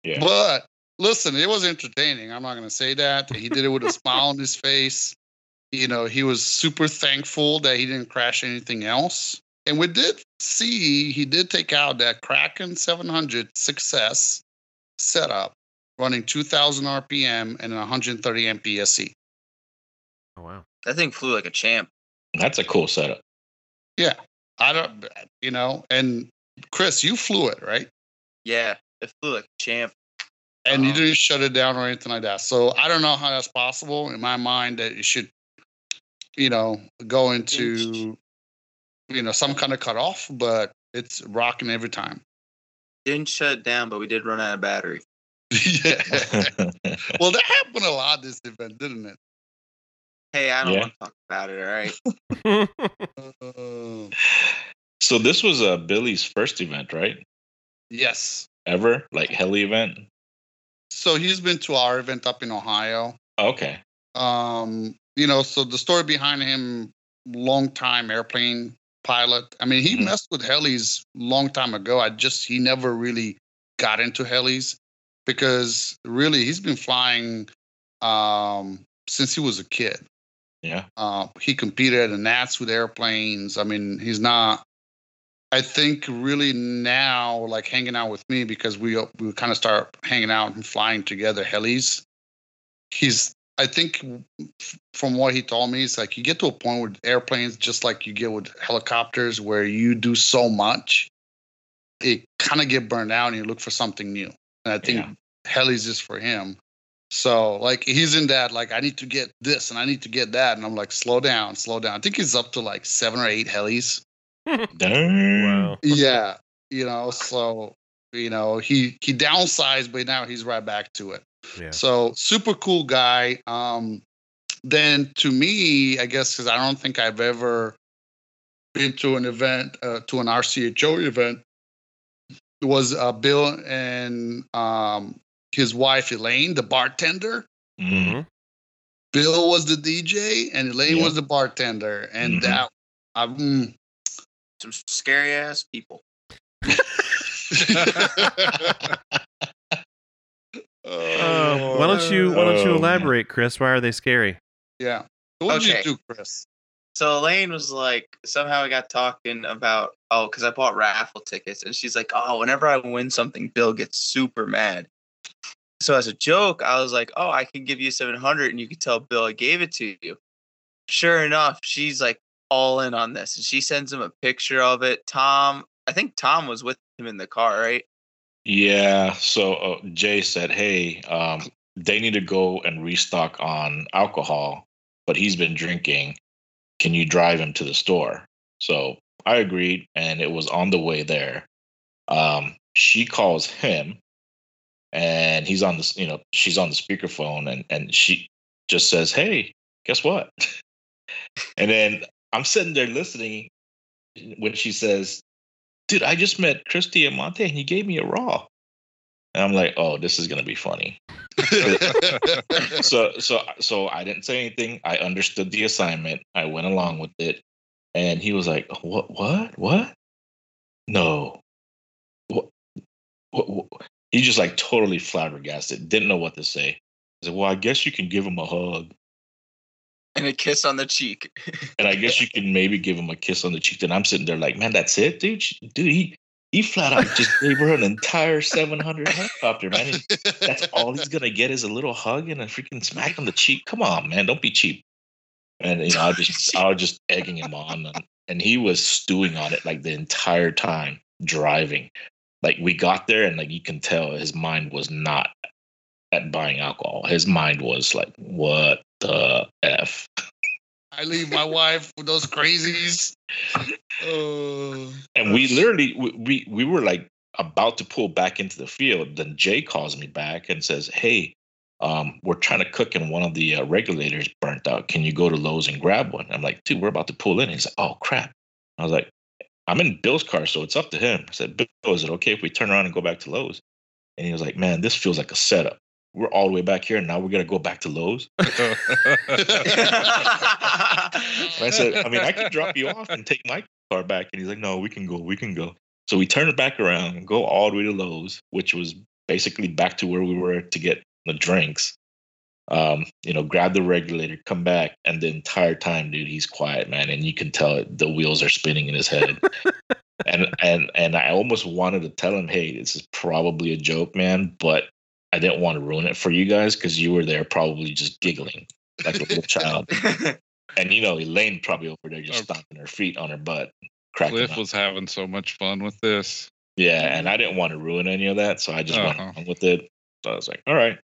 Speaker 4: Yeah.
Speaker 2: But listen, it was entertaining. I'm not going to say that. He did it with a smile on his face. You know, he was super thankful that he didn't crash anything else. And we did see he did take out that Kraken 700 success setup running 2000 RPM and 130 MPSE.
Speaker 1: Oh wow.
Speaker 3: That thing flew like a champ.
Speaker 4: That's a cool setup.
Speaker 2: I don't, you know, and Chris, you flew it, right?
Speaker 3: Yeah, it flew like a champ.
Speaker 2: and you
Speaker 3: Um,
Speaker 2: didn't shut it down or anything like that. So I don't know how that's possible. In my mind, that it should, you know, go into, you know, some kind of cutoff, but it's rocking every time.
Speaker 3: Didn't shut it down, but we did run out of battery.
Speaker 2: yeah. Well, that happened a lot this event, didn't it?
Speaker 3: Hey, I don't
Speaker 4: Yeah.
Speaker 3: want to talk about it. All right.
Speaker 2: Uh,
Speaker 4: so this was uh, Billy's first event, right?
Speaker 2: yes.
Speaker 4: Ever like heli event?
Speaker 2: So he's been to our event up in Ohio.
Speaker 4: Oh, Okay.
Speaker 2: um you know so the story behind him long time airplane pilot i mean he
Speaker 4: Mhm.
Speaker 2: messed with helis long time ago i just he never really got into helis because really he's been flying um, since he was a kid.
Speaker 4: Yeah.
Speaker 2: Uh, he competed in Nats with airplanes. I mean, he's not. I think really now, like hanging out with me because we uh, we kind of start hanging out and flying together helis. He's. I think f- from what he told me, it's like you get to a point with airplanes, just like you get with helicopters, where you do so much, it kind of get burned out, and you look for something new. And I think
Speaker 4: Yeah.
Speaker 2: helis is for him. So like he's in that like I need to get this and I need to get that and I'm like slow down, slow down. I think he's up to like seven or eight helis.
Speaker 4: Dang.
Speaker 1: Wow.
Speaker 2: Mm, Yeah, you know. So you know he he downsized, but now he's right back to it.
Speaker 1: Yeah.
Speaker 2: So super cool guy. Um, then to me, I guess because I don't think I've ever been to an event uh, to an RCHO event was uh, Bill and um, his wife Elaine, the bartender.
Speaker 4: Mhm.
Speaker 1: Mm-hmm.
Speaker 2: Bill was the DJ and Elaine
Speaker 4: Yeah.
Speaker 2: was the bartender, and
Speaker 4: Mhm.
Speaker 2: that I, mm.
Speaker 3: Some scary ass people.
Speaker 5: Uh,
Speaker 1: Um, why don't you Why don't you
Speaker 4: Oh, man.
Speaker 1: elaborate, Chris? Why are they scary?
Speaker 2: yeah. So what did
Speaker 3: Okay.
Speaker 2: you do, Chris?
Speaker 3: So Elaine was like, somehow we got talking about, oh, because I bought raffle tickets. And she's like, oh, whenever I win something, Bill gets super mad. So as a joke, I was like, oh, I can give you 700 and you can tell Bill I gave it to you. Sure enough, she's like all in on this. And she sends him a picture of it. Tom, I think Tom was with him in the car, right?
Speaker 4: Yeah. So uh, Jay said, "Hey, um, they need to go and restock on alcohol, but he's been drinking. Can you drive him to the store?" So I agreed, and it was on the way there. Um, she calls him, and he's on this. You know, she's on the speakerphone, and and she just says, "Hey, guess what?" and then I'm sitting there listening when she says, dude, I just met Chris Diamante and he gave me a raw. And I'm like, oh, this is gonna be funny. So so so I didn't say anything. I understood the assignment. I went along with it. And he was like, what what? What? No. What what, what? he just like totally flabbergasted, didn't know what to say. I said, Well, I guess you can give him a hug.
Speaker 3: And a kiss on the cheek.
Speaker 4: And I guess you can maybe give him a kiss on the cheek. And I'm sitting there like, man, that's it, dude. She- Dude, he he flat out just gave her an entire 700 helicopter, man. And That's all he's gonna get is a little hug and a freaking smack on the cheek. Come on, man, don't be cheap. And you know, I just I was just egging him on, and, and he was stewing on it like the entire time driving. Like we got there, and like you can tell, his mind was not at buying alcohol. His mind was like, "What the f?"
Speaker 2: I leave my wife with those crazies. Oh.
Speaker 4: And we literally we, we we were like about to pull back into the field. Then Jay calls me back and says, "Hey, um, we're trying to cook and one of the uh, regulators burnt out. Can you go to Lowe's and grab one?" I'm like, "Dude, we're about to pull in." He's like, "Oh crap!" I was like, "I'm in Bill's car, so it's up to him." I said, "Bill, is it okay if we turn around and go back to Lowe's?" And he was like, "Man, this feels like a setup. We're all the way back here, and now we're gonna go back to Lowe's." And I said, I mean, I could drop you off and take my car back. And he's like, no, we can go, we can go. So we turn it back around and go all the way to Lowe's, which was basically back to where we were to get the drinks. Um, you know, grab the regulator, come back, and the entire time, dude, he's quiet, man, and you can tell it, the wheels are spinning in his head. and and and I almost wanted to tell him, hey, this is probably a joke, man, but I didn't want to ruin it for you guys because you were there probably just giggling like a little child. And you know, Elaine probably over there just
Speaker 5: Oh.
Speaker 4: stomping her feet on her butt, cracking
Speaker 5: Cliff
Speaker 4: up.
Speaker 5: was having so much fun with this.
Speaker 4: yeah, and I didn't want to ruin any of that, so I just
Speaker 5: Uh-huh.
Speaker 4: went on with it. So I was like, all right.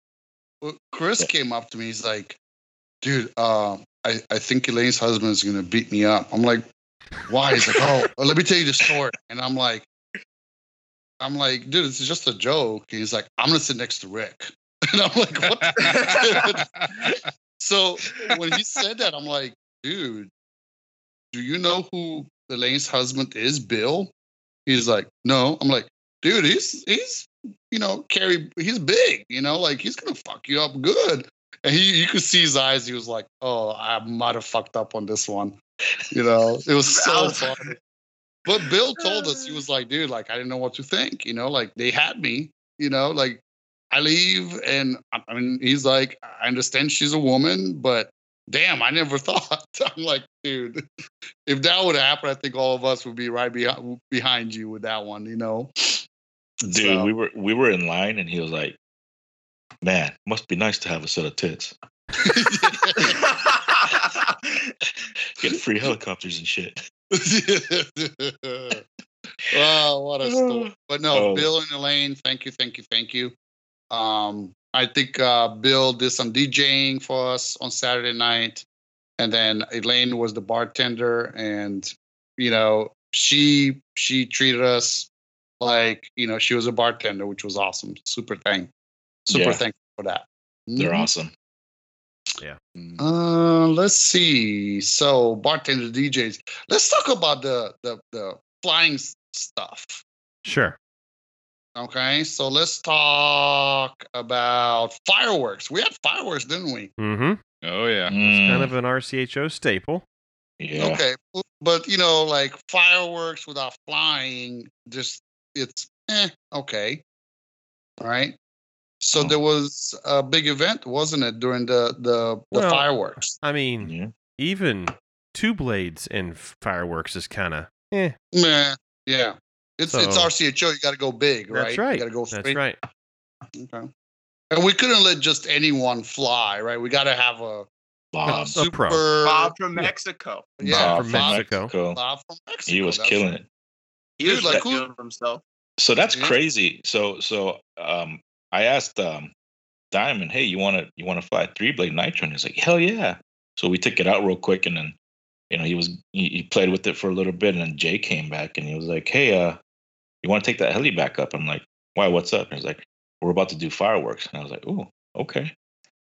Speaker 2: Well, Chris
Speaker 4: Yeah.
Speaker 2: came up to me. He's like, dude, uh, I, I think Elaine's husband is going to beat me up. I'm like, why? He's like, oh, well, let me tell you the story. And I'm like, I'm like, dude, it's just a joke. And he's like, I'm going to sit next to Rick. And I'm like, what? the-" so when he said that, I'm like, dude, do you know who Elaine's husband is, Bill? He's like, no. I'm like, dude, he's he's you know, Carrie, he's big, you know, like he's gonna fuck you up good. And he you could see his eyes, he was like, Oh, I might have fucked up on this one. You know, it was so fun. But Bill told us he was like, dude, like I didn't know what to think, you know, like they had me, you know, like I leave, and I I mean, he's like, I understand she's a woman, but damn, I never thought. I'm like, dude, if that would happen, I think all of us would be right behind behind you with that one, you know.
Speaker 4: Dude,
Speaker 2: So-
Speaker 4: we were we were in line and he was like, Man, must be nice to have a set of tits. Get free helicopters and shit.
Speaker 2: oh, what a story. But no,
Speaker 4: Oh.
Speaker 2: Bill and Elaine, thank you, thank you, thank you. Um, I think uh, Bill did some DJing for us on Saturday night. And then Elaine was the bartender and you know, she she treated us like, you know, she was a bartender, which was awesome. Super thank. Super
Speaker 4: Yeah.
Speaker 2: thankful for that.
Speaker 4: They're
Speaker 2: Mhm.
Speaker 1: Mm-hmm.
Speaker 4: awesome.
Speaker 2: Uh, let's see. So bartender DJs. Let's talk about the the the flying s- stuff.
Speaker 1: Sure.
Speaker 2: Okay, so let's talk about fireworks. We had fireworks, didn't we?
Speaker 1: Mm-hmm.
Speaker 5: Oh yeah.
Speaker 4: Mm,
Speaker 1: Kind of an RCHO staple.
Speaker 4: yeah.
Speaker 2: Okay, bu- but you know, like fireworks without flying, just it's eh, okay. All right. So
Speaker 4: Oh.
Speaker 2: there was a big event, wasn't it, during the the, the
Speaker 1: Well,
Speaker 2: fireworks?
Speaker 1: I mean,
Speaker 4: Yeah.
Speaker 1: even two blades and fireworks is kind of
Speaker 2: Meh. Yeah. It's it's
Speaker 1: So-
Speaker 2: RCHO. You got to go big, right?
Speaker 1: that's right.
Speaker 2: You got to go.
Speaker 1: that's
Speaker 2: big.
Speaker 1: right.
Speaker 2: Okay. And we couldn't let just anyone fly, right? We got to have a,
Speaker 4: Bob.
Speaker 1: A pro.
Speaker 3: Bob from Mexico.
Speaker 2: yeah,
Speaker 1: Bob from Mexico.
Speaker 2: Bob from Mexico.
Speaker 4: He was
Speaker 2: that's
Speaker 4: killing
Speaker 2: right.
Speaker 4: it.
Speaker 3: He
Speaker 2: Dude,
Speaker 3: was
Speaker 2: like
Speaker 3: like
Speaker 2: who-
Speaker 3: doing himself.
Speaker 4: So that's
Speaker 2: Yeah.
Speaker 4: crazy. So so um I asked um Diamond, hey, you wanna you wanna fly three blade nitro? And he's like, Hell yeah. So we took it out real quick and then you know he was he, he played with it for a little bit and then Jay came back and he was like, Hey, uh, you wanna take that heli back up? I'm like, Why, what's up? And he's like, We're about to do fireworks. And I was like, Ooh, okay.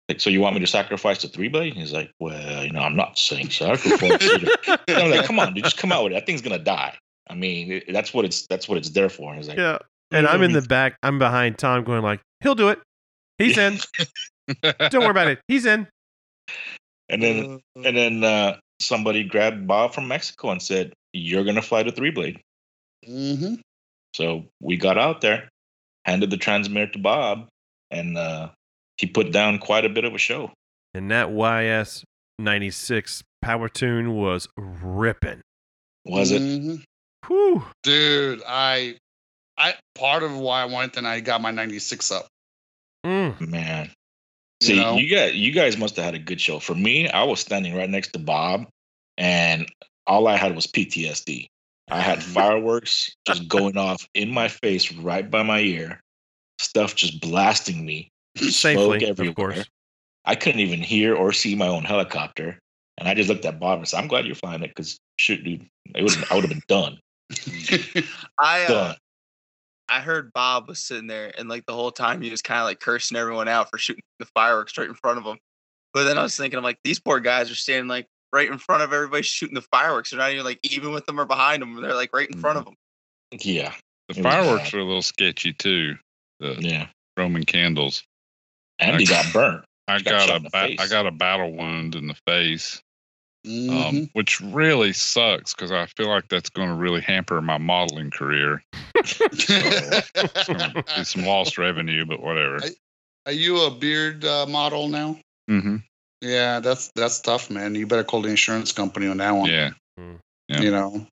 Speaker 4: Like, so you want me to sacrifice the three blade? And he's like, Well, you know, I'm not saying sacrifice. to the And I'm like, come on, dude, just come out with it. That thing's gonna die. I mean, it- that's what it's that's what it's there for. And it's like,
Speaker 1: Yeah. And I'm in the
Speaker 4: Everything.
Speaker 1: back. I'm behind Tom, going like, "He'll do it. He's in. Don't worry about it. He's in."
Speaker 4: and then and then uh, somebody grabbed Bob from Mexico and said, "You're gonna fly the three blade."
Speaker 2: Mhm.
Speaker 4: So we got out there, handed the transmitter to Bob, and uh, he put down quite a bit of a show.
Speaker 1: And that YS ninety six power tune was ripping.
Speaker 4: Was it?
Speaker 2: Mhm.
Speaker 1: Whew.
Speaker 2: Dude, I, I part of why I went and I got my '96 up.
Speaker 1: Mm.
Speaker 4: Man.
Speaker 2: You
Speaker 4: See, you,
Speaker 2: know?
Speaker 4: guys, you guys must have had a good show. For me, I was standing right next to Bob, and all I had was PTSD. I had fireworks just going off in my face, right by my ear, stuff just blasting me.
Speaker 1: Safely,
Speaker 4: everywhere.
Speaker 1: of course.
Speaker 4: I couldn't even hear or see my own helicopter, and I just looked at Bob and said, "I'm glad you're flying it, because shoot, dude, it would I would have been done, Um,
Speaker 3: I uh,
Speaker 4: done."
Speaker 3: I heard Bob was sitting there, and like the whole time he was kind of like cursing everyone out for shooting the fireworks right in front of him. But then I was thinking, I'm like, these poor guys are standing like right in front of everybody shooting the fireworks. They're not even like even with them or behind them. They're like right in front of them.
Speaker 4: Yeah,
Speaker 5: The
Speaker 4: It was
Speaker 5: fireworks
Speaker 4: bad.
Speaker 5: were a little sketchy too. The
Speaker 4: yeah.
Speaker 5: Roman candles.
Speaker 4: Andy got burnt.
Speaker 5: I
Speaker 4: You got
Speaker 5: got,
Speaker 4: shot
Speaker 5: a
Speaker 4: in the
Speaker 5: ba- I
Speaker 4: face.
Speaker 5: got a battle wound in the face,
Speaker 2: Mhm.
Speaker 5: um, which really sucks because I feel like that's going to really hamper my modeling career. Gonna be
Speaker 4: uh,
Speaker 5: some lost revenue, but whatever.
Speaker 2: I- Are you a beard uh, model now?
Speaker 1: Mm-hmm.
Speaker 5: hmm
Speaker 2: Yeah, that's that's tough, man. You better call the insurance company on that one.
Speaker 5: Yeah, yeah.
Speaker 2: You know.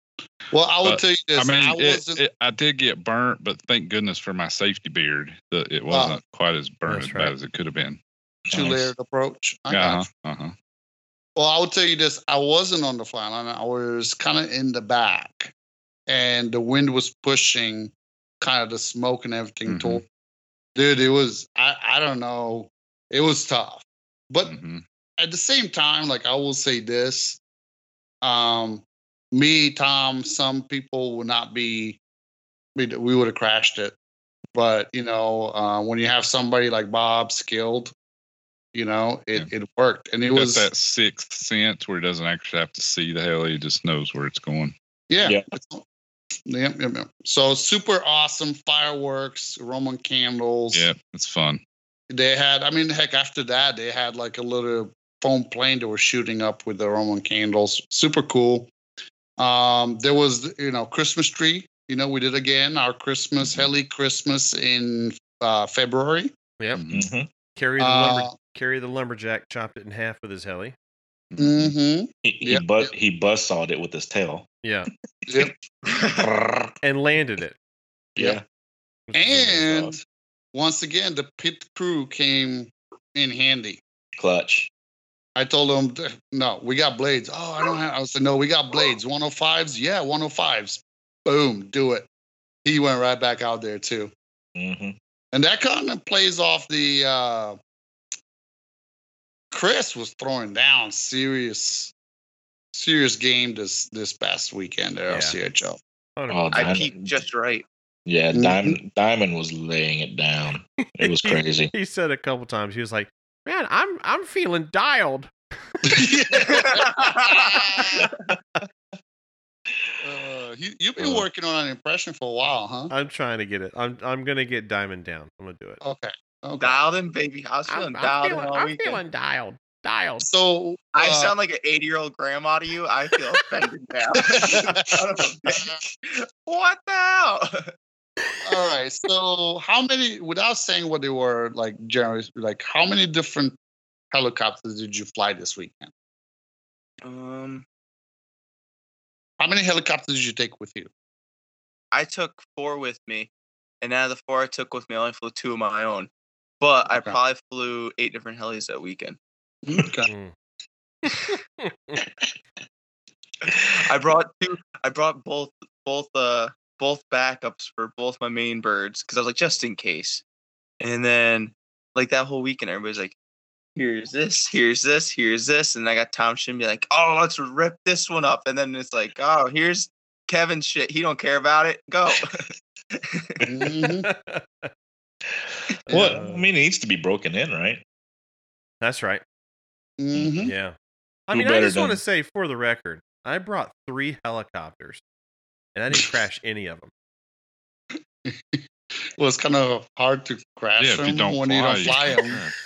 Speaker 2: Well, I will
Speaker 5: But,
Speaker 2: tell you
Speaker 5: I
Speaker 2: this. I,
Speaker 5: mean, it,
Speaker 2: wasn't.
Speaker 5: it- I did get burnt, but thank goodness for my safety beard. The,
Speaker 2: Ah.
Speaker 5: it wasn't quite as burnt
Speaker 1: That's
Speaker 5: as
Speaker 1: right.
Speaker 5: bad as it could have been.
Speaker 2: two layered approach. I
Speaker 4: Uh-huh.
Speaker 2: got
Speaker 5: Yeah,
Speaker 2: you.
Speaker 5: uh huh.
Speaker 2: Well, I will tell you this: I wasn't on the fly line. I was kind of in the back, and the wind was pushing, kind of the smoke and
Speaker 5: Mhm.
Speaker 2: everything. Toward, dude, it was. I I don't know. It was tough, but
Speaker 5: hmm
Speaker 2: at the same time, like I will say this, um, me, Tom, some people will not be, we, we would have crashed it. But you know, uh, when you have somebody like Bob skilled, you know, it, it worked, and it
Speaker 5: Got
Speaker 2: was
Speaker 5: that sixth sense where he doesn't actually have to see the heli; he just knows where it's going.
Speaker 2: yeah.
Speaker 4: Yeah.
Speaker 2: It's- Yep, yep, yep. So super awesome fireworks, Roman candles.
Speaker 5: Yeah, it's fun.
Speaker 2: They had, I mean, heck, after that, they had like a little foam plane that was shooting up with the Roman candles. Super cool. Um, there was, you know, Christmas tree. You know, we did again our Christmas,
Speaker 5: Mhm.
Speaker 2: heli Christmas in uh, February.
Speaker 1: Yep.
Speaker 5: Mm-hmm.
Speaker 4: Mhm.
Speaker 1: Carry the lumber,
Speaker 2: Uh,
Speaker 1: carry the lumberjack chopped it in half with his heli.
Speaker 2: mm-hmm.
Speaker 4: He, he,
Speaker 2: Yep,
Speaker 4: bu-
Speaker 2: yep.
Speaker 4: he buzzsawed it with his tail.
Speaker 1: Yeah,
Speaker 2: Yep.
Speaker 1: and landed it.
Speaker 4: Yeah.
Speaker 1: which is amazing.
Speaker 2: And once again, the pit crew came in handy.
Speaker 4: Clutch.
Speaker 2: I told them, no, we got blades. Oh, I don't have. I said, no, we got blades. 105s? Yeah, 105s. Boom, do it. He went right back out there, too.
Speaker 4: hmm
Speaker 2: And that kind of plays off the. Uh, Chris was throwing down serious, serious game this this past weekend at
Speaker 1: Yeah.
Speaker 2: LCHL.
Speaker 4: Oh,
Speaker 1: Hundred-
Speaker 3: I
Speaker 4: Diamond-
Speaker 3: peeked just right.
Speaker 4: Yeah,
Speaker 1: Mm-hmm.
Speaker 2: Mhm.
Speaker 4: Diamond Diamond was laying it down. It was crazy.
Speaker 1: He said a couple times. He was like, "Man, I'm I'm feeling dialed."
Speaker 2: Uh, you, you've been
Speaker 4: Uh.
Speaker 2: working on an impression for a while, huh?
Speaker 1: I'm trying to get it. I'm I'm gonna get Diamond down. I'm gonna do it.
Speaker 2: Okay. Okay.
Speaker 3: Dialed in, baby. I was feeling
Speaker 1: I'm,
Speaker 3: dialed
Speaker 1: I'm,
Speaker 3: in
Speaker 1: feeling,
Speaker 3: all
Speaker 1: I'm
Speaker 3: weekend.
Speaker 1: feeling dialed. Dialed.
Speaker 2: So
Speaker 3: I
Speaker 2: uh,
Speaker 3: sound like an 80 year old grandma to you. I feel offended now. Son of a bitch. what the hell?
Speaker 2: all right. So how many? Without saying what they were, like generally, like how many different helicopters did you fly this weekend?
Speaker 3: Um,
Speaker 2: How many helicopters did you take with you?
Speaker 3: I took four with me, and out of the four I took with me, I only flew two of my own. But I
Speaker 2: Okay.
Speaker 3: probably flew eight different helis that weekend.
Speaker 2: Okay.
Speaker 1: Mm.
Speaker 3: I brought two. I brought both both uh both backups for both my main birds because I was like just in case. And then like that whole weekend, everybody's like, "Here's this, here's this, here's this," and I got Tom Shin be like, "Oh, let's rip this one up," and then it's like, "Oh, here's Kevin's shit. He don't care about it. Go."
Speaker 2: Mhm.
Speaker 4: Well, I mean, it needs to be broken in, right?
Speaker 1: That's right.
Speaker 2: Mhm.
Speaker 1: Yeah. I
Speaker 4: Who
Speaker 1: mean, I
Speaker 4: better
Speaker 1: just want to
Speaker 4: than-
Speaker 1: say for the record, I brought three helicopters, and I didn't crash any of them.
Speaker 2: Well, it's kind of hard to crash
Speaker 5: Yeah, if you
Speaker 2: them
Speaker 5: don't
Speaker 2: when
Speaker 5: fly,
Speaker 2: you don't
Speaker 5: you
Speaker 2: fly
Speaker 5: can't
Speaker 2: them.
Speaker 5: crash.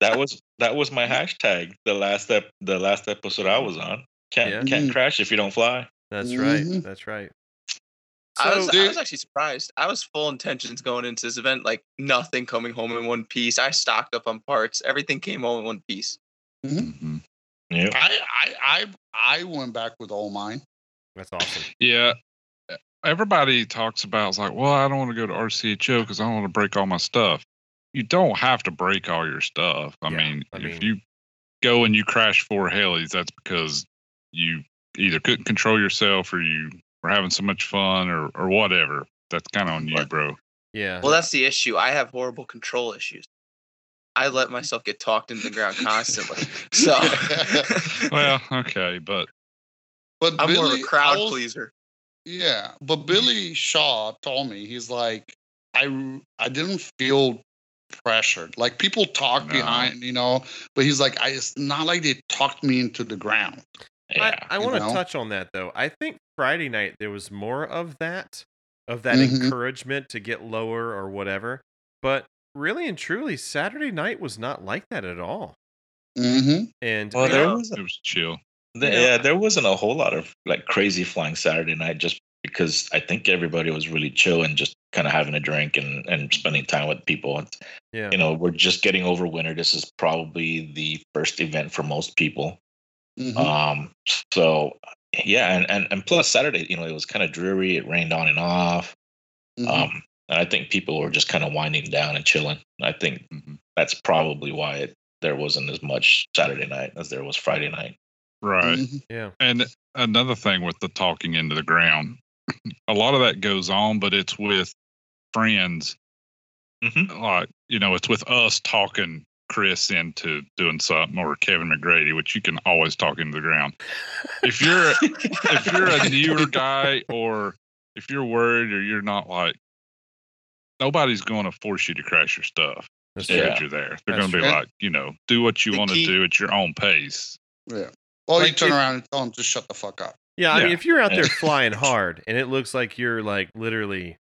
Speaker 4: That was that was my hashtag. The last ep- the last episode I was on. Can't
Speaker 1: Yeah.
Speaker 4: can't crash if you don't fly.
Speaker 1: That's right.
Speaker 2: Mhm.
Speaker 1: That's right.
Speaker 3: I was I
Speaker 2: dude-
Speaker 3: was actually surprised. I was full intentions going into this event, like nothing coming home in one piece. I stocked up on parts. Everything came home in one piece.
Speaker 5: Mhm.
Speaker 4: Yeah.
Speaker 2: I, I I I went back with all mine.
Speaker 1: That's awesome.
Speaker 5: Yeah. Everybody talks about it's like, well, I don't want to go to RCHO because I don't want to break all my stuff. You don't have to break all your stuff. I
Speaker 1: Yeah,
Speaker 5: mean,
Speaker 1: I mean-
Speaker 5: if you go and you crash four helis, that's because you either couldn't control yourself or you were having so much fun or, or whatever. That's kind of on you,
Speaker 2: Right.
Speaker 5: bro.
Speaker 1: Yeah.
Speaker 5: Uh-huh.
Speaker 3: Well, that's the issue. I have horrible control issues. I
Speaker 5: Mm.
Speaker 3: let myself get talked into the ground constantly. So
Speaker 5: Well, okay, but
Speaker 2: but
Speaker 3: I'm more of
Speaker 2: Billy
Speaker 3: a crowd
Speaker 2: also-
Speaker 3: pleaser.
Speaker 2: Yeah,
Speaker 3: Mm-hmm.
Speaker 2: but Billy Shaw told me he's like I I didn't feel pressured. Like people talk
Speaker 5: No.
Speaker 2: behind, you know, but he's like I it's not like they talked me into the ground.
Speaker 4: Yeah.
Speaker 1: I, I
Speaker 2: you
Speaker 1: want to
Speaker 2: know?
Speaker 1: touch on that though. I think Friday night there was more of that, of that
Speaker 2: Mhm.
Speaker 1: encouragement to get lower or whatever. But really and truly, Saturday night was not like that at all.
Speaker 2: Mm-hmm.
Speaker 1: And uh,
Speaker 4: Well,
Speaker 1: you know,
Speaker 4: there
Speaker 3: Yeah.
Speaker 4: was
Speaker 5: it was chill.
Speaker 4: Th-
Speaker 1: You know?
Speaker 4: yeah, there wasn't a whole lot of like crazy flying Saturday night just because I think everybody was really chill and just kind of having a drink and, and spending time with people. And,
Speaker 1: yeah,
Speaker 4: you know, we're just getting over winter. This is probably the first event for most people.
Speaker 2: mm-hmm,
Speaker 3: Uh,
Speaker 4: Um, so yeah, and, and, and plus Saturday, you know, it was kind of dreary. It rained on and off.
Speaker 2: mm-hmm,
Speaker 4: Um, and I think people were just kind of winding down and chilling. I think
Speaker 5: Mhm.
Speaker 4: that's probably why it, there wasn't as much Saturday night as there was Friday night.
Speaker 5: Right.
Speaker 2: mm-hmm,
Speaker 1: yeah,
Speaker 5: And another thing with the talking into the ground, a lot of that goes on, but it's with friends.
Speaker 4: Mhm.
Speaker 5: Like, you know, it's with us talking Chris into doing something or Kevin McGrady, which you can always talk into the ground. If you're if you're a newer guy or if you're worried or you're not like nobody's going to force you to crash your stuff
Speaker 1: that's
Speaker 5: just
Speaker 1: true.
Speaker 5: because you're there. They're
Speaker 1: That's
Speaker 5: going to be
Speaker 2: true.
Speaker 5: like, you know, do what you
Speaker 3: The
Speaker 5: want to
Speaker 3: key-
Speaker 5: do at your own pace.
Speaker 2: Yeah. Or you
Speaker 1: Like,
Speaker 2: turn
Speaker 1: if-
Speaker 2: around and tell him to shut the fuck up.
Speaker 1: Yeah, I mean,
Speaker 5: Yeah.
Speaker 1: if you're out there
Speaker 4: Yeah.
Speaker 1: flying hard and it looks like you're like literally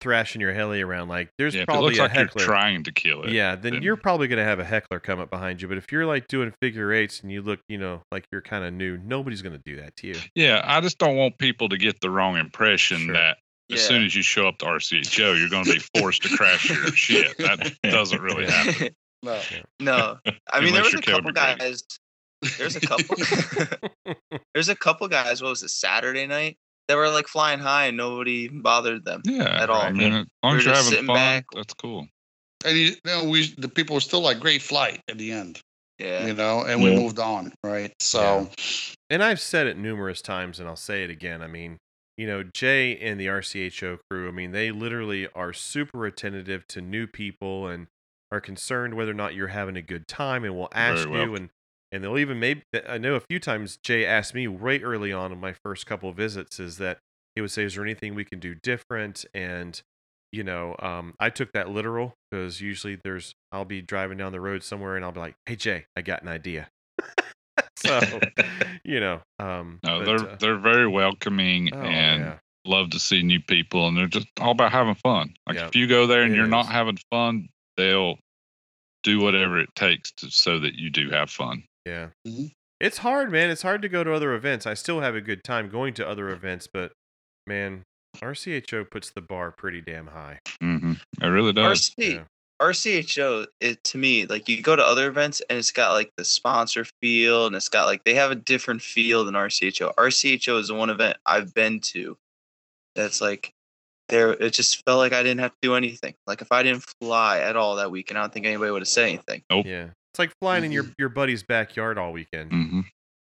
Speaker 1: thrashing your heli around, like there's
Speaker 5: Yeah, if it
Speaker 1: probably
Speaker 5: looks
Speaker 1: a
Speaker 5: like you're
Speaker 1: heckler.
Speaker 5: trying to kill it.
Speaker 1: yeah, then,
Speaker 5: then-
Speaker 1: you're probably gonna have a heckler come up behind you. But if you're like doing figure eights and you look, you know, like you're kind of new, nobody's gonna do that to you.
Speaker 5: Yeah, I just don't want people to get the wrong impression
Speaker 1: Sure.
Speaker 5: that As soon as you show up to RCHO, you're going to be forced to crash your shit. That doesn't really happen.
Speaker 2: No.
Speaker 3: No, I mean there
Speaker 5: Unless
Speaker 3: was
Speaker 5: you're
Speaker 3: a couple
Speaker 5: Kevin McCready.
Speaker 3: guys. There's a couple. there's a couple guys. What was it? Saturday night that were like flying high and nobody bothered them.
Speaker 5: Yeah,
Speaker 3: At all.
Speaker 5: I mean, as long
Speaker 3: We're
Speaker 5: as you're
Speaker 3: just
Speaker 5: having
Speaker 3: sitting
Speaker 5: fun,
Speaker 3: back.
Speaker 5: that's cool.
Speaker 2: And you, know, we the people were still like great flight at the end,
Speaker 3: Yeah,
Speaker 2: you know, and we
Speaker 4: Yeah.
Speaker 2: moved on, right? So
Speaker 1: and I've said it numerous times and I'll say it again. I mean, you know, Jay and the RCHO crew, I mean, they literally are super attentive to new people and are concerned whether or not you're having a good time and will ask
Speaker 5: well.
Speaker 1: you and and they'll even maybe I know a few times Jay asked me right early on in my first couple of visits is that he would say, "Is there anything we can do different?" And you know, um, I took that literal because usually there's I'll be driving down the road somewhere and I'll be like, "Hey Jay, I got an idea." so you know, um,
Speaker 5: No,
Speaker 1: but,
Speaker 5: they're
Speaker 1: uh,
Speaker 5: they're very welcoming
Speaker 1: oh,
Speaker 5: and
Speaker 1: yeah.
Speaker 5: love to see new people, and they're just all about having fun. Like
Speaker 1: Yeah,
Speaker 5: if you go there and
Speaker 1: it
Speaker 5: you're not
Speaker 1: is.
Speaker 5: having fun, they'll do whatever it takes to, so that you do have fun.
Speaker 1: Yeah.
Speaker 2: Mhm.
Speaker 1: It's hard, man. It's hard to go to other events. I still have a good time going to other events, but man, RCHO puts the bar pretty damn high.
Speaker 5: hmm It really does.
Speaker 3: RC
Speaker 1: Yeah.
Speaker 3: RCHO it to me like you go to other events and it's got like the sponsor feel and it's got like they have a different feel than RCHO. RCHO is the one event I've been to that's like there it just felt like I didn't have to do anything. Like if I didn't fly at all that weekend, I don't think anybody would have said anything.
Speaker 5: Nope.
Speaker 1: Yeah. It's like flying in your, your buddy's backyard all weekend.
Speaker 5: hmm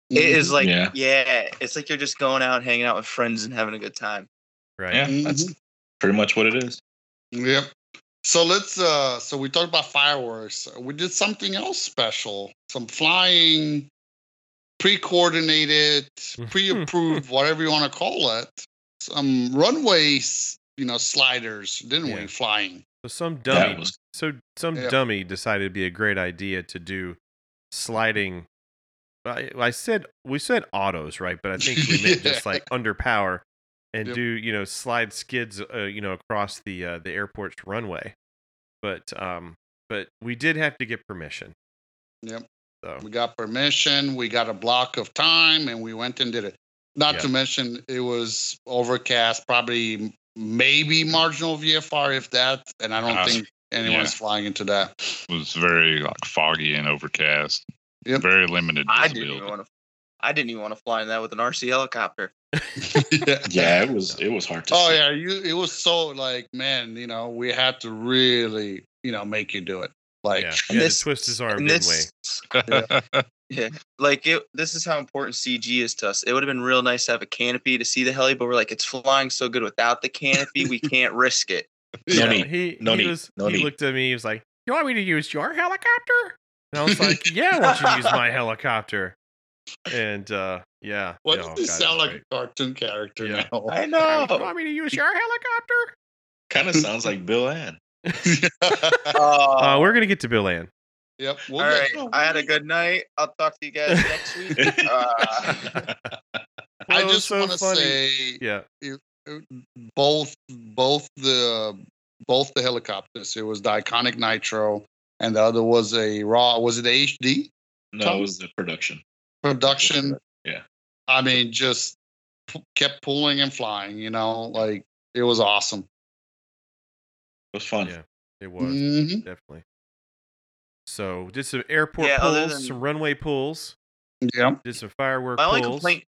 Speaker 3: It
Speaker 2: mm-hmm.
Speaker 3: is like
Speaker 4: Yeah.
Speaker 3: yeah. it's like you're just going out and hanging out with friends and having a good time.
Speaker 1: Right.
Speaker 4: Yeah, that's pretty much what it is.
Speaker 2: Yep. So let's uh so we talked about fireworks. We did something else special. Some flying pre-coordinated, pre-approved, whatever you want to call it. Some runways, you know, sliders, didn't
Speaker 1: Yeah.
Speaker 2: we? Flying.
Speaker 1: So some dummy
Speaker 4: That was
Speaker 1: so some
Speaker 2: Yeah.
Speaker 1: dummy decided it'd be a great idea to do sliding I, I said we said autos, right? But I think we meant just
Speaker 2: Yeah.
Speaker 1: like under power and
Speaker 2: Yep.
Speaker 1: do, you know, slide skids uh, you know across the uh, the airport's runway. But um but we did have to get permission.
Speaker 2: Yep.
Speaker 1: So
Speaker 2: We got permission, we got a block of time, and we went and did it. Not to
Speaker 1: Yeah.
Speaker 2: mention it was overcast, probably maybe marginal VFR, if that. And I don't
Speaker 5: Uh,
Speaker 2: think anyone's flying into that.
Speaker 5: Was very like foggy and overcast.
Speaker 2: Yep.
Speaker 5: Very limited
Speaker 3: I didn't even
Speaker 5: visibility.
Speaker 3: want to I didn't even want to fly in that with an RC helicopter.
Speaker 2: yeah.
Speaker 4: Yeah, it was it was hard to
Speaker 2: Oh
Speaker 4: see.
Speaker 2: yeah, you it was so like, man, you know, we had to really, you know, make you do it. Like
Speaker 1: yeah, he
Speaker 2: yeah.
Speaker 1: had to twist his arm,
Speaker 3: and
Speaker 1: didn't we?
Speaker 3: this- like it this is how important CG is to us. It would have been real nice to have a canopy to see the heli, but we're like, it's flying so good without the canopy, we can't risk it.
Speaker 4: No
Speaker 1: Yeah,
Speaker 4: need.
Speaker 1: He,
Speaker 4: No
Speaker 1: he,
Speaker 4: need.
Speaker 1: was,
Speaker 4: No
Speaker 1: he
Speaker 4: need.
Speaker 1: looked at me. He was like, "You want me to use your helicopter?" And I was like, "Yeah, why don't you use my helicopter?" And uh, yeah,
Speaker 2: Why
Speaker 1: no,
Speaker 2: does this
Speaker 1: God, it
Speaker 2: sound
Speaker 1: was
Speaker 2: like a cartoon character
Speaker 1: Yeah.
Speaker 2: now?
Speaker 3: I
Speaker 1: great. You want me to use your helicopter?
Speaker 4: Kind of sounds like Bill Ann.
Speaker 2: Oh.
Speaker 1: Uh, we're gonna get to Bill Ann.
Speaker 2: yep. We'll
Speaker 3: "Oh, all
Speaker 2: get-
Speaker 3: right. I had a good night. I'll talk to you guys next week. Uh,
Speaker 2: I
Speaker 1: Oh,
Speaker 2: just
Speaker 1: so
Speaker 2: want to
Speaker 1: funny.
Speaker 2: say
Speaker 1: Yeah,
Speaker 2: both both the both the helicopters. It was the iconic Nitro, and the other was a raw. Was it HD
Speaker 4: No, it was the production.
Speaker 2: production?
Speaker 4: Yeah.
Speaker 2: I mean, just p- kept pulling and flying. You know, like it was awesome.
Speaker 4: It was fun. Mm.
Speaker 1: Yeah. it was
Speaker 2: Mhm.
Speaker 1: definitely. So did some airport
Speaker 3: Yeah, other
Speaker 1: pulls,
Speaker 3: than-
Speaker 1: some runway pulls,
Speaker 2: Yeah.
Speaker 1: did some firework
Speaker 3: my only
Speaker 1: pulls.
Speaker 3: complaint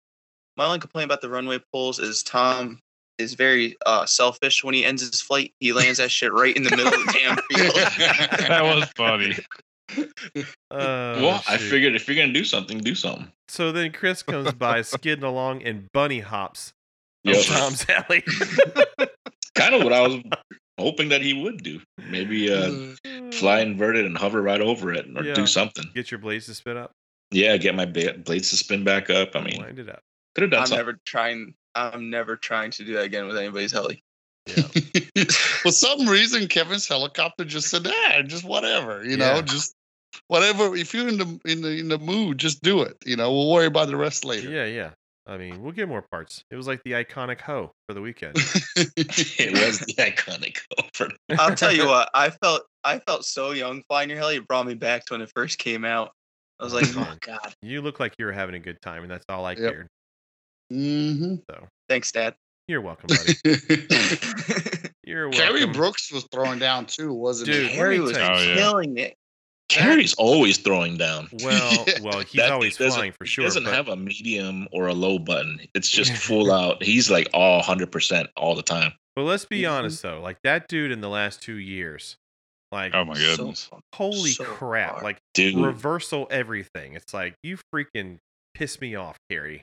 Speaker 3: my only complaint about the runway pulls is Tom is very uh, selfish when he ends his flight. He lands that shit right in the middle of the damn field.
Speaker 5: that was funny.
Speaker 1: Uh,
Speaker 4: well, I
Speaker 1: shoot.
Speaker 4: figured if you're gonna do something, do something.
Speaker 1: So then Chris comes by skidding along and bunny hops up
Speaker 4: Yeah,
Speaker 1: Tom's alley.
Speaker 4: kind of what I was hoping that he would do. Maybe uh, fly inverted and hover right over it, or
Speaker 1: Mm. Yeah.
Speaker 4: do something.
Speaker 1: Get your blades to spin up.
Speaker 4: Yeah, get my ba- blades to spin back up.
Speaker 1: Oh
Speaker 4: I mean,
Speaker 1: wind it up.
Speaker 4: could have done
Speaker 3: I'm
Speaker 4: something.
Speaker 3: never trying I'm never trying to do that again with anybody's heli.
Speaker 2: For some reason, Kevin's helicopter just said, "Ah, just whatever," you know,
Speaker 1: Yeah.
Speaker 2: just whatever. If you're in the in the in the mood, just do it. You know, we'll worry about the rest later.
Speaker 1: Yeah, yeah. I mean, we'll get more parts. It was like the iconic hoe for the weekend.
Speaker 4: it was the iconic over.
Speaker 3: I'll tell you what, I felt I felt so young flying your heli. It brought me back to when it first came out. I was like, oh
Speaker 1: Man.
Speaker 3: god,
Speaker 1: you look like you were having a good time, and that's all I
Speaker 2: Yep.
Speaker 1: cared.
Speaker 2: Mhm.
Speaker 3: thanks, Dad.
Speaker 1: You're welcome, buddy. You're welcome.
Speaker 2: Carrie Brooks was throwing down too, wasn't
Speaker 1: Dude,
Speaker 2: he?
Speaker 3: Harry
Speaker 1: let me
Speaker 3: was
Speaker 1: tell
Speaker 5: you. Oh, yeah.
Speaker 3: killing it.
Speaker 4: Carrie's always throwing down.
Speaker 1: Well,
Speaker 2: Yeah.
Speaker 1: well, he's
Speaker 4: That
Speaker 1: always
Speaker 4: doesn't-
Speaker 1: flying for
Speaker 4: he
Speaker 1: sure.
Speaker 4: doesn't
Speaker 1: but-
Speaker 4: have a medium or a low button. It's just full out. He's like all 100% all the time.
Speaker 1: But let's be
Speaker 3: Mhm.
Speaker 1: honest though, like that dude in the last two years, like
Speaker 5: Oh my
Speaker 4: So-
Speaker 5: goodness.
Speaker 1: holy
Speaker 3: so
Speaker 1: crap,
Speaker 3: hard.
Speaker 1: like
Speaker 4: Dude,
Speaker 1: reversal everything. It's like you freaking piss me off, Carrie.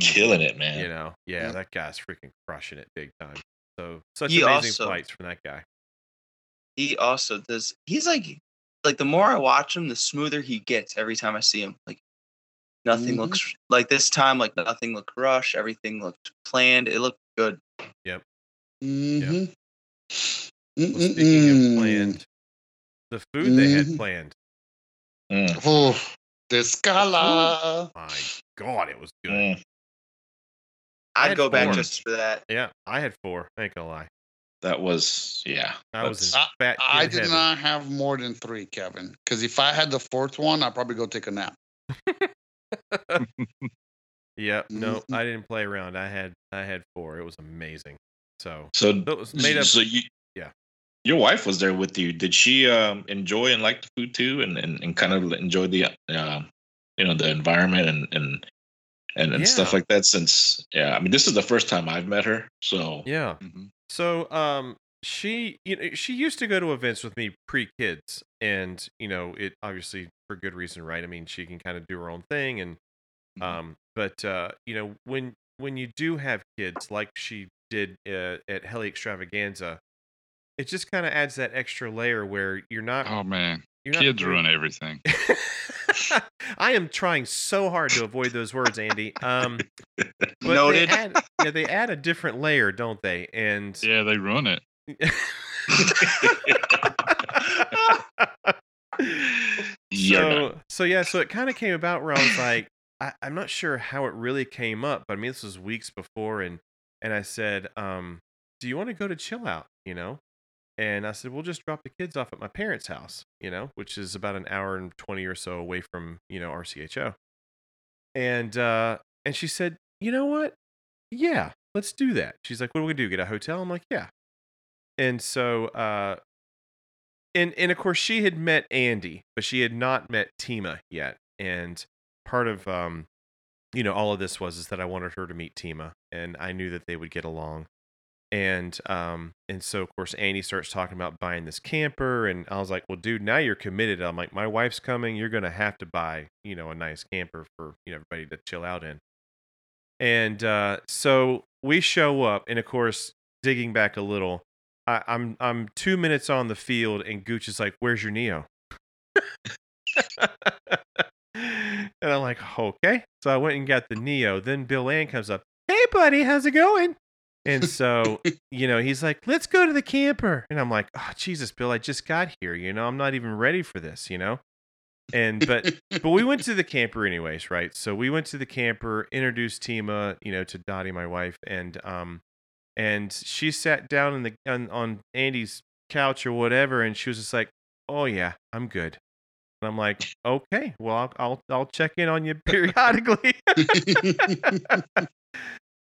Speaker 4: killing it, man.
Speaker 1: You know, yeah,
Speaker 2: Yeah.
Speaker 1: that guy's freaking crushing it big time. So such
Speaker 3: He
Speaker 1: amazing
Speaker 3: also-
Speaker 1: flights from that guy.
Speaker 3: He also does. He's like, like the more I watch him, the smoother he gets every time I see him. Like nothing
Speaker 2: Mhm.
Speaker 3: looks like this time. Like nothing looked rushed. Everything looked planned. It looked good.
Speaker 2: Mm-hmm.
Speaker 1: Well, speaking of planned, the food they had
Speaker 2: Mhm.
Speaker 1: planned,
Speaker 4: Mm,
Speaker 2: Oh, the Scala.
Speaker 1: my god, it was good.
Speaker 4: mm.
Speaker 1: I
Speaker 3: I'd
Speaker 1: had
Speaker 3: go back
Speaker 1: four.
Speaker 3: just for that.
Speaker 1: Yeah, I had four. I ain't gonna lie,
Speaker 4: That was, yeah.
Speaker 1: I was in
Speaker 2: That's-
Speaker 1: fat.
Speaker 2: I
Speaker 1: kid
Speaker 2: did
Speaker 1: heaven.
Speaker 2: not have more than three, Kevin. Because if I had the fourth one, I'd probably go take a nap.
Speaker 1: Yep. No,
Speaker 2: Mhm.
Speaker 1: I didn't play around. I had I had four. It was amazing. So
Speaker 4: So,
Speaker 1: that was made up.
Speaker 4: so you,
Speaker 1: Yeah.
Speaker 4: Your wife was there with you. Did she um, enjoy and like the food too, and, and, and kind of enjoy the, uh, you know, the environment and and and, and stuff
Speaker 1: Yeah.
Speaker 4: like that? Since yeah, I mean, this is the first time I've met her, so
Speaker 1: Yeah.
Speaker 5: Mhm.
Speaker 1: So um, she you know she used to go to events with me pre kids, and you know it obviously for good reason, right? I mean, she can kind of do her own thing, and
Speaker 5: Mhm.
Speaker 1: um, but uh, you know when when you do have kids, like she did uh, at Heli Extravaganza, it just kind of adds that extra layer where you're not
Speaker 5: Oh man,
Speaker 1: you're
Speaker 5: kids
Speaker 1: not,
Speaker 5: ruin everything.
Speaker 1: I am trying so hard to avoid those words, Andy. Um, but
Speaker 3: Noted.
Speaker 1: They add, yeah, they add a different layer, don't they? And
Speaker 5: Yeah, they ruin it.
Speaker 4: You're not-
Speaker 1: so, so yeah, so it kind of came about where I was like, I, I'm not sure how it really came up, but I mean, this was weeks before, and and I said, um, do you want to go to chill out? You know, and I said, we'll just drop the kids off at my parents' house, you know, which is about an hour and twenty or so away from you know RCHO, and uh, and she said, you know what? Yeah, let's do that. She's like, what do we do? Get a hotel? I'm like, yeah. And so, uh, and and of course, she had met Andy, but she had not met Tima yet. And part of um, you know, all of this was is that I wanted her to meet Tima, and I knew that they would get along. And um, and so of course, Andy starts talking about buying this camper, and I was like, well, dude, now you're committed. I'm like, my wife's coming. You're gonna have to buy, you know, a nice camper for you know everybody to chill out in. And uh, so we show up, and of course, digging back a little, I, I'm I'm two minutes on the field, and Gooch is like, "Where's your Neo?" and I'm like, "Okay." So I went and got the Neo. Then Bill Land comes up, "Hey, buddy, how's it going?" And so you know, he's like, "Let's go to the camper," and I'm like, "Oh, Jesus, Bill, I just got here. You know, I'm not even ready for this. You know." And but but we went to the camper anyways, right? So we went to the camper, introduced Tima, you know, to Dottie, my wife, and um, and she sat down in the on, on Andy's couch or whatever, and she was just like, "Oh yeah, I'm good." And I'm like, "Okay, well, I'll I'll, I'll check in on you periodically."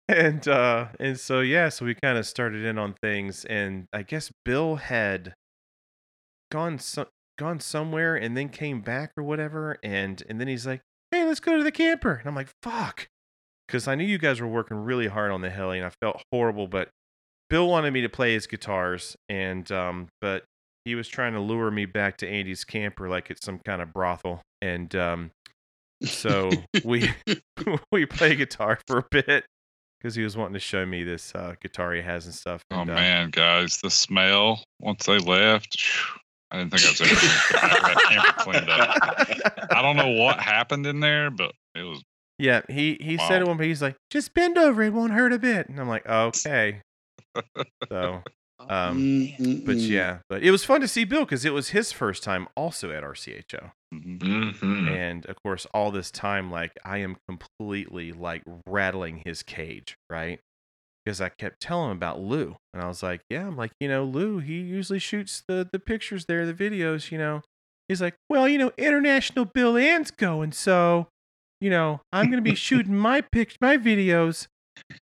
Speaker 1: and uh and so yeah so we kind of started in on things and i guess bill had gone so- gone somewhere and then came back or whatever and and then he's like hey let's go to the camper and i'm like fuck because i knew you guys were working really hard on the heli and i felt horrible but bill wanted me to play his guitars and um but he was trying to lure me back to andy's camper like it's some kind of brothel and um so we we play guitar for a bit because he was wanting to show me this uh, guitar he has and stuff.
Speaker 5: Oh
Speaker 1: and, uh,
Speaker 5: man, guys, the smell once they left. phew, I didn't think I was ever gonna get that camper cleaned up. I don't know what happened in there, but it was
Speaker 1: yeah, he he said it
Speaker 5: Wow.
Speaker 1: one, but he's like, just bend over, it won't hurt a bit, and I'm like, okay. so, um,
Speaker 2: Mm-hmm. Hmm.
Speaker 1: but yeah, but it was fun to see Bill because it was his first time also at RCHO,
Speaker 5: mhm.
Speaker 4: Mhm.
Speaker 1: and of course, all this time, like I am completely like rattling his cage, right? Because I kept telling him about Lou, and I was like, yeah, I'm like, you know, Lou, he usually shoots the the pictures there, the videos, you know. He's like, well, you know, International Bill Ann's going, so, you know, I'm gonna be shooting my pic, my videos,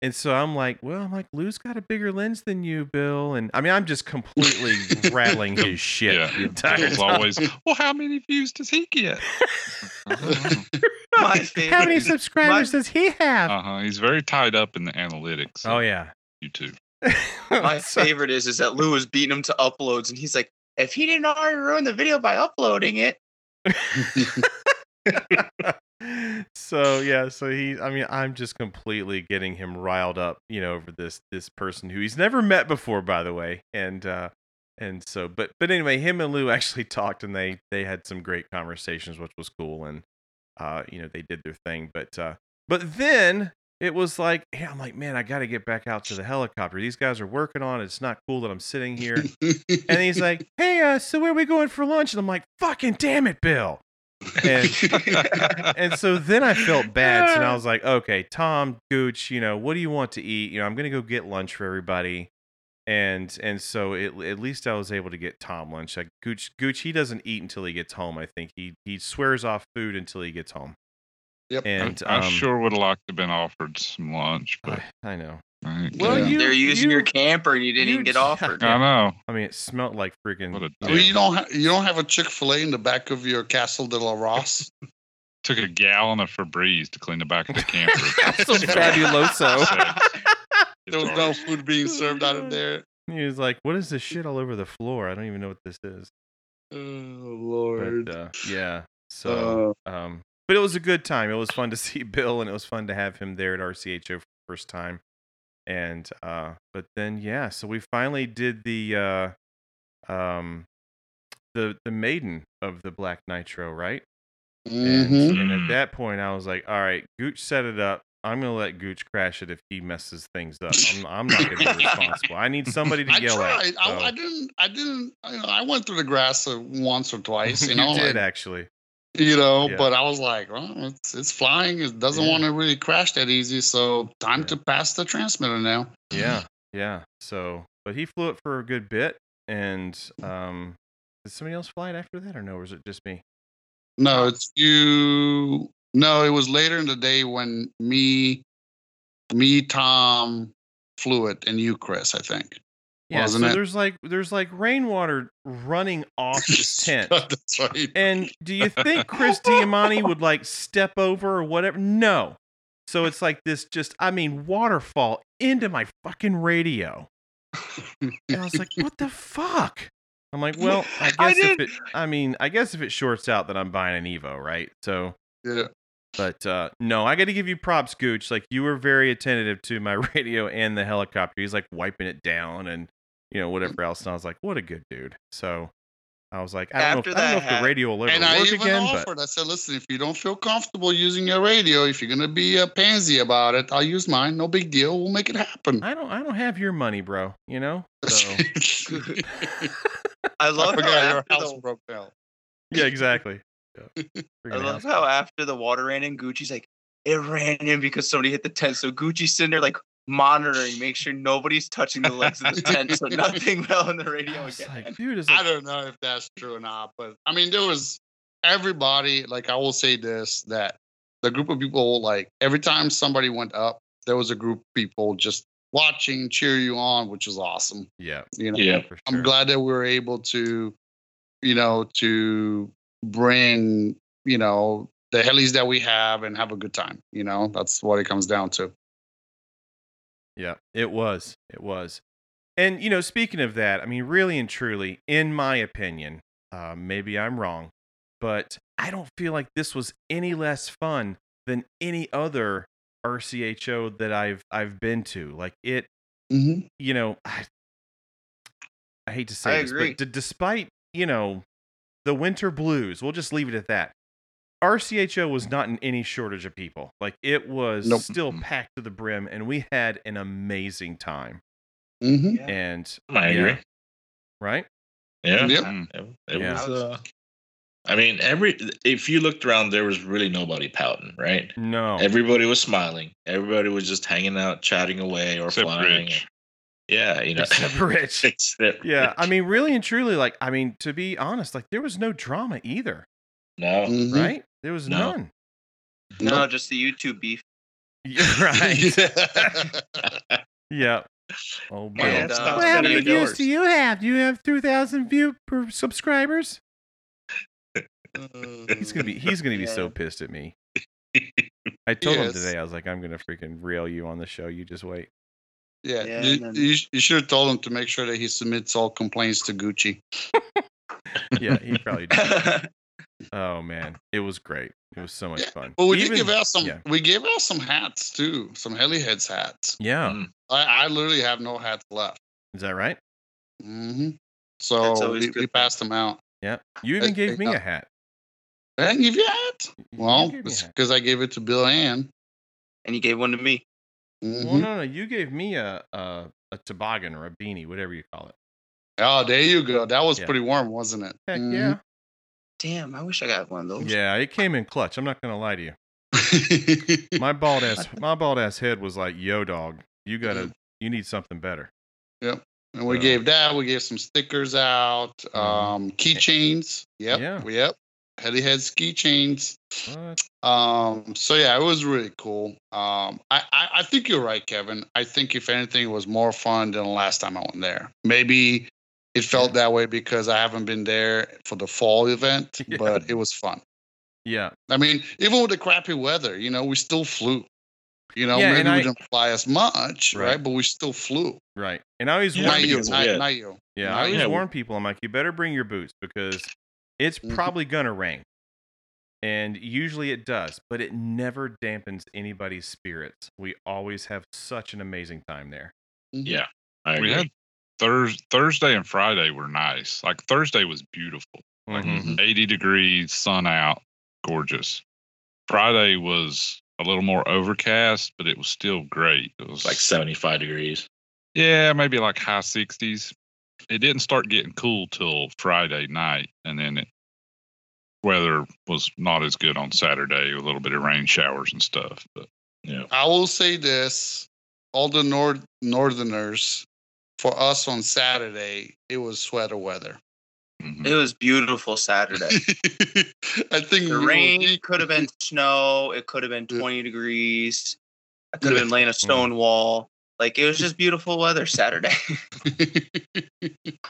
Speaker 1: And so I'm like, well, I'm like, Lou's got a bigger lens than you, Bill. And I mean, I'm just completely rattling his shit
Speaker 5: Yeah.
Speaker 1: the entire
Speaker 5: It's
Speaker 1: time.
Speaker 5: always, well, how many views does he get? uh
Speaker 3: My
Speaker 1: How many
Speaker 3: favorite-
Speaker 1: subscribers does he have?
Speaker 5: huh. Uh-huh. He's very tied up in the analytics.
Speaker 1: oh
Speaker 5: Oh,
Speaker 1: yeah.
Speaker 5: YouTube.
Speaker 3: My
Speaker 1: So-
Speaker 3: favorite is is that Lou was beating him to uploads, and he's like, if he didn't already ruin the video by uploading it,
Speaker 1: so yeah, so he I mean, I'm just completely getting him riled up, you know, over this this person who he's never met before, by the way. And uh and so but but anyway, him and Lou actually talked and they they had some great conversations, which was cool and uh, you know, they did their thing. But uh but then it was like, yeah, I'm like, man, I gotta get back out to the helicopter. These guys are working on it. It's not cool that I'm sitting here. And he's like, "Hey, uh, so where are we going for lunch?" And I'm like, "Fucking damn it, Bill!" And and so then I felt bad, and I was like, "Okay, Tom Gooch, you know, what do you want to eat? You know, I'm gonna go get lunch for everybody." And and so it, at least I was able to get Tom lunch. Like Gooch, Gooch, he doesn't eat until he gets home. I think he he swears off food until he gets home.
Speaker 2: Yep.
Speaker 1: And
Speaker 5: I, I
Speaker 1: um,
Speaker 5: sure would have liked to have been offered some lunch, but
Speaker 1: I, I know.
Speaker 5: I ain't
Speaker 1: Well,
Speaker 5: getting it.
Speaker 1: you-
Speaker 3: they're using
Speaker 1: you-
Speaker 3: your camper, and you didn't
Speaker 1: you
Speaker 3: even get
Speaker 1: just-
Speaker 3: offered.
Speaker 5: I know.
Speaker 1: I mean, it smelled like freaking.
Speaker 5: What a
Speaker 1: you
Speaker 2: Well,
Speaker 1: know,
Speaker 2: you don't ha- you don't have a Chick Fil A in the back of your Castle de la Ross.
Speaker 5: Took a gallon of Febreze to clean the back of the camper.
Speaker 1: so fabuloso.
Speaker 5: It's
Speaker 2: There was no
Speaker 5: ours.
Speaker 2: food being served out of there.
Speaker 1: He was like, "What is this shit all over the floor? I don't even know what this is."
Speaker 2: Oh
Speaker 1: But
Speaker 2: Lord.
Speaker 1: uh, yeah, so
Speaker 2: Uh,
Speaker 1: um, but it was a good time. It was fun to see Bill, and it was fun to have him there at RCHO for the first time. And uh, but then yeah, so we finally did the uh, um, the the maiden of the Black Nitro, right? And,
Speaker 2: Mhm.
Speaker 1: and at
Speaker 5: Mhm.
Speaker 1: that point, I was like, all right, Gooch set it up. I'm gonna let Gooch crash it if he messes things up. I'm, I'm not gonna be responsible. I need somebody to
Speaker 2: I
Speaker 1: yell
Speaker 2: tried.
Speaker 1: at.
Speaker 2: I,
Speaker 1: so-
Speaker 2: I didn't. I didn't. You know, I went through the grass uh, once or twice. You
Speaker 1: you
Speaker 2: know,
Speaker 1: did
Speaker 2: like,
Speaker 1: actually.
Speaker 2: you know.
Speaker 1: Yeah.
Speaker 2: But I was like, well, it's it's flying. It doesn't
Speaker 1: Yeah.
Speaker 2: want to really crash that easy. So time
Speaker 1: Yeah.
Speaker 2: to pass the transmitter now.
Speaker 1: Yeah, yeah. So, but he flew it for a good bit, and um, did somebody else fly it after that, or no? Or was it just me?
Speaker 2: No, it's you. No, it was later in the day when me, me, Tom flew it, and you, Chris, I think.
Speaker 1: Yeah.
Speaker 2: Wasn't
Speaker 1: so
Speaker 2: it?
Speaker 1: there's like there's like rainwater running off his tent.
Speaker 2: That's right.
Speaker 1: And do you think Chris Diamante would like step over or whatever? No. So it's like this just, I mean, waterfall into my fucking radio. And I was like, what the fuck? I'm like, well, I
Speaker 3: I
Speaker 1: guess if it, I mean, I guess if it shorts out, then I'm buying an Evo, right? So,
Speaker 2: Yeah.
Speaker 1: but uh, no, I got to give you props, Gooch. Like, you were very attentive to my radio and the helicopter. He's like wiping it down and, you know, whatever else. And I was like, what a good dude. So I was like, I don't,
Speaker 3: After
Speaker 1: know, if, I don't
Speaker 3: that
Speaker 1: know if the
Speaker 3: hap-
Speaker 1: radio will ever
Speaker 2: And I
Speaker 1: work
Speaker 2: even
Speaker 1: again, but.
Speaker 2: offered. I said, "Listen, if you don't feel comfortable using your radio, if you're gonna be a pansy about it, I'll use mine. No big deal. We'll make it happen."
Speaker 1: I don't I don't have your money, bro. You know? So
Speaker 3: I
Speaker 2: I
Speaker 3: love how
Speaker 2: forgot your
Speaker 3: after
Speaker 2: house
Speaker 3: the,
Speaker 2: broke down.
Speaker 1: Yeah, exactly. Yeah.
Speaker 3: I
Speaker 1: Freaking
Speaker 3: love
Speaker 1: asshole.
Speaker 3: how after the water ran in, Gucci's like, it ran in because somebody hit the tent. So Gucci's sitting there like monitoring, make sure nobody's touching the legs of the tent, so nothing fell on the radio
Speaker 1: I was
Speaker 3: again.
Speaker 1: like, dude, is
Speaker 2: I
Speaker 1: like,
Speaker 2: don't know if that's true or not, but I mean, there was everybody. Like, I will say this: that the group of people, like every time somebody went up, there was a group of people just watching, cheer you on, which is awesome.
Speaker 1: yeah,
Speaker 2: You know,
Speaker 4: Yeah.
Speaker 1: for sure.
Speaker 2: I'm glad that we were able to, you know, to bring you know the helis that we have and have a good time. You know, that's what it comes down to.
Speaker 1: Yeah, it was. It was. And you know, speaking of that, I mean, really and truly, in my opinion, uh, maybe I'm wrong, but I don't feel like this was any less fun than any other RCHO that I've I've been to. Like it
Speaker 2: Mm-hmm.
Speaker 1: you know, I, I hate to say
Speaker 3: I
Speaker 1: this,
Speaker 3: agree.
Speaker 1: but d- despite you know the winter blues, we'll just leave it at that. RCHO was not in any shortage of people. Like it was
Speaker 2: Nope.
Speaker 1: still packed to the brim, and we had an amazing time.
Speaker 2: Mm-hmm.
Speaker 1: And
Speaker 4: I agree.
Speaker 1: right,
Speaker 4: Yeah.
Speaker 2: Yep.
Speaker 5: Mm.
Speaker 4: It, it
Speaker 1: Yeah.
Speaker 4: was. Uh, I mean, every if you looked around, there was really nobody pouting, right?
Speaker 1: no,
Speaker 4: Everybody was smiling. Everybody was just hanging out, chatting away, or
Speaker 5: Except
Speaker 4: flying.
Speaker 5: Rich.
Speaker 4: Yeah, you know.
Speaker 1: except Rich.
Speaker 4: Except
Speaker 1: Yeah,
Speaker 4: Rich.
Speaker 1: I mean, really and truly, like, I mean, to be honest, like, there was no drama either,
Speaker 4: no.
Speaker 2: Mhm.
Speaker 1: right? There was
Speaker 4: No.
Speaker 1: none.
Speaker 2: mm-hmm.
Speaker 3: No, just the YouTube beef.
Speaker 1: Yeah, right. yeah. Oh,
Speaker 4: Man,
Speaker 1: Bill.
Speaker 3: And,
Speaker 4: that's
Speaker 3: uh,
Speaker 4: not
Speaker 3: Well,
Speaker 4: better
Speaker 3: many
Speaker 4: than yours.
Speaker 3: views do
Speaker 1: you have? Do you have two thousand view per subscribers? He's gonna be he's gonna be so
Speaker 3: Yeah.
Speaker 1: pissed at me. I told him
Speaker 2: Yes.
Speaker 1: today. I was like, I'm gonna freaking rail you on the show. You just wait.
Speaker 2: Yeah,
Speaker 3: Yeah,
Speaker 2: you,
Speaker 3: and then-
Speaker 2: you, sh- you should have told him to make sure that he submits all complaints to Gucci.
Speaker 1: Yeah, he probably. Did. Oh man, it was great. It was so much
Speaker 2: Yeah,
Speaker 1: fun.
Speaker 2: But we
Speaker 1: Even-
Speaker 2: did give out some.
Speaker 1: yeah.
Speaker 2: We gave out some hats too. Some heli heads hats.
Speaker 1: Yeah,
Speaker 4: Mm.
Speaker 2: I, I literally have no hats left.
Speaker 1: is that right?
Speaker 2: hmm
Speaker 3: That's
Speaker 2: So
Speaker 3: always
Speaker 2: we,
Speaker 3: good.
Speaker 2: we passed them out.
Speaker 1: Yeah. You even
Speaker 2: That's
Speaker 1: gave
Speaker 2: big
Speaker 1: me
Speaker 2: up.
Speaker 1: a hat.
Speaker 2: I didn't give you a hat.
Speaker 1: You
Speaker 2: uh, Well,
Speaker 1: gave me a
Speaker 2: it's
Speaker 1: hat.
Speaker 2: because I gave it to Bill Ann.
Speaker 3: and you gave one to me.
Speaker 1: Well,
Speaker 2: Mhm.
Speaker 1: no, no, you gave me a, a a toboggan or a beanie, whatever you call it.
Speaker 2: Oh, there you go. That was
Speaker 1: Yeah.
Speaker 2: pretty warm, wasn't it?
Speaker 1: Heck
Speaker 2: Mhm.
Speaker 1: yeah.
Speaker 3: Damn, I wish I got one of those.
Speaker 1: Yeah, it came in clutch. I'm not gonna lie to you. My bald ass, my bald ass head was like, "Yo, dog, you
Speaker 2: Mm.
Speaker 1: gotta, you need something better."
Speaker 2: and we
Speaker 1: So-
Speaker 2: gave that. We gave some stickers out,
Speaker 1: Mhm.
Speaker 2: um, keychains. Yep.
Speaker 1: Yeah.
Speaker 2: Yep. Heady heads keychains.
Speaker 1: What?
Speaker 2: Um, so yeah, it was really cool. Um, I, I, I think you're right, Kevin. I think if anything, it was more fun than the last time I went there. Maybe it felt that way because I haven't been there for the fall event,
Speaker 1: Yeah.
Speaker 2: but it was fun.
Speaker 1: Yeah,
Speaker 2: I mean, even with the crappy weather, you know, we still flew. You know,
Speaker 1: Yeah,
Speaker 2: maybe
Speaker 1: and
Speaker 2: we
Speaker 1: I-
Speaker 2: didn't fly as much,
Speaker 1: Right.
Speaker 2: right? But we still flew.
Speaker 1: right. And I always
Speaker 4: Yeah,
Speaker 1: warn
Speaker 2: not you,
Speaker 1: people.
Speaker 4: because-
Speaker 2: not,
Speaker 4: yeah.
Speaker 2: not you.
Speaker 1: yeah,
Speaker 2: no,
Speaker 1: I always
Speaker 4: yeah.
Speaker 1: warn people. I'm like, you better bring your boots because it's
Speaker 2: Mhm.
Speaker 1: probably gonna rain, and usually it does, but it never dampens anybody's spirits. We always have such an amazing time there.
Speaker 2: Mm-hmm.
Speaker 4: Yeah, I
Speaker 5: we
Speaker 4: agree.
Speaker 5: had Thursday, Thursday and Friday were nice. Like Thursday was beautiful, like
Speaker 4: Mm-hmm.
Speaker 1: Mhm.
Speaker 5: 80 degrees, sun out, gorgeous. Friday was a little more overcast, but it was still great. It was
Speaker 4: It's like 75 degrees.
Speaker 5: yeah, maybe like high 60s. It didn't start getting cool till Friday night, and then it weather was not as good on Saturday. A little bit of rain showers and stuff, but
Speaker 4: Yeah.
Speaker 2: I will say this: all the nor- northerners, for us on Saturday, it was sweater weather.
Speaker 5: mhm.
Speaker 3: It was beautiful Saturday.
Speaker 2: I think we
Speaker 3: The
Speaker 2: were-
Speaker 3: rain could have been snow. It could have been
Speaker 2: Yeah.
Speaker 3: 20 degrees. I could have been laying a stone wall. Like it was just beautiful weather Saturday.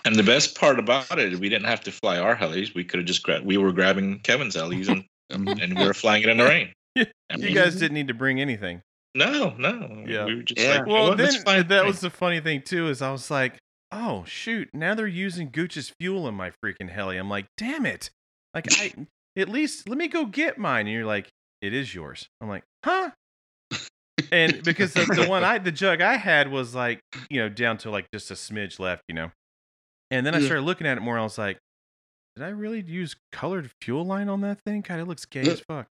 Speaker 4: And the best part about it, we didn't have to fly our helis. We could have just grabbed, we were grabbing Kevin's helis and,
Speaker 5: Mhm.
Speaker 4: and we were flying it in the rain. I
Speaker 1: You
Speaker 4: mean,
Speaker 1: guys didn't need to bring anything.
Speaker 4: no, no.
Speaker 1: Yeah.
Speaker 4: We were just
Speaker 3: Yeah.
Speaker 4: like,
Speaker 1: Well,
Speaker 4: well,
Speaker 1: then
Speaker 4: let's fly it in the
Speaker 1: that
Speaker 4: rain.
Speaker 1: was the funny thing too is I was like, oh shoot, now they're using Gooch's fuel in my freaking heli. I'm like, damn it! Like I at least let me go get mine. And you're like, it is yours. I'm like, huh? And because the, the one I the jug I had was like you know down to like just a smidge left, you know. And then I
Speaker 2: Yeah.
Speaker 1: started looking at it more. I was like, did I really use colored fuel line on that thing? God, it looks
Speaker 2: Uh
Speaker 1: gay as fuck.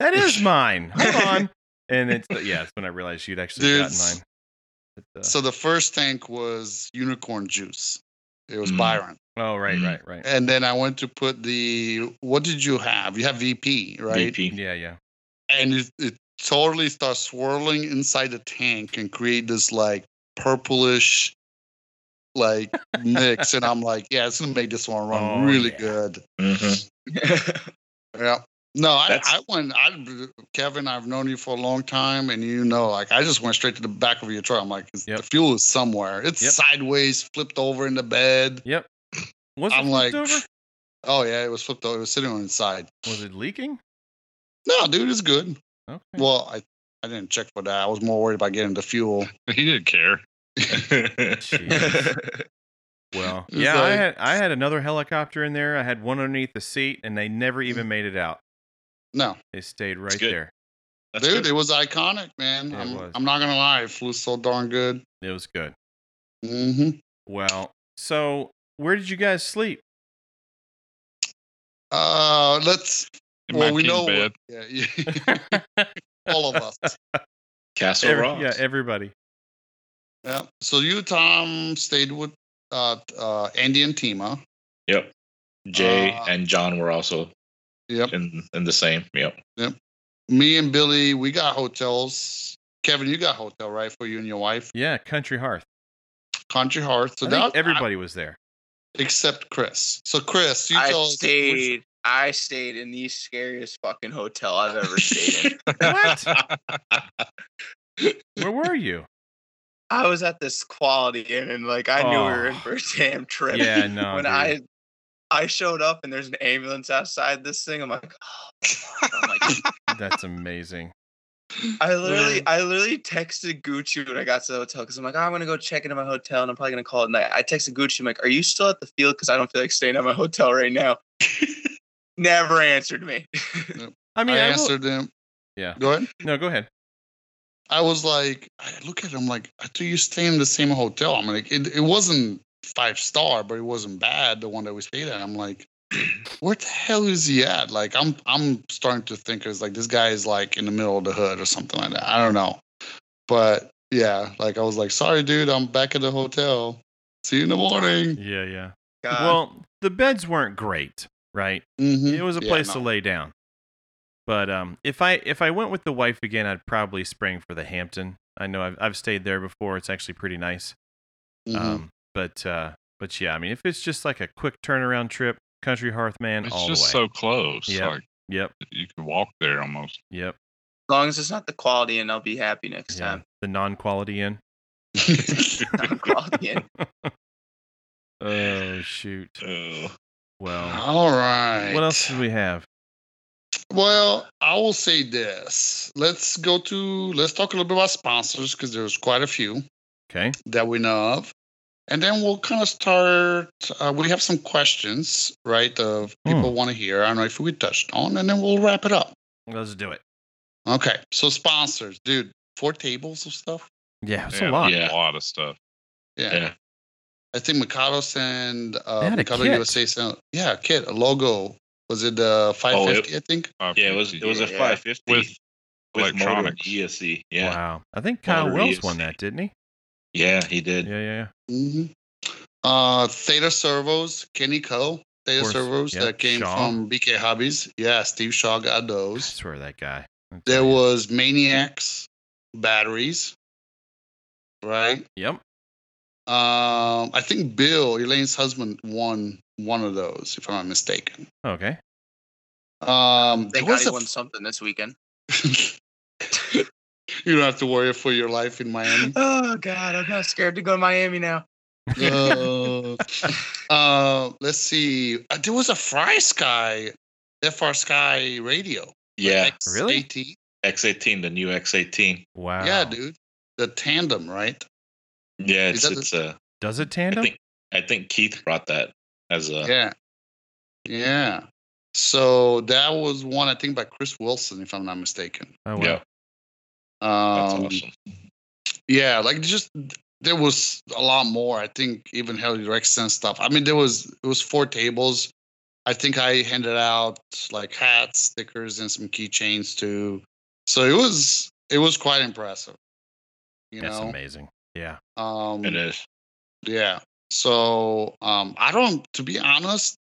Speaker 1: That is mine. Hold on. And it's yeah, it's when I realized you'd actually gotten
Speaker 2: There's-
Speaker 1: mine. But, uh,
Speaker 2: so the first tank was unicorn juice. It was
Speaker 5: Mm.
Speaker 2: Byron,
Speaker 1: oh right,
Speaker 5: Mhm.
Speaker 1: right, right.
Speaker 2: and then I went to put the. What did you have? You have VP, right?
Speaker 4: VP.
Speaker 1: Yeah, yeah.
Speaker 2: And it, it totally starts swirling inside the tank and create this like purplish, like mix. and I'm like, yeah, it's gonna make this one run
Speaker 1: Oh,
Speaker 2: really
Speaker 1: yeah.
Speaker 2: good.
Speaker 4: Mhm.
Speaker 2: Yeah. No, I,
Speaker 4: That's-
Speaker 2: I went. I, Kevin, I've known you for a long time, and you know, like I just went straight to the back of your truck. I'm like,
Speaker 1: Yep.
Speaker 2: the fuel is somewhere. It's
Speaker 1: Yep.
Speaker 2: sideways, flipped over in the bed.
Speaker 1: Was it
Speaker 2: I'm
Speaker 1: flipped
Speaker 2: like,
Speaker 1: over?
Speaker 2: oh yeah, it was flipped over. It was sitting on its side.
Speaker 1: Was it leaking?
Speaker 2: No, dude, it's good.
Speaker 1: Okay.
Speaker 2: Well, I, I didn't check for that. I was more worried about getting the fuel.
Speaker 5: he didn't care.
Speaker 1: Jeez. well,
Speaker 2: It's
Speaker 1: yeah, I
Speaker 2: like-
Speaker 1: had I had another helicopter in there. I had one underneath the seat, and they never
Speaker 2: Mm.
Speaker 1: even made it out.
Speaker 2: No,
Speaker 1: They stayed right
Speaker 4: good.
Speaker 1: there.
Speaker 4: That's
Speaker 2: dude,
Speaker 4: good.
Speaker 2: it was iconic, man.
Speaker 1: Yeah, it
Speaker 2: I'm,
Speaker 1: was.
Speaker 2: I'm not gonna lie, it flew so darn good.
Speaker 1: It was good.
Speaker 2: hmm
Speaker 1: Well, so where did you guys sleep?
Speaker 2: Uh, let's.
Speaker 5: In
Speaker 2: well,
Speaker 5: my
Speaker 2: we
Speaker 5: king
Speaker 2: know.
Speaker 5: bed,
Speaker 2: Yeah, yeah, all of us.
Speaker 4: Castle
Speaker 1: Every-
Speaker 4: Rock.
Speaker 1: yeah, everybody.
Speaker 2: Yeah. So you, Tom, stayed with uh, uh, Andy and Tima.
Speaker 4: Yep. Jay
Speaker 2: Uh,
Speaker 4: and John were also
Speaker 2: Yep.
Speaker 4: in, in the same. Yep.
Speaker 2: Me and Billy, we got hotels. Kevin, you got hotel right for you and your wife,
Speaker 1: Yeah, Country Hearth.
Speaker 2: Country Hearth. So
Speaker 1: I
Speaker 2: that
Speaker 1: think everybody was there.
Speaker 2: except Chris. So Chris, you
Speaker 3: I
Speaker 2: tell us. which-
Speaker 3: stayed. I stayed in the scariest fucking hotel I've ever stayed in.
Speaker 1: What? Where were you?
Speaker 3: I was at this quality inn and like I knew we were in
Speaker 1: Oh.
Speaker 3: for a damn trip.
Speaker 1: Yeah, no.
Speaker 3: when
Speaker 1: dude.
Speaker 3: I I showed up and there's an ambulance outside this thing, I'm like, oh, I'm like
Speaker 1: That's amazing.
Speaker 3: I literally,
Speaker 2: Man.
Speaker 3: I literally texted Gucci when I got to the hotel because I'm like, oh, I'm gonna go check into my hotel and I'm probably gonna call it night. I texted Gucci, I'm like, Are you still at the field? Because I don't feel like staying at my hotel right now. Never answered me.
Speaker 1: I mean,
Speaker 2: I
Speaker 1: I will-
Speaker 2: answered them.
Speaker 1: Yeah.
Speaker 2: Go ahead.
Speaker 1: No, go ahead.
Speaker 2: I was like, I look at him like, I thought you stay in the same hotel. I'm like, it, it wasn't five star, but it wasn't bad. The one that we stayed at. I'm like, where the hell is he at? Like, I'm I'm starting to think it's like this guy is like in the middle of the hood or something like that. I don't know, but yeah, like I was like, sorry, dude, I'm back at the hotel. See you in the morning.
Speaker 1: Yeah, yeah.
Speaker 3: God.
Speaker 1: well, the beds weren't great, right?
Speaker 2: Mhm.
Speaker 1: It was a
Speaker 2: Yeah,
Speaker 1: place
Speaker 2: no.
Speaker 1: to lay down. But um, if I if I went with the wife again, I'd probably spring for the Hampton. I know I've I've stayed there before. It's actually pretty nice.
Speaker 2: Mhm.
Speaker 1: Um, but uh, but yeah, I mean, if it's just like a quick turnaround trip, country hearth man,
Speaker 5: It's
Speaker 1: all
Speaker 5: just
Speaker 1: the way.
Speaker 5: so close.
Speaker 1: Yep.
Speaker 5: Like
Speaker 1: yep,
Speaker 5: you could walk there almost.
Speaker 1: yep.
Speaker 3: as long as it's not the quality, and I'll be happy next
Speaker 1: Yeah, the non-quality inn.
Speaker 3: time. quality inn.
Speaker 1: Oh shoot.
Speaker 4: Ugh.
Speaker 1: Well,
Speaker 2: All right.
Speaker 1: what else do we have?
Speaker 2: Well, I will say this. Let's go to let's talk a little bit about sponsors because there's quite a few
Speaker 1: Okay.
Speaker 2: that we know of, and then we'll kind of start. Uh, we have some questions, right? Of
Speaker 1: Hmm.
Speaker 2: people want to hear. I don't know if we touched on, and then we'll wrap it up.
Speaker 1: Let's do it.
Speaker 2: Okay. So sponsors, dude, four tables of stuff.
Speaker 1: Yeah, it's a
Speaker 5: Yeah,
Speaker 1: lot.
Speaker 4: Yeah.
Speaker 5: A lot of stuff.
Speaker 2: Yeah.
Speaker 4: Yeah.
Speaker 2: I think Mikados and
Speaker 1: They
Speaker 2: uh,
Speaker 1: had a
Speaker 2: Mikado
Speaker 1: kit.
Speaker 2: USA. sent- Yeah, kit a logo. Was it uh, 550? I think.
Speaker 4: Yeah, it was it was a
Speaker 3: Yeah.
Speaker 4: 550
Speaker 5: with
Speaker 4: with motor and
Speaker 5: electronics.
Speaker 4: ESC. Yeah,
Speaker 1: Wow. I think Kyle
Speaker 4: Water
Speaker 1: Wells
Speaker 4: is-
Speaker 1: won that, didn't he?
Speaker 4: yeah, he did.
Speaker 1: Yeah, yeah, yeah.
Speaker 2: hmm Uh, Theta Servos, Kenny Co. Theta
Speaker 1: course,
Speaker 2: Servos
Speaker 1: yeah.
Speaker 2: that came
Speaker 1: Shaw.
Speaker 2: from BK Hobbies. Yeah, Steve Shaw got
Speaker 1: I
Speaker 2: those.
Speaker 1: swear that guy. I'll
Speaker 2: There
Speaker 1: tell you.
Speaker 2: was Maniacs batteries, right?
Speaker 1: Yep.
Speaker 2: Um, I think Bill Elaine's husband won one of those, if I'm not mistaken.
Speaker 1: Okay.
Speaker 2: Um, there
Speaker 3: Thank God
Speaker 2: was
Speaker 3: he
Speaker 2: a,
Speaker 3: won something this weekend.
Speaker 2: you don't have to worry for your life in Miami.
Speaker 3: Oh God, I'm not scared to go to Miami now.
Speaker 2: Uh, uh, let's see. Uh, there was a Fry Sky, FR Sky radio.
Speaker 4: Yeah,
Speaker 1: Really?
Speaker 2: XAT.
Speaker 4: X18, the new X18.
Speaker 1: Wow.
Speaker 2: Yeah, dude. The tandem, right?
Speaker 4: Yeah,
Speaker 2: Is
Speaker 4: it's
Speaker 2: that
Speaker 4: it's uh,
Speaker 1: Does it
Speaker 4: I
Speaker 1: tandem?
Speaker 4: think I think Keith brought that as a
Speaker 2: Yeah. Yeah. So that was one I think by Chris Wilson, if I'm not mistaken.
Speaker 1: oh wow.
Speaker 5: yeah.
Speaker 4: that's
Speaker 2: Um,
Speaker 4: awesome.
Speaker 2: Yeah, like just there was a lot more. I think even Hell Rex and stuff. I mean, there was it was four tables. I think I handed out like hats, stickers, and some keychains too. So it was it was quite impressive. You
Speaker 1: That's
Speaker 2: know,
Speaker 1: amazing. Yeah.
Speaker 2: um,
Speaker 4: It is.
Speaker 2: Yeah. So um, I don't, to be honest,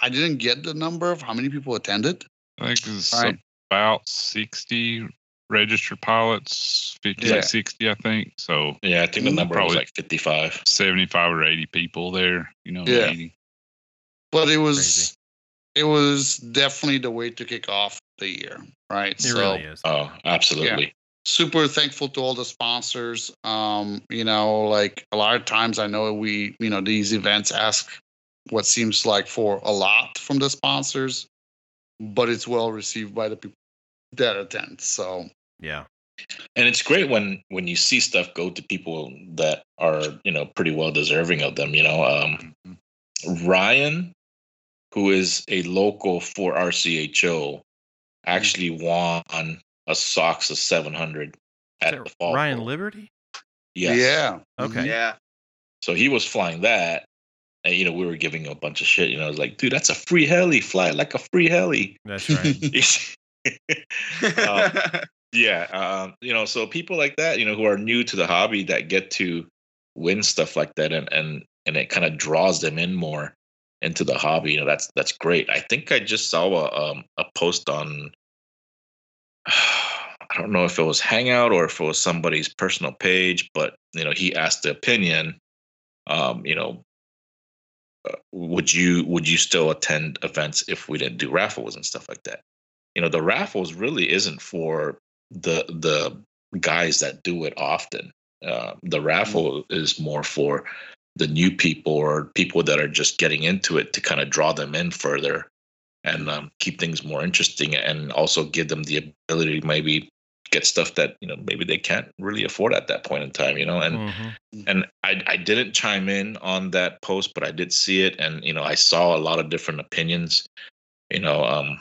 Speaker 2: I didn't get the number of how many people attended.
Speaker 5: I think it's
Speaker 2: Right.
Speaker 5: about 60 registered pilots, 50,
Speaker 2: Yeah.
Speaker 5: 60, I think. So
Speaker 4: Yeah, I think the
Speaker 2: Mm,
Speaker 4: number was
Speaker 5: probably.
Speaker 4: like 55.
Speaker 5: 75 or 80 people there, you know,
Speaker 2: Yeah.
Speaker 5: meeting.
Speaker 2: But it was, it was definitely the way to kick off the year, right?
Speaker 1: It really is.
Speaker 4: Oh, absolutely.
Speaker 2: super thankful to all the sponsors. Um, you know, like a lot of times I know we, you know, these events ask what seems like for a lot from the sponsors, but it's well received by the people that attend. So
Speaker 1: Yeah.
Speaker 4: And it's great when when you see stuff go to people that are you know pretty well deserving of them. You know, um,
Speaker 5: Mhm.
Speaker 4: Ryan, who is a local for RCHO, actually won a Sox of
Speaker 1: Is
Speaker 4: 700 at
Speaker 1: that
Speaker 4: the fall.
Speaker 1: Ryan
Speaker 4: Bowl.
Speaker 1: Liberty?
Speaker 4: Yes.
Speaker 2: yeah.
Speaker 1: Okay.
Speaker 3: Yeah.
Speaker 4: So he was flying that. And, you know, we were giving him a bunch of shit. You know, I was like, dude, that's a free heli. Fly like a free heli.
Speaker 1: That's right.
Speaker 4: Um,
Speaker 1: Oh.
Speaker 4: yeah. Um, you know, so people like that, you know, who are new to the hobby that get to win stuff like that and and and it kind of draws them in more into the hobby. You know, that's that's great. I think I just saw a um a post on I don't know if it was Hangout or if it was somebody's personal page, but you know, he asked the opinion. Um, you know, uh, would you would you still attend events if we didn't do raffles and stuff like that? You know, the raffles really isn't for the the guys that do it often. Uh, the raffle is more for the new people or people that are just getting into it to kind of draw them in further and um, keep things more interesting and also give them the ability to maybe get stuff that you know maybe they can't really afford at that point in time you know and
Speaker 1: Mhm.
Speaker 4: and I, I didn't chime in on that post but i did see it and you know i saw a lot of different opinions you know um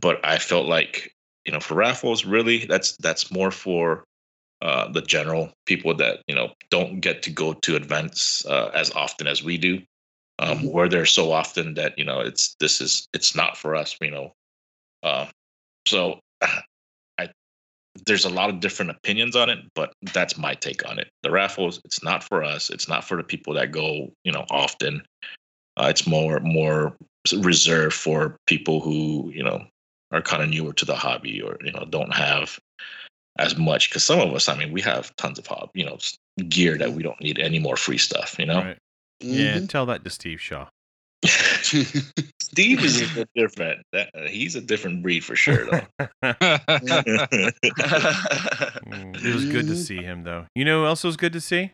Speaker 4: but i felt like you know for raffles really that's that's more for uh the general people that you know don't get to go to events uh, as often as we do um
Speaker 2: Mhm.
Speaker 4: where they're so often that you know it's this is it's not for us you know uh, so i there's a lot of different opinions on it but that's my take on it the raffles it's not for us it's not for the people that go you know often uh, it's more more reserved for people who you know are kind of newer to the hobby or you know don't have as much because some of us i mean we have tons of hob you know s- gear that we don't need any more free stuff you know
Speaker 1: Right. Yeah,
Speaker 3: Mm-hmm.
Speaker 1: tell that to Steve Shaw.
Speaker 2: Mhm.
Speaker 4: Steve is a different. That, uh, he's a different breed for sure, though.
Speaker 1: Mm, It was
Speaker 3: Mm-hmm.
Speaker 1: good to
Speaker 2: Mhm.
Speaker 1: see him though. You know who else was good to see?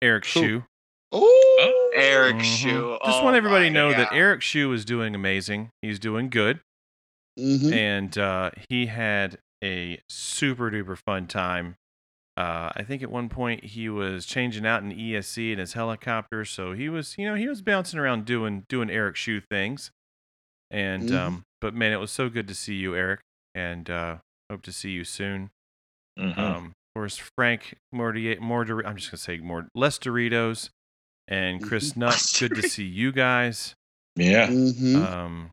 Speaker 1: Eric
Speaker 2: Who?
Speaker 1: Shue.
Speaker 2: Oh,
Speaker 4: Oh.
Speaker 2: Ooh.
Speaker 3: Eric
Speaker 1: Mhm.
Speaker 3: Shoe.
Speaker 1: Just
Speaker 3: oh
Speaker 1: want everybody to
Speaker 3: my
Speaker 1: know that
Speaker 3: God.
Speaker 1: Eric Shue is doing amazing. He's doing good.
Speaker 2: Mhm.
Speaker 1: and uh, he had a super duper fun time. Uh, I think at one point he was changing out an ESC in his helicopter, so he was, you know, he was bouncing around doing doing Eric shoe things. And
Speaker 2: Mhm.
Speaker 1: um, but man, it was so good to see you, Eric, and uh, hope to see you soon.
Speaker 4: Mhm.
Speaker 1: Um, of course, Frank Mordier, more Dor- I'm just gonna say more less Doritos, and Chris Nutt.
Speaker 3: Less
Speaker 1: Good to
Speaker 3: Doritos.
Speaker 1: see you guys uh,
Speaker 4: yeah.
Speaker 2: Mhm.
Speaker 1: um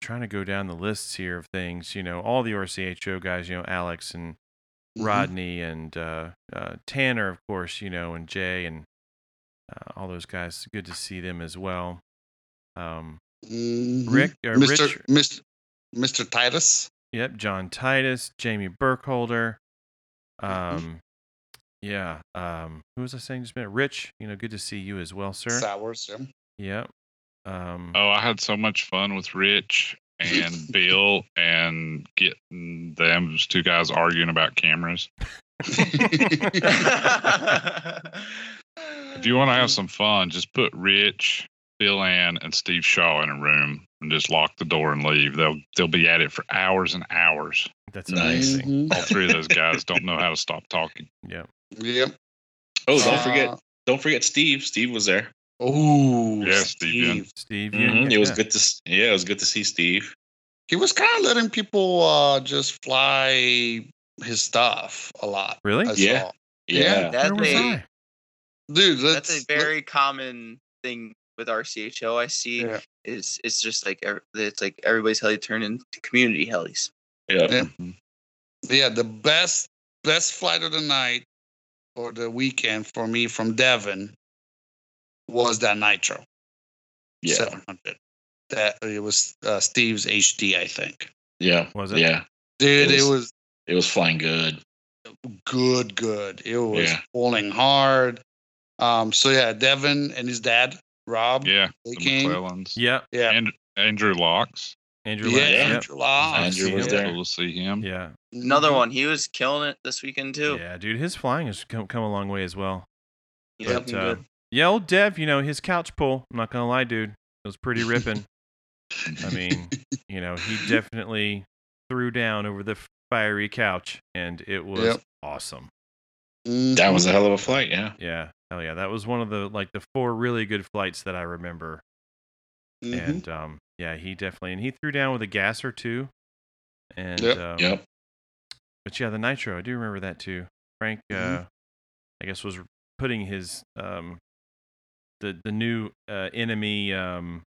Speaker 1: trying to go down the lists here of things you know all the rcho guys you know alex and
Speaker 2: Mm-hmm.
Speaker 1: rodney and uh, uh tanner of course you know and jay and uh, all those guys good to see them as well um
Speaker 2: Mhm.
Speaker 1: rick or
Speaker 2: Mr.
Speaker 1: rich
Speaker 2: Mr. Mr. Titus.
Speaker 1: yep john titus jamie burkholder um
Speaker 2: Mhm.
Speaker 1: yeah um who was i saying just a minute rich you know good to see you as well sir
Speaker 2: Sours. Yeah.
Speaker 1: yep um
Speaker 5: Oh, I had so much fun with Rich and Bill and getting them those two guys arguing about cameras. If you want to have some fun, just put Rich, Bill Ann, and Steve Shaw in a room and just lock the door and leave. They'll they'll be at it for hours and hours.
Speaker 1: that's
Speaker 4: Nice.
Speaker 1: amazing
Speaker 2: Mhm.
Speaker 5: All three of those guys don't know how to stop talking.
Speaker 1: yep
Speaker 2: Yep.
Speaker 4: Oh, don't
Speaker 2: Uh,
Speaker 4: forget, don't forget Steve. Steve was there.
Speaker 2: Oh,
Speaker 5: Yeah, Steve, yeah.
Speaker 1: steve you-
Speaker 4: Mhm. It was
Speaker 1: yeah.
Speaker 4: good to. s- Yeah, it was good to see Steve.
Speaker 2: He was kind of letting people uh, just fly his stuff a lot.
Speaker 1: really
Speaker 2: I
Speaker 4: Yeah.
Speaker 2: saw.
Speaker 4: Yeah.
Speaker 3: That's
Speaker 1: Where was
Speaker 3: a-
Speaker 1: I?
Speaker 2: Dude, let's,
Speaker 3: that's a very common thing with RCHO. I see
Speaker 2: Yeah.
Speaker 3: is it's just like ev- it's like everybody's heli turned into community helis.
Speaker 4: Yeah.
Speaker 2: Yeah. yeah, the best best flight of the night or the weekend for me from Devon was that Nitro
Speaker 4: Yeah.
Speaker 2: 700. That it was uh, Steve's HD, I think.
Speaker 4: Yeah.
Speaker 1: Was it?
Speaker 4: Yeah.
Speaker 2: Dude,
Speaker 4: It
Speaker 2: it
Speaker 4: was-
Speaker 2: was
Speaker 4: It was flying good.
Speaker 2: good, good. It was
Speaker 4: Yeah.
Speaker 2: pulling hard. Um, so yeah, Devin and his dad, Rob,
Speaker 5: Yeah,
Speaker 2: they
Speaker 5: the
Speaker 2: came.
Speaker 5: McClellans.
Speaker 1: Yep.
Speaker 2: Yeah,
Speaker 5: And Andrew Locks.
Speaker 1: Andrew
Speaker 2: yeah,
Speaker 1: Lang. Yep.
Speaker 2: Andrew Locke.
Speaker 1: I've
Speaker 4: Andrew
Speaker 1: seen
Speaker 4: was
Speaker 1: him.
Speaker 4: there.
Speaker 5: Cool to see him.
Speaker 1: Yeah.
Speaker 3: Another
Speaker 2: Mm-hmm.
Speaker 3: one, he was killing it this weekend too.
Speaker 1: Yeah, dude, his flying has come, come a long way as well.
Speaker 3: He's
Speaker 1: But,
Speaker 3: looking
Speaker 1: uh,
Speaker 2: Mm-hmm.
Speaker 3: good.
Speaker 1: yeah, old Dev, you know, his couch pull, I'm not going to lie, dude, it was pretty ripping. I mean, you know, he definitely threw down over the fiery couch, and it was
Speaker 2: Yep.
Speaker 1: awesome.
Speaker 4: That was
Speaker 2: Mhm.
Speaker 4: a hell of a flight. Yeah.
Speaker 1: Yeah. Hell yeah. That was one of the, like, the four really good flights that I remember.
Speaker 2: Mhm.
Speaker 1: And, um, yeah, he definitely, and he threw down with a gasser too. And,
Speaker 2: Yep.
Speaker 1: um,
Speaker 4: Yep.
Speaker 1: But yeah, the nitro, I do remember that too. Frank, uh,
Speaker 2: Mhm.
Speaker 1: I guess, was putting his um, the the new uh, enemy um,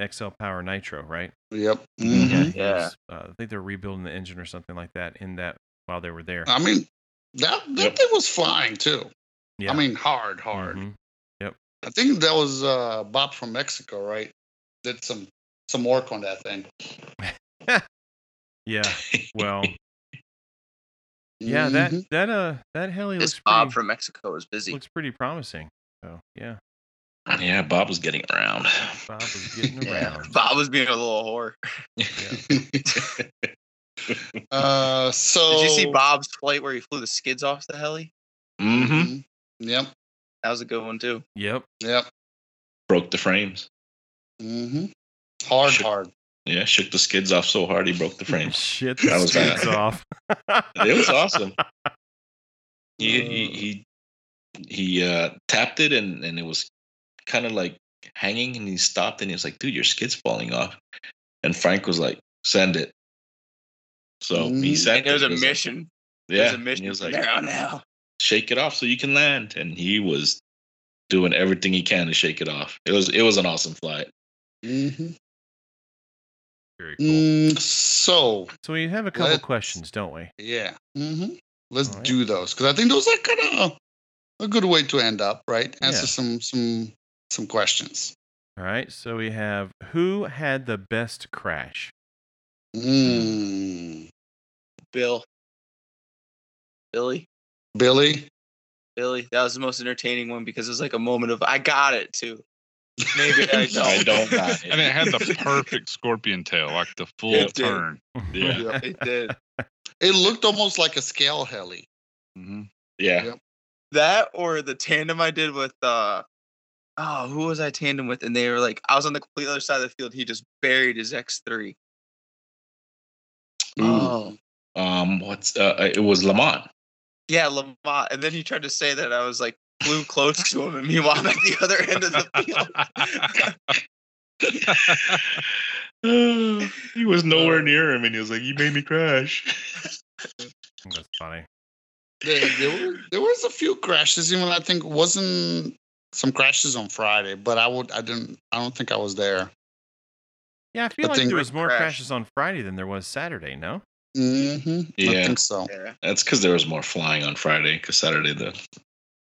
Speaker 1: XL Power Nitro, right?
Speaker 2: Yep.
Speaker 4: Mhm.
Speaker 2: Mhm.
Speaker 1: he
Speaker 3: Yeah.
Speaker 1: was, uh, I think they're rebuilding the engine or something like that in that while they were there.
Speaker 2: I mean, that that
Speaker 4: Yep.
Speaker 2: thing was flying too.
Speaker 1: Yeah.
Speaker 2: I mean, hard, hard.
Speaker 1: Mhm.
Speaker 2: I think that was uh, Bob from Mexico, right? Did some some work on that thing.
Speaker 1: Yeah. Well, yeah, that
Speaker 2: Mhm.
Speaker 1: that uh that heli
Speaker 3: This
Speaker 1: looks
Speaker 3: Bob
Speaker 1: pretty,
Speaker 3: from Mexico is busy.
Speaker 1: looks pretty promising. So yeah,
Speaker 4: Yeah, Bob was getting around.
Speaker 1: Bob was getting
Speaker 4: Yeah.
Speaker 1: around.
Speaker 3: Bob was being a little whore.
Speaker 2: uh, so
Speaker 3: Did you see Bob's flight where he flew the skids off the heli?
Speaker 4: Mm-hmm.
Speaker 2: Yep,
Speaker 3: That was a good one too.
Speaker 1: Yep.
Speaker 2: yep.
Speaker 4: Broke the frames.
Speaker 2: hmm Hard,
Speaker 4: Should-
Speaker 2: hard.
Speaker 4: Yeah, shook the skids off so hard he broke the frames.
Speaker 1: Shit, the
Speaker 4: That was bad.
Speaker 1: skids off.
Speaker 4: it was awesome. He
Speaker 3: Oh.
Speaker 4: he he, he uh, tapped it and and it was kind of like hanging and he stopped and he was like, "Dude, your skid's falling off." And Frank was like, "Send it." So he
Speaker 2: Mm.
Speaker 4: sent
Speaker 3: And it was a
Speaker 4: He like,
Speaker 3: mission.
Speaker 4: yeah,
Speaker 3: It was a
Speaker 4: and
Speaker 3: mission.
Speaker 4: He was like,
Speaker 3: now, now.
Speaker 4: "Shake it off so you can land." And he was doing everything he can to shake it off. It was it was an awesome flight.
Speaker 2: hmm
Speaker 1: Very cool.
Speaker 2: Mm, so
Speaker 1: So we have a couple
Speaker 2: Let's-
Speaker 1: questions, don't we?
Speaker 2: yeah, hmm let's
Speaker 1: All right.
Speaker 2: do those because I think those are kind of a good way to end up. Right? Answer
Speaker 1: Yeah.
Speaker 2: some some some questions.
Speaker 1: All right. So we have who had the best crash?
Speaker 2: Mm.
Speaker 3: Bill. Billy.
Speaker 2: Billy,
Speaker 3: Billy. That was the most entertaining one because it was like a moment of I got it too. Maybe I don't.
Speaker 4: I don't got
Speaker 5: And it had the perfect scorpion tail, like the full
Speaker 3: It did.
Speaker 5: turn.
Speaker 4: Yeah.
Speaker 2: Yeah.
Speaker 3: It did.
Speaker 2: it looked almost like a scale heli.
Speaker 5: Mm-hmm.
Speaker 4: Yeah,
Speaker 2: Yeah.
Speaker 3: That or the tandem I did with uh oh, who was I tandem with? And they were like, I was on the complete other side of the field. He just buried his X three.
Speaker 1: Mm.
Speaker 2: Uh,
Speaker 3: Oh.
Speaker 4: um, what's uh, it was Lamont.
Speaker 3: Yeah, Lamont. And then he tried to say that I was like flew close to him and meanwhile I'm at the other end of the field.
Speaker 4: he was nowhere near him, and he was like, "You made me crash."
Speaker 1: That's funny.
Speaker 2: there, there, were, there was a few crashes. Even I think wasn't some crashes on Friday, but I would I didn't I don't think I was there.
Speaker 1: Yeah, I feel
Speaker 2: I
Speaker 1: like
Speaker 2: think-
Speaker 1: there was more
Speaker 3: Crash.
Speaker 1: crashes on Friday than there was Saturday. No. Mm-hmm.
Speaker 2: hmm I
Speaker 4: Yeah.
Speaker 2: think so.
Speaker 3: Yeah.
Speaker 4: That's because there was more flying on Friday. Because Saturday the,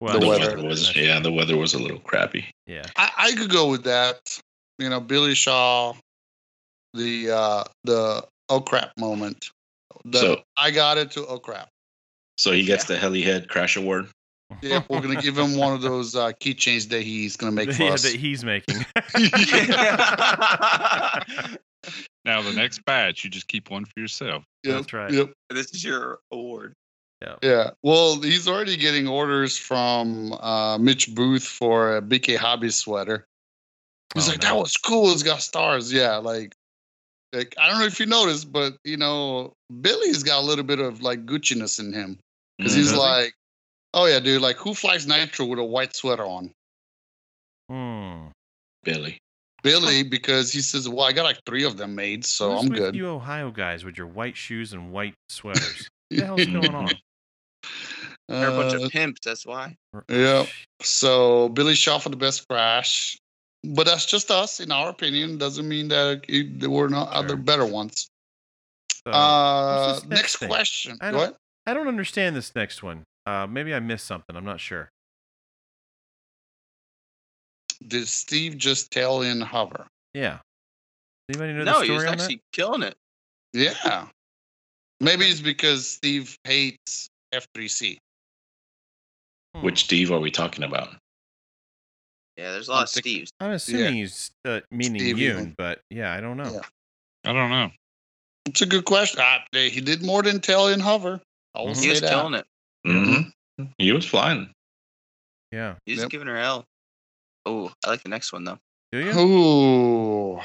Speaker 1: Well,
Speaker 2: The
Speaker 4: the
Speaker 2: weather.
Speaker 4: weather, was yeah the weather was a little crappy.
Speaker 1: Yeah.
Speaker 2: I, I could go with that. You know, Billy Shaw, the uh the oh crap moment. The,
Speaker 4: So-
Speaker 2: I got it to oh crap.
Speaker 4: So he gets the heli head crash award.
Speaker 2: Yeah, we're gonna give him one of those uh, keychains that he's gonna make for
Speaker 1: yeah,
Speaker 2: us.
Speaker 1: that he's making.
Speaker 5: Now the next batch, you just keep one for yourself.
Speaker 2: Yep,
Speaker 1: That's right.
Speaker 2: Yep.
Speaker 3: this is your award.
Speaker 2: Yeah. Well, he's already getting orders from uh, Mitch Booth for a BK Hobby sweater. He's
Speaker 1: Oh,
Speaker 2: like,
Speaker 1: no.
Speaker 2: that was cool. It's got stars. Yeah. Like, like I don't know if you noticed, but you know, Billy's got a little bit of like Gucci-ness in him because
Speaker 1: Does
Speaker 2: he's
Speaker 4: Mm-hmm.
Speaker 3: Mm-hmm.
Speaker 1: he?
Speaker 2: like, oh yeah, dude. Like, who flies nitro with a white sweater on?
Speaker 1: Hmm.
Speaker 4: Billy.
Speaker 2: Billy, because he says, well, I got like three of them made, so
Speaker 1: What's
Speaker 2: I'm
Speaker 1: with
Speaker 2: good.
Speaker 1: You Ohio guys with your white shoes and white sweaters. what the hell's going on?
Speaker 3: They're a bunch
Speaker 2: Uh,
Speaker 3: of pimps. That's why.
Speaker 1: uh,
Speaker 2: Yep. So Billy Shaw for the best crash, but that's just us in our opinion. Doesn't mean that it, there were not
Speaker 1: Sure.
Speaker 2: other better ones.
Speaker 1: So,
Speaker 2: uh,
Speaker 1: what's this next
Speaker 2: next
Speaker 1: thing?
Speaker 2: question.
Speaker 1: I
Speaker 2: What?
Speaker 1: I don't understand this next one. Uh, maybe I missed something. I'm not sure.
Speaker 2: Did Steve just tail in hover?
Speaker 1: Yeah. Anybody know
Speaker 3: No,
Speaker 1: the
Speaker 3: he was
Speaker 1: story on that?
Speaker 3: actually killing it.
Speaker 2: Yeah. Maybe it's because Steve hates F3C.
Speaker 1: Hmm.
Speaker 4: Which Steve are we talking about?
Speaker 3: Yeah, there's a
Speaker 2: I'm
Speaker 3: lot of
Speaker 2: thinking-
Speaker 3: Steves.
Speaker 1: I'm assuming he's uh, meaning
Speaker 2: Steve
Speaker 1: you,
Speaker 2: Yoon.
Speaker 1: but yeah, I don't know.
Speaker 2: Yeah.
Speaker 5: I don't know.
Speaker 2: It's a good question. Ah, they- he did more than tail in hover. I will
Speaker 1: Mhm.
Speaker 2: say
Speaker 3: He was
Speaker 2: that.
Speaker 3: killing it.
Speaker 4: Mm-hmm. He was flying.
Speaker 1: Yeah.
Speaker 3: He was
Speaker 2: Yep.
Speaker 3: giving her hell. Oh, I like the next one though.
Speaker 1: Do you?
Speaker 2: Ooh,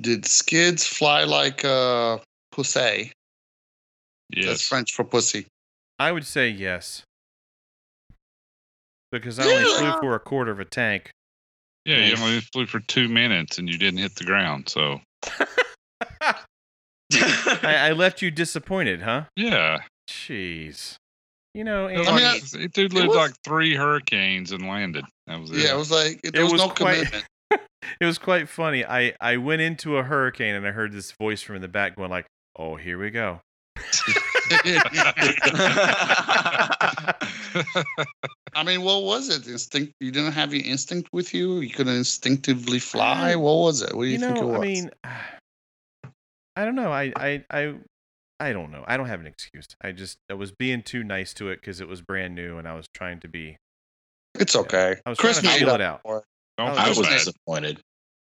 Speaker 2: did skids fly like uh, pussy? That's
Speaker 5: Yes.
Speaker 2: French for pussy.
Speaker 1: I would say yes. Because I
Speaker 2: Yeah.
Speaker 1: only flew for a quarter of a tank.
Speaker 5: Yeah, you
Speaker 1: Nice.
Speaker 5: only flew for two minutes and you didn't hit the ground. So
Speaker 1: I, I left you disappointed, huh?
Speaker 5: yeah,
Speaker 1: Jeez. You know,
Speaker 5: It was
Speaker 1: Andy,
Speaker 2: mean,
Speaker 5: like- it dude
Speaker 2: it
Speaker 5: lived
Speaker 2: was-
Speaker 5: like three hurricanes and landed. That was it.
Speaker 2: Yeah, it was like there was,
Speaker 1: was
Speaker 2: no
Speaker 1: quite-
Speaker 2: commitment.
Speaker 1: it was quite funny. I, I went into a hurricane and I heard this voice from in the back going like, "Oh, here we go."
Speaker 2: I mean, what was it? Instinct? You didn't have your instinct with you. You couldn't instinctively fly. What was it? What do you,
Speaker 1: Mm, you
Speaker 2: think it
Speaker 1: know,
Speaker 2: was?
Speaker 1: I mean, I don't know. I, I, I, I don't know. I don't have an excuse. I just I was being too nice to it because it was brand new and I was trying to be.
Speaker 2: it's okay.
Speaker 1: I was
Speaker 2: Chris
Speaker 1: trying to
Speaker 2: made
Speaker 1: feel
Speaker 2: up
Speaker 1: it out.
Speaker 2: for it.
Speaker 5: Don't
Speaker 1: Oh,
Speaker 4: I
Speaker 5: feel
Speaker 4: was
Speaker 5: bad.
Speaker 4: disappointed.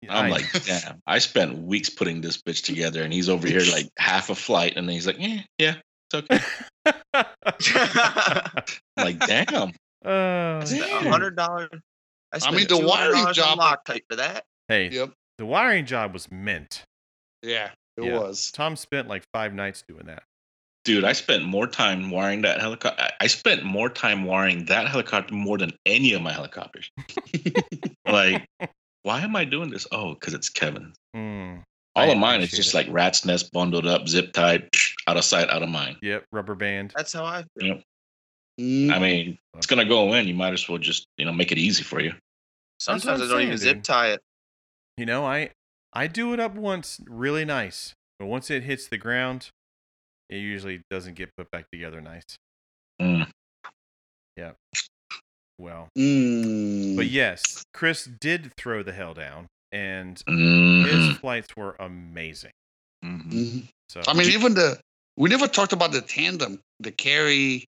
Speaker 4: I'm
Speaker 1: I-
Speaker 4: like, damn, I spent weeks putting this bitch together, and he's over here like half a flight, and he's like, yeah, yeah, it's okay. I'm like, damn.
Speaker 1: Uh,
Speaker 4: Damn.
Speaker 3: hundred dollars.
Speaker 2: I mean, the wiring job-
Speaker 3: Loctite for that.
Speaker 1: hey,
Speaker 2: Yep.
Speaker 1: the wiring job was mint.
Speaker 2: Yeah, it
Speaker 1: Yeah.
Speaker 2: was.
Speaker 1: Tom spent like five nights doing that.
Speaker 4: Dude, I spent more time wiring that helicopter. I spent more time wiring that helicopter more than any of my helicopters. like, why am I doing this? Oh, because it's Kevin.
Speaker 1: Mm,
Speaker 4: All
Speaker 1: I
Speaker 4: of mine is
Speaker 1: appreciate
Speaker 4: just
Speaker 1: it.
Speaker 4: like rat's nest bundled up, zip tied, out of sight, out of mind.
Speaker 1: Yep, rubber band.
Speaker 3: That's how I feel.
Speaker 4: Yeah.
Speaker 2: Mm,
Speaker 1: Mm-hmm.
Speaker 4: I mean, it's gonna go in. You might as well just you know make it easy for you.
Speaker 3: Sometimes I
Speaker 1: I'm
Speaker 3: don't even
Speaker 1: saying,
Speaker 3: zip
Speaker 1: dude.
Speaker 3: tie it.
Speaker 1: You know, I I do it up once really nice, but once it hits the ground, it usually doesn't get put back together nice.
Speaker 4: Mm.
Speaker 1: Well,
Speaker 2: mm.
Speaker 1: but yes, Chris did throw the hell down, and his
Speaker 4: Mhm.
Speaker 1: flights were amazing. Mm-hmm.
Speaker 5: Mhm.
Speaker 2: Mhm.
Speaker 1: So
Speaker 2: Mm. I mean, even the we never talked about the tandem, the carry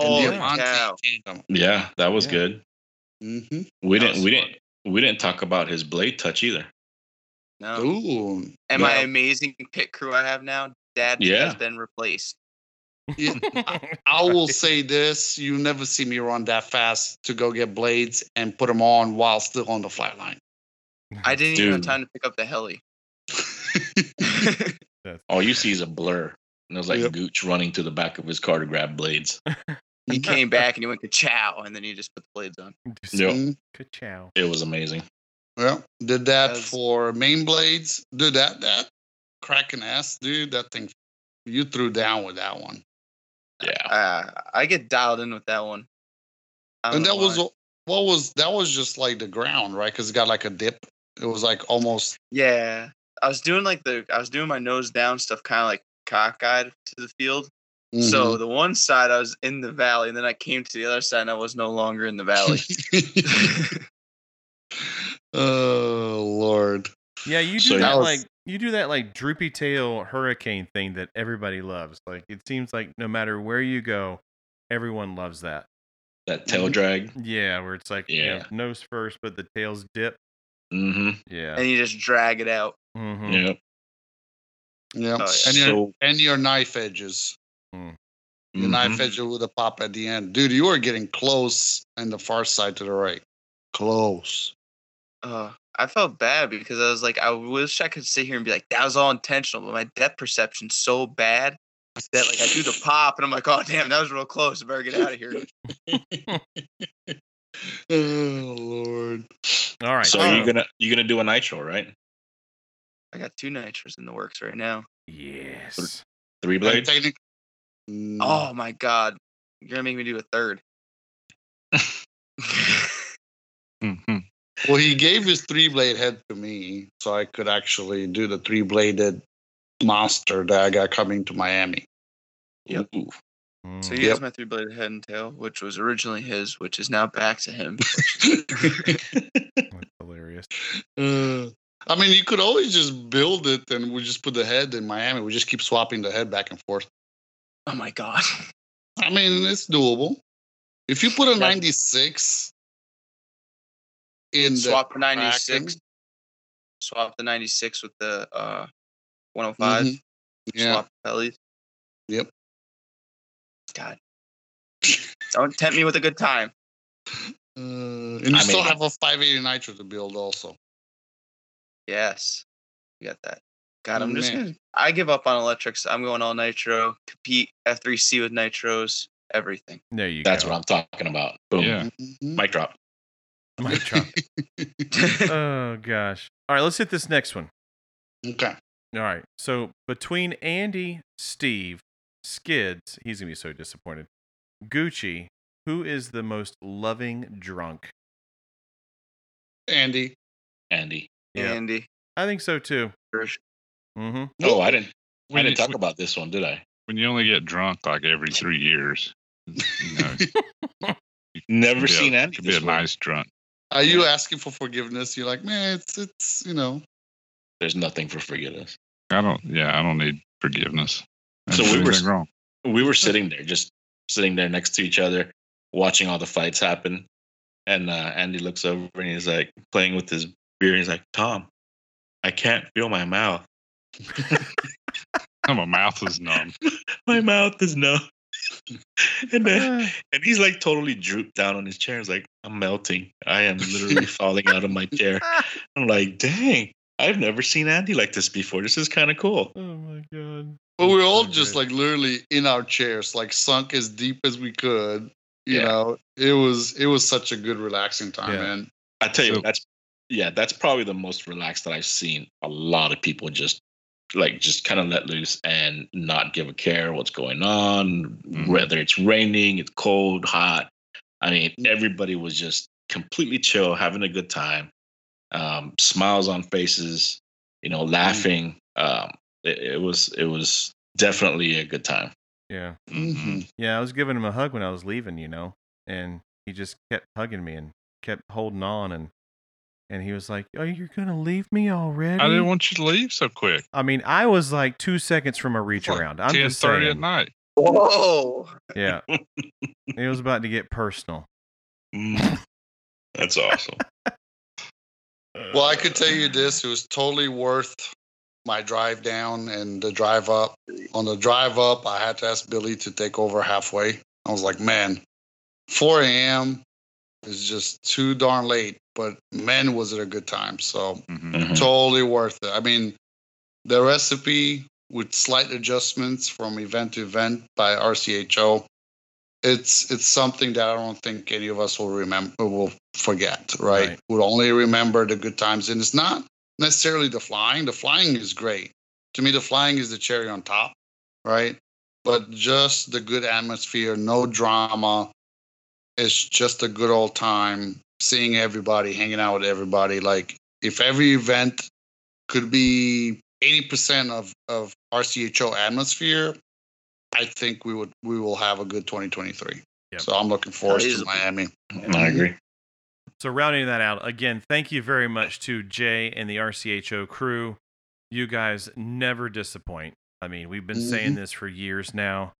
Speaker 4: Oh,
Speaker 2: and
Speaker 3: Holy
Speaker 2: the Amante
Speaker 3: cow!
Speaker 2: tandem.
Speaker 4: Yeah, that was
Speaker 1: Yeah.
Speaker 4: good.
Speaker 2: hmm
Speaker 4: We
Speaker 3: That
Speaker 4: didn't
Speaker 3: was
Speaker 4: we
Speaker 3: fun.
Speaker 4: didn't we didn't talk about his blade touch either.
Speaker 3: No.
Speaker 2: Ooh,
Speaker 3: and my
Speaker 4: Oh, Yeah.
Speaker 3: amazing pit crew I have now, Dad
Speaker 4: Yeah.
Speaker 3: has been replaced.
Speaker 2: I will say this: you never see me run that fast to go get blades and put them on while still on the flat line.
Speaker 3: I didn't even have
Speaker 4: Dude.
Speaker 3: time to pick up the heli.
Speaker 1: That's-
Speaker 4: All you see is a blur. And it was like
Speaker 2: Yep.
Speaker 4: Gooch running to the back of his car to grab blades.
Speaker 3: he came back and he went to chow, and then he just put the blades on.
Speaker 1: Just
Speaker 4: Yep.
Speaker 2: Mm,
Speaker 1: ka-chow.
Speaker 4: It was amazing.
Speaker 2: Yeah, did that
Speaker 3: That's-
Speaker 2: for main blades. Dude, that that cracking ass, dude. That thing you threw down with that one,
Speaker 4: Yeah.
Speaker 3: Uh, I get dialed in with that one. I don't
Speaker 2: and
Speaker 3: know
Speaker 2: that was
Speaker 3: why.
Speaker 2: what was that was just like the ground, right? Because it got like a dip. It was like almost
Speaker 3: yeah. I was doing like the I was doing my nose down stuff, kind of like cockeyed to the field. So the one side I was in the valley, and then I came to the other side, and I was no longer in the
Speaker 2: mm-hmm.
Speaker 3: valley.
Speaker 2: Mhm. oh Lord.
Speaker 1: Yeah, you do
Speaker 4: So-
Speaker 1: that
Speaker 2: That was-
Speaker 1: like you do that like droopy tail hurricane thing that everybody loves. Like it seems like no matter where you go, everyone loves that.
Speaker 4: That
Speaker 5: Mm-hmm.
Speaker 4: tail drag.
Speaker 1: Yeah, where it's like you know,
Speaker 4: Yeah.
Speaker 1: nose first, but the tails dip.
Speaker 4: Mm-hmm.
Speaker 1: Yeah.
Speaker 3: and you just drag it out.
Speaker 1: Mm-hmm.
Speaker 4: Yeah.
Speaker 2: Yeah.
Speaker 3: Oh, yeah.
Speaker 2: And your
Speaker 4: Uh, So
Speaker 2: and your knife edges. Your knife
Speaker 4: mhm.
Speaker 2: edge with a pop at the end. Dude, you are getting close on the far side to the right. Close.
Speaker 3: Uh, I felt bad because I was like, I wish I could sit here and be like, that was all intentional, but my depth perception's so bad that like I do the pop, and I'm like, oh damn, that was real close. I better get out of here.
Speaker 2: Oh Lord.
Speaker 1: All right.
Speaker 5: Oh.
Speaker 4: So you're gonna you're gonna do a nitro, right?
Speaker 3: I got two nitros in the works right now.
Speaker 1: Yes.
Speaker 4: Three
Speaker 2: And
Speaker 4: blades?
Speaker 2: technic- Mm,
Speaker 3: Oh my god, you're gonna make me do a third.
Speaker 5: Mhm.
Speaker 2: Well, he gave his three blade head to me, so I could actually do the three bladed monster that I got coming to Miami.
Speaker 3: Yep.
Speaker 4: Ooh.
Speaker 1: Mm.
Speaker 3: so he has
Speaker 2: Yep.
Speaker 3: my three bladed head and tail, which was originally his, which is now back to him.
Speaker 1: That's hilarious.
Speaker 2: Uh, I mean, you could always just build it, and we just put the head in Miami. We just keep swapping the head back and forth.
Speaker 3: oh my god.
Speaker 2: I mean, it's doable. If you put a
Speaker 3: That's-
Speaker 2: 96 in the
Speaker 3: swap the
Speaker 2: Kraken,
Speaker 3: 96 swap the 96 with the uh 105
Speaker 2: Mhm. yeah,
Speaker 3: swap the bellies
Speaker 2: Yep.
Speaker 3: god don't tempt me with a good time
Speaker 2: uh, and you
Speaker 4: I
Speaker 2: still
Speaker 4: mean-
Speaker 2: have a 580 nitro to build also.
Speaker 3: yes you got that god i'm just
Speaker 2: Oh, Man.
Speaker 3: gonna i give up on electrics i'm going all nitro compete f3c with nitros everything
Speaker 1: There you
Speaker 4: That's
Speaker 1: go.
Speaker 4: what I'm talking about. Boom.
Speaker 5: Yeah.
Speaker 2: Mhm.
Speaker 4: Mic drop.
Speaker 1: I'm Mic drop. oh gosh. All right, let's hit this next one.
Speaker 2: Okay.
Speaker 1: All right. So between Andy, Steve, Skids, he's gonna be so disappointed. Gucci, who is the most loving drunk?
Speaker 2: Andy.
Speaker 4: Andy.
Speaker 3: andy
Speaker 1: I think so too.
Speaker 3: Gersh-
Speaker 1: Mm-hmm.
Speaker 4: No, Oh, I didn't I
Speaker 5: When you-
Speaker 4: didn't talk about this one, did I?
Speaker 5: when you only get drunk like every three years, you know, it
Speaker 4: Never
Speaker 5: could be a-
Speaker 4: seen Andy.
Speaker 5: Could be a
Speaker 4: this way.
Speaker 5: nice drunk.
Speaker 2: Are you asking for forgiveness? You're like, man, it's it's you know.
Speaker 4: There's nothing for forgiveness.
Speaker 5: I don't. Yeah, I don't need forgiveness. I
Speaker 4: So
Speaker 5: didn't
Speaker 4: we
Speaker 5: do
Speaker 4: were-
Speaker 5: anything wrong.
Speaker 4: we were sitting there, just sitting there next to each other, watching all the fights happen. And uh, Andy looks over and he's like playing with his beer. He's like, Tom, I can't feel my mouth.
Speaker 5: Oh, my mouth is numb.
Speaker 4: My mouth is numb. and
Speaker 5: Oh
Speaker 4: then,
Speaker 1: Ah.
Speaker 4: and he's like totally drooped down on his chair. He's like, I'm melting. I am literally falling out of my chair. I'm like, dang, I've never seen Andy like this before. This is kind of cool.
Speaker 1: oh my god.
Speaker 2: But we were
Speaker 1: That's
Speaker 2: all
Speaker 1: so
Speaker 2: just
Speaker 1: great.
Speaker 2: like literally in our chairs, like sunk as deep as we could. You
Speaker 4: Yeah.
Speaker 2: know, it was it was such a good relaxing time,
Speaker 1: Yeah.
Speaker 2: man.
Speaker 4: I tell you,
Speaker 5: So-
Speaker 4: that's yeah, that's probably the most relaxed that I've seen. A lot of people just like just kind of let loose and not give a care what's going on,
Speaker 5: Mhm.
Speaker 4: whether it's raining, it's cold, hot. I mean, everybody was just completely chill, having a good time, um, smiles on faces, you know, laughing. Um, it, it was it was definitely a good time.
Speaker 1: Yeah.
Speaker 5: Mhm.
Speaker 1: Yeah, I was giving him a hug when I was leaving, you know, and he just kept hugging me and kept holding on and and he was like, "Oh, you're gonna leave me already?"
Speaker 5: I didn't want you to leave so quick.
Speaker 1: I mean, I was like two seconds from a reach
Speaker 5: It's like
Speaker 1: around. I'm
Speaker 5: Ten
Speaker 1: just
Speaker 5: thirty
Speaker 1: saying.
Speaker 5: at night.
Speaker 3: Whoa.
Speaker 1: Yeah, it was about to get personal.
Speaker 4: Mm. That's awesome.
Speaker 2: Well, I could tell you this: it was totally worth my drive down and the drive up. On the drive up, I had to ask Billy to take over halfway. I was like, man, 4 a.m. is just too darn late. But man, was it a good time! So
Speaker 5: Mhm.
Speaker 4: Mhm.
Speaker 2: totally worth it. I mean, the recipe with slight adjustments from event to event by RCHO. It's it's something that I don't think any of us will remember will forget, right?
Speaker 1: Right.
Speaker 2: We'll only remember the good times, and it's not necessarily the flying. The flying is great to me. The flying is the cherry on top, right? But just the good atmosphere, no drama. It's just a good old time seeing everybody, hanging out with everybody. Like if every event could be 80% of, of RCHO atmosphere, I think we would we will have a good 2023.
Speaker 1: Yep.
Speaker 2: So I'm looking forward to
Speaker 3: easily.
Speaker 2: Miami.
Speaker 4: I agree.
Speaker 1: So rounding that out again, thank you very much to Jay and the RCHO crew. You guys never disappoint. I mean, we've been saying this for years now.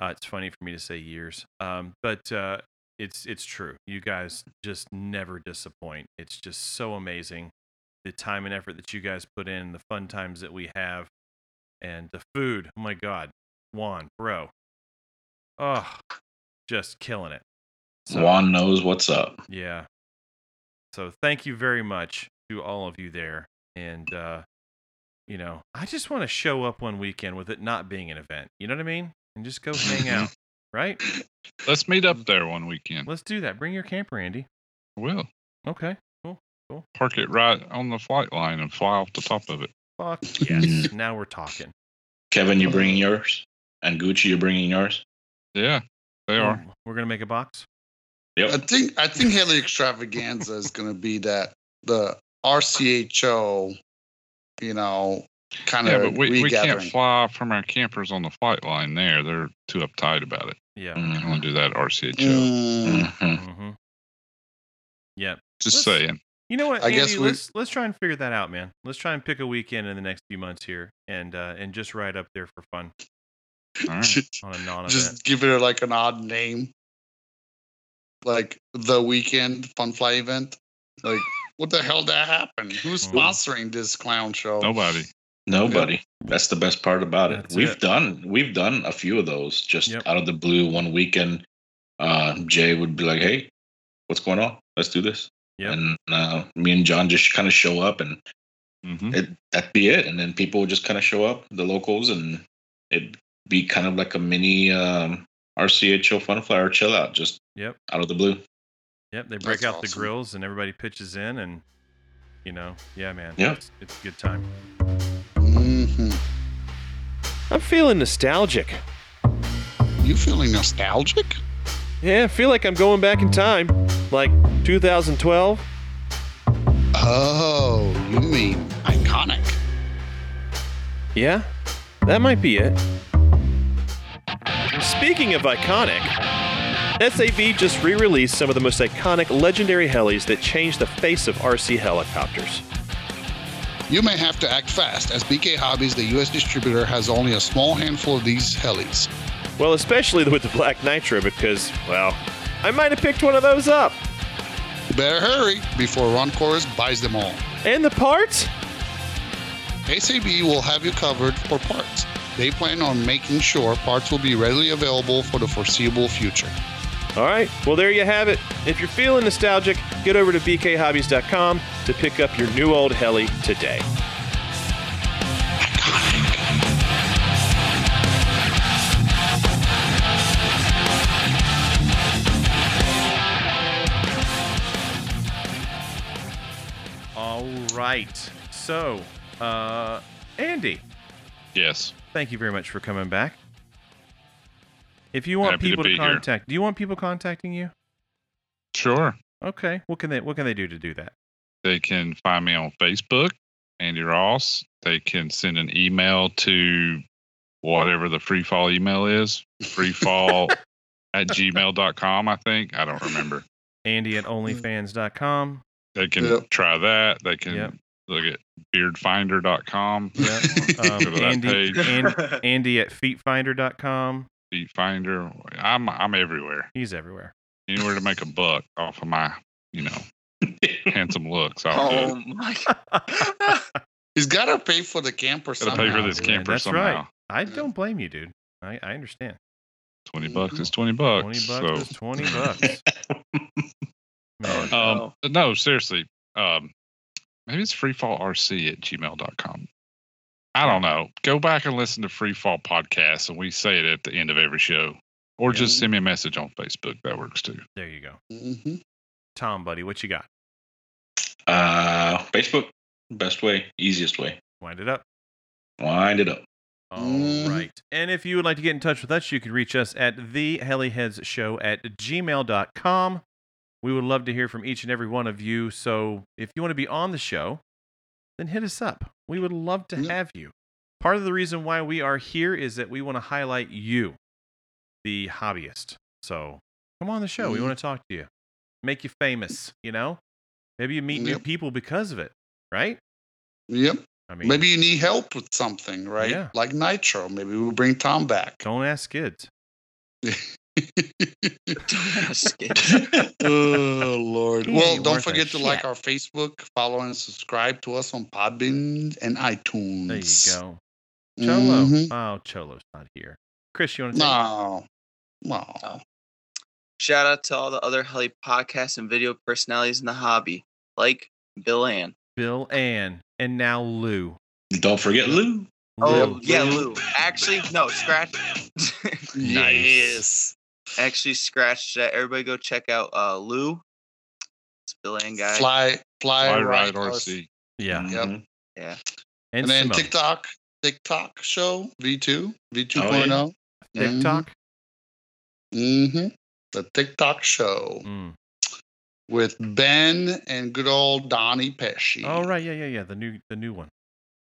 Speaker 1: Uh, it's funny for me to say years, um, but uh, it's it's true. You guys just never disappoint. It's just so amazing the time and effort that you guys put in, the fun times that we have, and the food. Oh my God, Juan, bro, oh, just killing it. So-
Speaker 4: Juan knows what's up.
Speaker 1: yeah. So thank you very much to all of you there. And uh you know, I just want to show up one weekend with it not being an event. You know what I mean? And just go hang out, right?
Speaker 5: Let's meet
Speaker 1: Mm.
Speaker 5: up there one weekend.
Speaker 1: Let's do that. Bring your camper, Andy.
Speaker 5: We'll
Speaker 1: Okay.
Speaker 5: park it right on the flight line and fly off the top of it.
Speaker 1: Fuck yes. now we're talking.
Speaker 4: Kevin, you bringing yours, and Gucci, you bringing yours.
Speaker 5: Yeah, they are.
Speaker 1: Um, We're gonna make a box.
Speaker 2: I think I think Heli Extravaganza is going to be that the RCHO, you know, kind
Speaker 5: Yeah,
Speaker 2: of
Speaker 5: but we, we can't
Speaker 2: regathering.
Speaker 5: fly from our campers on the flight line there. They're too uptight about it.
Speaker 1: Yeah.
Speaker 5: I
Speaker 4: Mhm.
Speaker 5: want to do that at RCHO.
Speaker 2: Mm,
Speaker 4: Mhm.
Speaker 1: Mm-hmm. Yep.
Speaker 5: Just
Speaker 1: Let's-
Speaker 5: saying.
Speaker 1: You know what,
Speaker 2: I
Speaker 1: Andy?
Speaker 2: guess we-
Speaker 1: let's let's try and figure that out, man. Let's try and pick a weekend in the next few months here, and uh, and just ride up there for fun
Speaker 5: All right.
Speaker 4: Mm-hmm.
Speaker 1: on a non-event.
Speaker 2: Just give it like an odd name, like the weekend fun fly event. Like, what the hell that happened? Who's
Speaker 1: Mhm.
Speaker 2: sponsoring this clown show?
Speaker 5: Nobody.
Speaker 4: Nobody. That's the best part about it.
Speaker 1: That's
Speaker 4: we've
Speaker 1: it.
Speaker 4: done we've done a few of those just
Speaker 1: Yep.
Speaker 4: out of the blue one weekend. Uh, Jay would be like, "Hey, what's going on? Let's do this."
Speaker 1: Yep.
Speaker 4: And uh, me and John just kind of show up, and
Speaker 5: Mm-hmm.
Speaker 4: it that'd be it. And then people would just kind of show up, the locals, and it'd be kind of like a mini um, RCHO fun fly or chill out, just
Speaker 1: Yep.
Speaker 4: out of the blue.
Speaker 1: Yep, they break
Speaker 2: That's
Speaker 1: out the
Speaker 2: awesome.
Speaker 1: grills and everybody pitches in and you know, yeah man.
Speaker 4: Yeah.
Speaker 1: It's, it's a good time.
Speaker 2: Mhm.
Speaker 1: I'm feeling nostalgic.
Speaker 2: You feeling nostalgic?
Speaker 1: Yeah, I feel like I'm going back in time. Like 2012.
Speaker 2: Oh, you mean iconic.
Speaker 1: Yeah. That might be it. Speaking of iconic, SAV just re-released some of the most iconic legendary helis that changed the face of RC helicopters.
Speaker 2: You may have to act fast, as BK Hobbies, the U.S. distributor, has only a small handful of these helis.
Speaker 1: Well, especially with the Black Nitro because, well, I might have picked one of those up.
Speaker 2: Better hurry before Ron Chorus buys them all.
Speaker 1: And the parts?
Speaker 2: ACB will have you covered for parts. They plan on making sure parts will be readily available for the foreseeable future.
Speaker 1: All right. Well, there you have it. If you're feeling nostalgic, get over to bkhobbies.com to pick up your new old heli today. All right. So, uh, Andy,
Speaker 5: Yes.
Speaker 1: thank you very much for coming back. If you want
Speaker 5: Happy to
Speaker 1: people to,
Speaker 5: be here.
Speaker 1: contact, do you want people contacting you?
Speaker 5: Sure.
Speaker 1: Okay. What can they What can they do to do that?
Speaker 5: They can find me on Facebook, Andy Ross. They can send an email to whatever the free fall email is, freefall at gmail.com, I think. I don't remember.
Speaker 1: Andy at
Speaker 5: Mm.
Speaker 1: onlyfans.com.
Speaker 5: They can
Speaker 2: Yep.
Speaker 5: try that. They can
Speaker 1: Yep.
Speaker 5: look at beardfinder.com,
Speaker 1: Yeah.
Speaker 5: Go to
Speaker 1: Um,
Speaker 5: that
Speaker 1: Andy,
Speaker 5: page.
Speaker 2: Oh,
Speaker 1: Andy, Andy at feetfinder.com.
Speaker 5: feetfinder. I'm, I'm everywhere.
Speaker 1: He's everywhere.
Speaker 5: Anywhere to make a buck off of my, you know, handsome looks. I'll do it.
Speaker 3: oh my god.
Speaker 2: He's got to pay for the camper
Speaker 5: Gotta
Speaker 2: somehow.
Speaker 5: pay for this
Speaker 1: man,
Speaker 5: camper
Speaker 1: that's
Speaker 5: somehow.
Speaker 1: right. I don't blame you, dude. I, I understand.
Speaker 5: 20 bucks is 20 bucks.
Speaker 1: 20 bucks is
Speaker 5: so.
Speaker 1: 20 bucks. Man.
Speaker 3: Oh,
Speaker 5: Um,
Speaker 3: No.
Speaker 5: No, seriously. Um, maybe it's freefallrc at gmail.com. I don't know. Go back and listen to Freefall Podcast, and we say it at the end of every show. Or
Speaker 1: Yeah.
Speaker 5: just send me a message on Facebook. That works too.
Speaker 1: There you go.
Speaker 2: Mm-hmm.
Speaker 1: Tom, buddy, what you got?
Speaker 4: Uh, Facebook, best way, easiest way.
Speaker 1: Wind it up.
Speaker 4: Wind it up.
Speaker 1: All right.
Speaker 2: Mhm.
Speaker 1: And if you would like to get in touch with us, you can reach us at the Show at gmail.com. We would love to hear from each and every one of you. So if you want to be on the show, then hit us up. We would love to
Speaker 2: Yeah.
Speaker 1: have you. Part of the reason why we are here is that we want to highlight you, the hobbyist. So come on the show. We
Speaker 2: Mhm.
Speaker 1: want to talk to you, make you famous, you know? Maybe you meet new
Speaker 2: Yep.
Speaker 1: people because of it, right?
Speaker 2: Yep.
Speaker 1: I mean,
Speaker 2: Maybe you need help with something, right?
Speaker 1: Yeah.
Speaker 2: Like Nitro. Maybe we'll bring Tom back.
Speaker 1: don't ask kids.
Speaker 3: Don't ask it.
Speaker 2: oh Lord!
Speaker 1: He
Speaker 2: Well,
Speaker 1: ain't
Speaker 2: don't
Speaker 1: worth a
Speaker 2: forget to like
Speaker 1: shit.
Speaker 2: our Facebook, follow and subscribe to us on Podbean and iTunes.
Speaker 1: There you go. Cholo.
Speaker 2: Mhm.
Speaker 1: Oh, Cholo's not here. Chris, you want to take?
Speaker 2: No, no.
Speaker 3: Shout out to all the other Helly podcasts and video personalities in the hobby, like Bill Ann.
Speaker 1: Bill, Ann, and now Lou.
Speaker 4: Don't forget Lou.
Speaker 3: Oh
Speaker 1: Lou.
Speaker 3: yeah, Lou. Actually, no, scratch.
Speaker 2: Yes.
Speaker 3: Actually, scratch that. Everybody, go check out uh, Lou. It's Bill Ann guy.
Speaker 2: Fly, fly,
Speaker 5: Fly Ride
Speaker 2: right,
Speaker 5: RC.
Speaker 1: Yeah.
Speaker 4: Mhm.
Speaker 1: And,
Speaker 2: Yep. And then
Speaker 1: Simone.
Speaker 2: TikTok, TikTok show V2, V2.0. yeah.
Speaker 1: Oh, TikTok.
Speaker 2: oh. Mm-hmm. The TikTok show
Speaker 1: Mm.
Speaker 2: with Ben and good old Donnie Pesci.
Speaker 1: Oh right, yeah, yeah, yeah. The new, the new one.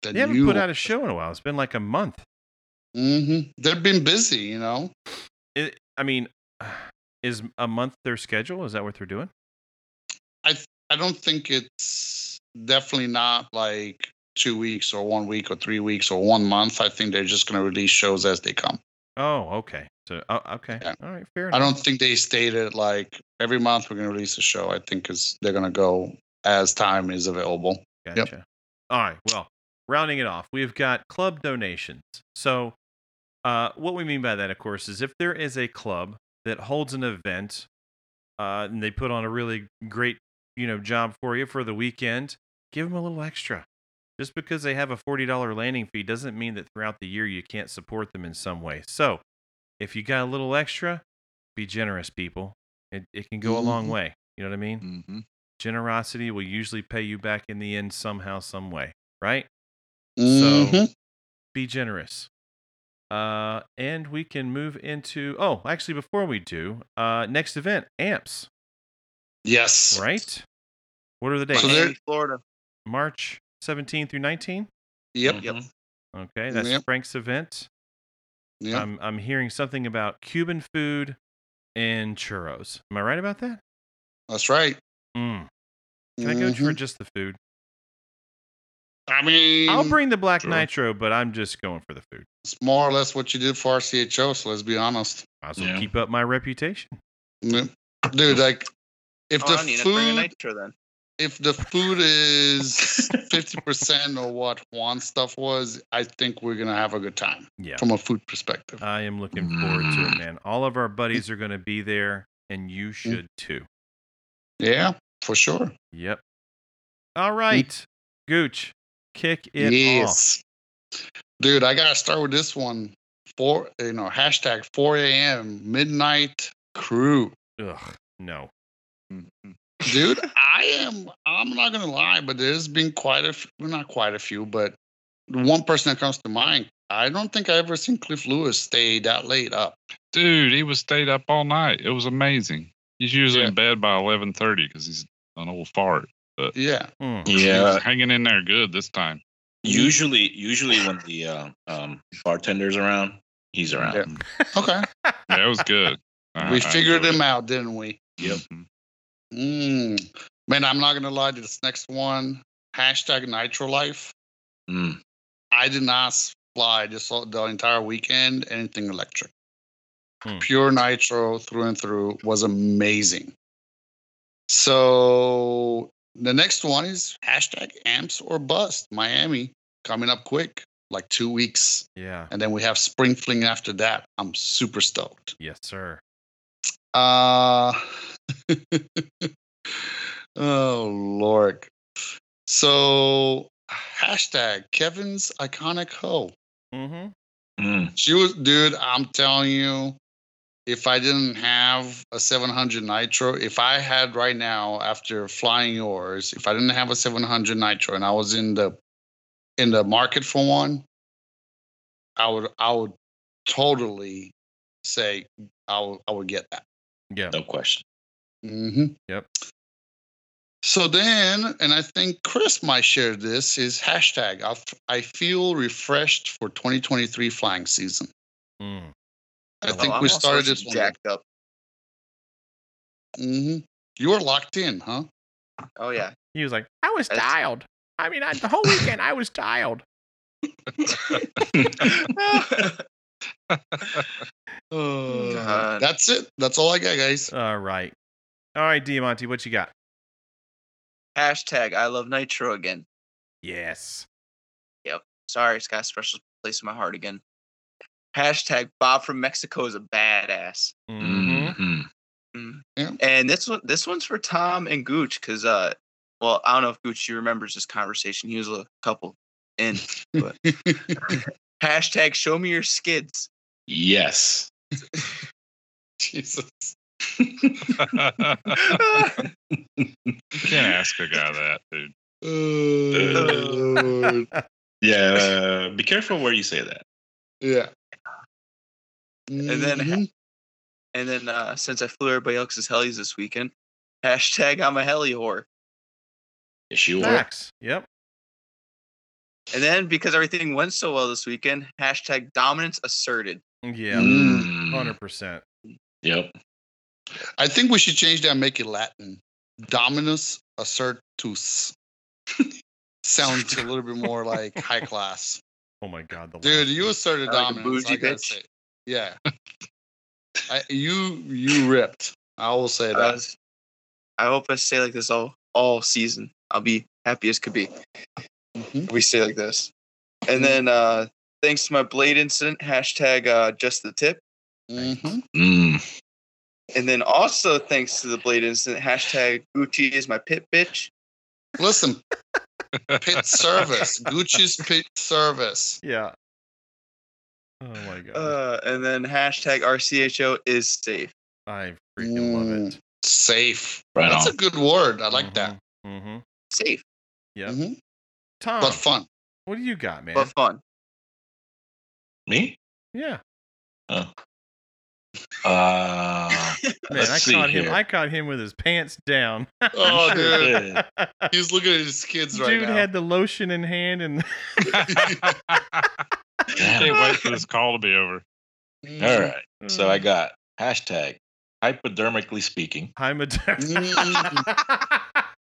Speaker 2: The
Speaker 1: They haven't
Speaker 2: new
Speaker 1: put out a show in a while. It's been like a month.
Speaker 2: Mhm. They've been busy, you know.
Speaker 1: It, I mean, is a month their schedule? Is that what they're doing?
Speaker 2: I don't think it's definitely not like two weeks or one week or three weeks or one month. I think they're just going to release shows as they come.
Speaker 1: Oh, okay. So, oh, okay.
Speaker 2: Yeah.
Speaker 1: All right. Fair
Speaker 2: I
Speaker 1: enough.
Speaker 2: don't think they stated like every month we're going to release a show. I think is they're going to go as time is available. yep.
Speaker 1: Gotcha. All right. Well, rounding it off, we've got club donations. So, uh, what we mean by that, of course, is if there is a club that holds an event uh, and they put on a really great, you know, job for you for the weekend, give them a little extra. Just because they have a $40 landing fee doesn't mean that throughout the year you can't support them in some way. So, if you got a little extra, be generous, people. It, it can go a long
Speaker 2: Mhm.
Speaker 1: way. You know what I mean?
Speaker 5: Mm-hmm.
Speaker 1: generosity will usually pay you back in the end somehow some way right
Speaker 2: Mhm.
Speaker 3: Mm-hmm.
Speaker 1: be generous uh and we can move into oh actually before we do uh next event amps
Speaker 2: yes,
Speaker 1: right what are the dates
Speaker 2: So
Speaker 3: Miami,
Speaker 2: there-
Speaker 3: Florida.
Speaker 1: march 17 through 19
Speaker 2: Yep,
Speaker 3: Yep.
Speaker 1: okay that's
Speaker 2: Yep.
Speaker 1: frank's event
Speaker 2: yep.
Speaker 1: i'm i'm hearing something about cuban food and churros am i right about that
Speaker 2: that's right.
Speaker 1: mm. can i go
Speaker 2: Mhm.
Speaker 1: for just the food
Speaker 2: I mean,
Speaker 1: i'll bring the black
Speaker 5: Sure.
Speaker 1: nitro but i'm just going for the food
Speaker 2: it's more or less what you did for RCHO. So let's be honest,
Speaker 1: might as well
Speaker 4: Yeah.
Speaker 1: keep up my reputation
Speaker 2: Yep. dude. Like If
Speaker 3: oh, I
Speaker 2: the
Speaker 3: need to bring a
Speaker 2: food
Speaker 3: nitro then.
Speaker 2: if the food is fifty percent of what Juan stuff was, I think we're gonna have a good time
Speaker 1: Yeah. Uh,
Speaker 2: from a food perspective.
Speaker 1: I am looking forward to it, man. All of our buddies are going to be there, and you should too.
Speaker 2: Yeah, for sure.
Speaker 1: Yep. All right, Gooch, kick it
Speaker 2: yes, dude, I gotta start with this one. Four, you know, hashtag four a.m. midnight crew,
Speaker 1: off. Ugh, no.
Speaker 2: dude. I am. I'm not gonna lie, but there's been quite a, few, not quite a few, but the one person that comes to mind. I don't think I ever seen Cliff Lewis stay that late up.
Speaker 5: Dude, he was stayed up all night. It was amazing. He's usually
Speaker 2: Yeah.
Speaker 5: in bed by eleven thirty because he's an old fart.
Speaker 2: Yeah,
Speaker 1: Mm.
Speaker 5: He
Speaker 4: Yeah,
Speaker 5: was hanging in there good this time.
Speaker 4: usually, usually when the uh, um, bartender's around, he's around.
Speaker 2: Yeah. okay,
Speaker 5: Yeah, it was good. I-
Speaker 2: we
Speaker 5: I
Speaker 2: figured
Speaker 5: enjoyed
Speaker 2: him out, didn't we?
Speaker 5: it.
Speaker 4: Yep.
Speaker 5: Mhm.
Speaker 2: Mm. Man, I'm not gonna lie to this next one. Hashtag Nitro Life.
Speaker 4: Mm.
Speaker 2: I did not fly this whole- the entire weekend. Anything electric,
Speaker 1: Hmm.
Speaker 2: pure nitro through and through was amazing. So the next one is hashtag Amps or Bust Miami coming up quick, like two weeks,
Speaker 1: Yeah.
Speaker 2: and then we have Spring Fling after that. I'm super stoked.
Speaker 1: Yes, sir.
Speaker 2: Uh, oh Lord. So hashtag Kevin's iconic hoe.
Speaker 1: Mm-hmm.
Speaker 4: Mm.
Speaker 2: She was dude, I'm telling you, if I didn't have a 700 nitro, if I had right now after flying yours, if I didn't have a 700 nitro and I was in the in the market for one, I would I would totally say I would I would get that.
Speaker 1: Yeah.
Speaker 4: No question.
Speaker 2: Mm-hmm.
Speaker 1: Yep.
Speaker 2: So then, and I think Chris might share this is hashtag I f- I feel refreshed for 2023 flying season.
Speaker 1: Mm.
Speaker 2: I
Speaker 1: Oh,
Speaker 2: think
Speaker 3: I'm
Speaker 2: we
Speaker 3: all
Speaker 2: started this
Speaker 3: sorts of
Speaker 2: one.
Speaker 3: jacked up.
Speaker 2: hmm You were locked in, huh?
Speaker 3: Oh yeah.
Speaker 1: He was like, I was
Speaker 3: That's-
Speaker 1: dialed. I mean, I, the whole weekend I was dialed. Mm-hmm.
Speaker 2: Oh,
Speaker 3: God.
Speaker 2: That's it. That's all I got, guys.
Speaker 1: All right. All right, Diamante, what you got?
Speaker 3: Hashtag I love nitro again.
Speaker 1: Yes.
Speaker 3: Sorry, it's got a special place in my heart again. Hashtag Bob from Mexico is a badass.
Speaker 1: Mm-hmm.
Speaker 4: Mm-hmm.
Speaker 3: And this one, this one's for Tom and Gooch, because uh, well, I don't know if Gooch you remembers this conversation. He was a couple in. But hashtag Show me your skids.
Speaker 4: Yes.
Speaker 2: Jesus.
Speaker 5: you can't ask a guy that, dude.
Speaker 2: Oh, Lord.
Speaker 4: Yeah. Be careful where you say that.
Speaker 2: Yeah.
Speaker 3: And then-
Speaker 2: Mhm.
Speaker 3: And then uh, since I flew everybody else's helis this weekend, hashtag I'm a heli whore.
Speaker 4: Yes, you were.
Speaker 1: Facts. Yep.
Speaker 3: And then because everything went so well this weekend, hashtag dominance asserted.
Speaker 1: Yeah.
Speaker 4: Mm.
Speaker 1: Hundred percent.
Speaker 4: Yep.
Speaker 2: I think we should change that and make it Latin. Dominus assertus. Sounds a little bit more like high class.
Speaker 1: Oh my god, the
Speaker 2: Dude,
Speaker 1: last
Speaker 2: you
Speaker 1: one.
Speaker 2: asserted
Speaker 3: I like a
Speaker 2: dominance. I
Speaker 3: bougie
Speaker 2: gotta
Speaker 3: bitch.
Speaker 2: say. Yeah. I, you you ripped. I will say
Speaker 3: I,
Speaker 2: that.
Speaker 3: was- I hope I stay like this all all season. I'll be happy as could be.
Speaker 2: Mhm.
Speaker 3: We stay like this. And then uh, thanks to my blade incident, hashtag uh, just the tip.
Speaker 2: Mhm.
Speaker 4: Mm.
Speaker 3: And then also thanks to the blade incident, hashtag Gucci is my pit bitch.
Speaker 2: Listen, pit service, Gucci's pit service.
Speaker 1: Yeah. Oh my god.
Speaker 3: Uh, and then hashtag RCHO is safe.
Speaker 1: I freaking love it.
Speaker 2: Safe.
Speaker 4: Right
Speaker 2: That's
Speaker 4: on.
Speaker 2: a good word. mm, I like that.
Speaker 1: Mm-hmm.
Speaker 3: Safe,
Speaker 1: Yep.
Speaker 2: Mhm.
Speaker 1: Tom,
Speaker 2: But fun.
Speaker 1: what do you got, man?
Speaker 3: but fun.
Speaker 4: Me?
Speaker 1: yeah.
Speaker 4: Oh. Uh,
Speaker 1: Man, I
Speaker 4: let's see
Speaker 1: caught him.
Speaker 4: here.
Speaker 1: I caught him with his pants down.
Speaker 2: Oh, dude.
Speaker 4: Yeah.
Speaker 2: He's looking at his kids right
Speaker 1: Dude
Speaker 2: now.
Speaker 1: had the lotion in hand and
Speaker 5: Can't wait for this call to be over.
Speaker 4: All right. So
Speaker 1: Mm-hmm. Mm,
Speaker 4: I got hashtag hypodermically speaking.
Speaker 1: I'm a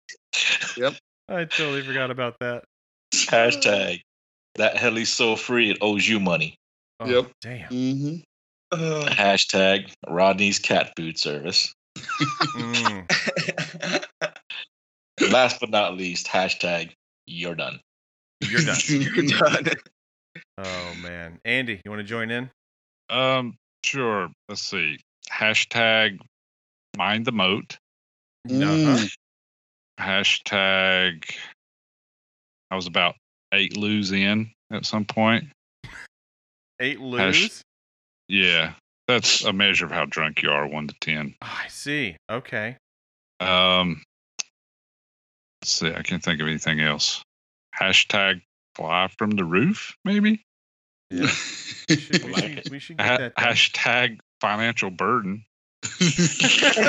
Speaker 2: Yep.
Speaker 1: I totally forgot about that.
Speaker 4: Hashtag that heli's so free it owes you money.
Speaker 1: Oh,
Speaker 2: Yep.
Speaker 1: Damn.
Speaker 2: Mhm.
Speaker 3: Uh,
Speaker 4: Hashtag Rodney's cat food service.
Speaker 1: Mm.
Speaker 4: Last but not least, hashtag you're done.
Speaker 1: You're done.
Speaker 3: You're done.
Speaker 1: Oh man, Andy, you want to join in?
Speaker 5: Um, sure. Let's see. Hashtag mind the moat.
Speaker 1: Uh-huh.
Speaker 2: Mm.
Speaker 5: Hashtag I was about eight lose in at some point.
Speaker 1: Eight lose.
Speaker 5: Yeah. That's a measure of how drunk you are, one to ten.
Speaker 1: Ah, I see. Okay.
Speaker 5: Um let's see, I can't think of anything else. Hashtag fly from the roof, maybe?
Speaker 1: Yeah. We should, we
Speaker 4: Like
Speaker 1: should,
Speaker 4: it.
Speaker 1: we should get
Speaker 5: Ha-
Speaker 1: that. down.
Speaker 5: hashtag financial burden.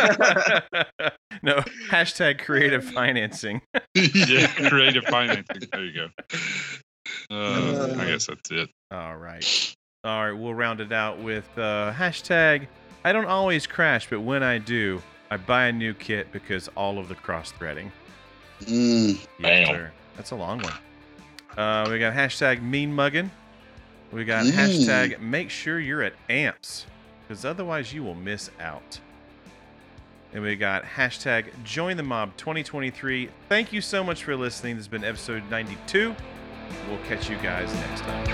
Speaker 1: no, hashtag creative financing.
Speaker 5: Yeah, creative financing. There you go. Uh, I guess that's it.
Speaker 1: All right. All right, we'll round it out with uh, hashtag I don't always crash, but when I do, I buy a new kit because all of the cross threading.
Speaker 2: Mm.
Speaker 1: Yes,
Speaker 4: Damn.
Speaker 1: sir. That's a long one. Uh, we got hashtag mean mugging. We got
Speaker 2: Mm.
Speaker 1: hashtag make sure you're at amps because otherwise you will miss out. And we got hashtag join the mob 2023. Thank you so much for listening. This has been episode 92. We'll catch you guys next time.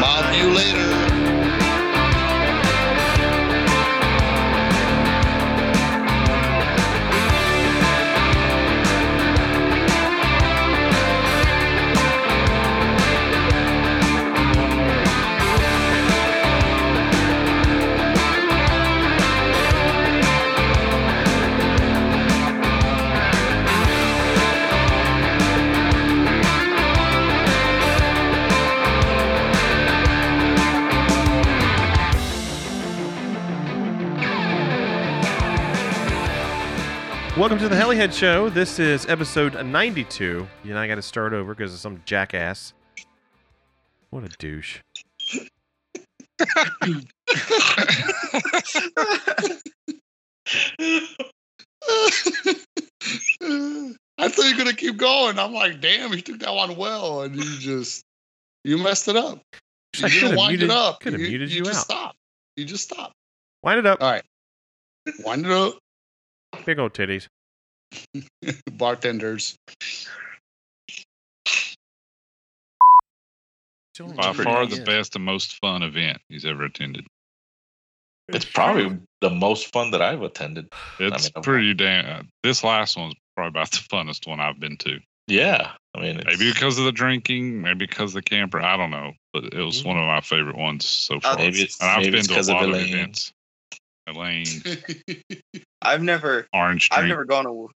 Speaker 2: Mob you later.
Speaker 1: Welcome to the Helihead Show. This is episode 92. You know, I got to start over because of some jackass. What a douche.
Speaker 2: I thought you were gonna keep going. I'm like, damn, he took that one well, and you just you messed it up. You
Speaker 1: I
Speaker 2: didn't
Speaker 1: coulda
Speaker 2: wind
Speaker 1: muted-
Speaker 2: it up.
Speaker 1: coulda muted you
Speaker 2: just
Speaker 1: out.
Speaker 2: Stop. You just stop.
Speaker 1: Wind it up.
Speaker 5: Uh,
Speaker 2: All right. Wind it up,
Speaker 1: Big old titties.
Speaker 2: bartenders.
Speaker 1: Don't
Speaker 5: By
Speaker 1: remember
Speaker 5: far
Speaker 1: who he
Speaker 5: the
Speaker 1: is.
Speaker 5: best and most fun event he's ever attended.
Speaker 4: It's probably the most fun that I've attended.
Speaker 5: It's
Speaker 4: mean,
Speaker 5: pretty damn. Uh, this last one's probably about the funnest one I've been to.
Speaker 4: Yeah. I mean, it's,
Speaker 5: Maybe because of the drinking, maybe because of the camper. I don't know, but it
Speaker 4: Mm-hmm.
Speaker 5: was one of my favorite ones so far.
Speaker 4: maybe it's,
Speaker 5: and I've
Speaker 4: maybe
Speaker 5: been
Speaker 4: it's
Speaker 5: to a
Speaker 4: because of
Speaker 5: lot of
Speaker 4: Elaine.
Speaker 5: events. Elaine,
Speaker 3: I've never,
Speaker 5: Orange
Speaker 3: I've
Speaker 5: Drink.
Speaker 3: never gone away.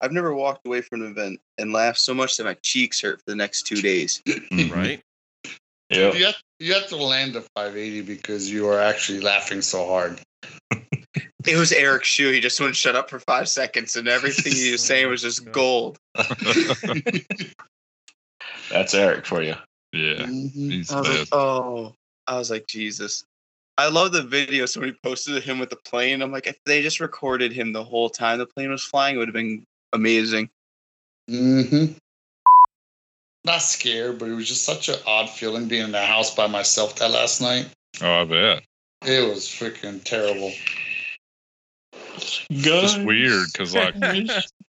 Speaker 3: I've never walked away from an event and laughed so much that my cheeks hurt for the next two days.
Speaker 5: Mhm.
Speaker 1: Right?
Speaker 4: Yeah.
Speaker 2: You have, you have to land a 580 because you are actually laughing so hard.
Speaker 3: It was Eric Shue. He just wouldn't shut up for five seconds, and everything he was saying was just gold.
Speaker 4: That's Eric for you.
Speaker 5: Yeah,
Speaker 2: Mhm.
Speaker 5: he's
Speaker 3: I was like,
Speaker 5: best.
Speaker 3: oh, I was like, Jesus. I love the video somebody posted of him with the plane. I'm like, if they just recorded him the whole time the plane was flying, it would have been amazing.
Speaker 2: Mm-hmm. Not scared, but it was just such an odd feeling being in the house by myself that last night.
Speaker 5: Oh, I bet.
Speaker 2: It was freaking terrible.
Speaker 5: It's just weird because like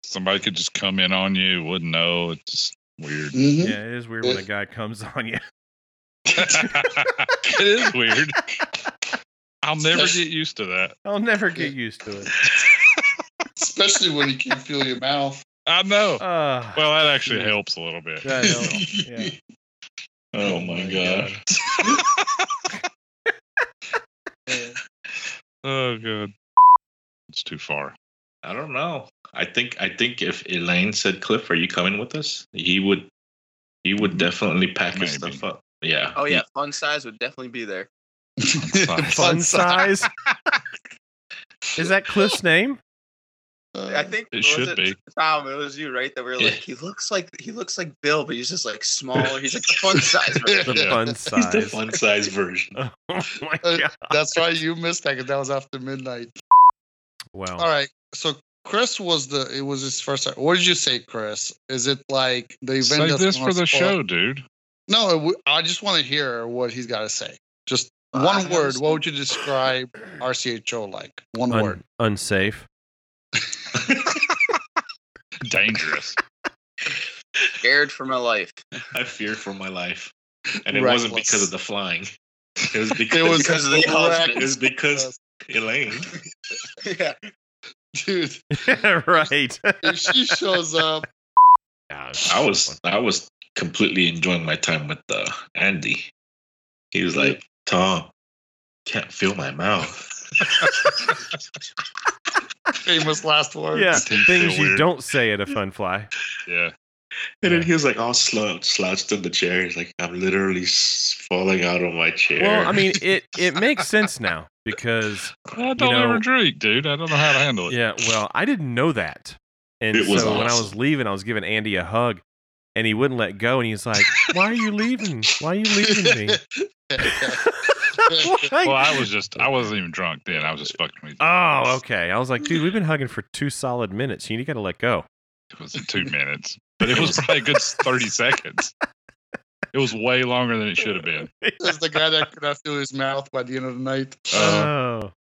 Speaker 5: somebody could just come in on you, wouldn't know. It's just weird.
Speaker 1: Yeah,
Speaker 2: Mm-hmm.
Speaker 1: it is weird when a guy comes on you.
Speaker 5: it is weird. I'll never get used to that.
Speaker 1: I'll never get used to it.
Speaker 2: Especially when you can't feel your mouth.
Speaker 5: I know.
Speaker 1: Uh,
Speaker 5: Well, that actually helps a little bit.
Speaker 1: that helps. Yeah.
Speaker 4: Oh my god.
Speaker 5: Oh god, it's too far.
Speaker 4: I don't know. I think I think if Elaine said, "Cliff, are you coming with us?" He would. He would definitely pack his
Speaker 5: Maybe.
Speaker 4: stuff up. Yeah.
Speaker 3: Oh, yeah, fun size would definitely be there.
Speaker 1: Fun size. is that Cliff's name?
Speaker 2: Uh,
Speaker 3: I think
Speaker 5: It
Speaker 3: was
Speaker 5: should be.
Speaker 3: Tom, it was you, right? That we were
Speaker 4: Yeah.
Speaker 3: like, he looks like he looks like Bill, but he's just like smaller. He's like the fun size. version."
Speaker 1: The
Speaker 5: Yeah.
Speaker 1: fun
Speaker 4: He's the
Speaker 1: size.
Speaker 4: fun size version.
Speaker 1: Oh my
Speaker 2: Uh,
Speaker 1: god.
Speaker 2: That's right. You missed that 'cause that was after midnight. All
Speaker 1: Wow.
Speaker 2: right. So Chris was the. It was his first. time. What did you say, Chris? Is it like the event?
Speaker 5: Save
Speaker 2: that's
Speaker 5: this
Speaker 2: gonna
Speaker 5: for the
Speaker 2: spoil-
Speaker 5: show, dude.
Speaker 2: No, it w- I just want to hear what he's got to say. Just
Speaker 3: Uh,
Speaker 2: One
Speaker 3: I've
Speaker 2: word.
Speaker 3: never
Speaker 2: What would you describe RCHO like? One
Speaker 1: Un-
Speaker 2: word.
Speaker 1: Unsafe.
Speaker 5: Dangerous.
Speaker 3: seen- Scared for my life.
Speaker 4: I feared for my life, and it wasn't
Speaker 2: Reckless.
Speaker 4: because of the flying. It was because
Speaker 2: It was
Speaker 3: Because of the
Speaker 2: wreck,
Speaker 4: it was because Elaine.
Speaker 3: yeah.
Speaker 2: dude.
Speaker 1: right.
Speaker 2: If she shows up,
Speaker 4: I was I was completely enjoying my time with uh, Andy. He was like, Tom, can't feel my mouth.
Speaker 2: famous last words.
Speaker 1: Yeah,
Speaker 5: didn't
Speaker 1: things
Speaker 5: feel
Speaker 1: you
Speaker 5: weird.
Speaker 1: don't say at a fun fly.
Speaker 5: Yeah.
Speaker 4: And then he was like all slouched, slouched in the chair. He's like, I'm literally s- falling out of my chair.
Speaker 1: Well, I mean, it it makes sense now because
Speaker 5: I don't
Speaker 1: know-
Speaker 5: ever drink, dude. I don't know how to handle it.
Speaker 1: yeah, well, I didn't know that, and
Speaker 4: It
Speaker 1: so
Speaker 4: was
Speaker 1: when I
Speaker 4: awesome.
Speaker 1: was leaving, I was giving Andy a hug, and he wouldn't let go, and he's like, "Why are you leaving? Why are you leaving me?" Like-
Speaker 5: Well, I was just, I wasn't even drunk then. I was just fucking with you.
Speaker 1: Oh, okay. I was like, dude, we've been hugging for two solid minutes. You got to let go.
Speaker 5: It was two minutes, but it was probably a good 30 seconds. It was way longer than it should have been.
Speaker 2: That's the guy that could not feel his mouth by the end of the night.
Speaker 5: Uh,
Speaker 1: oh,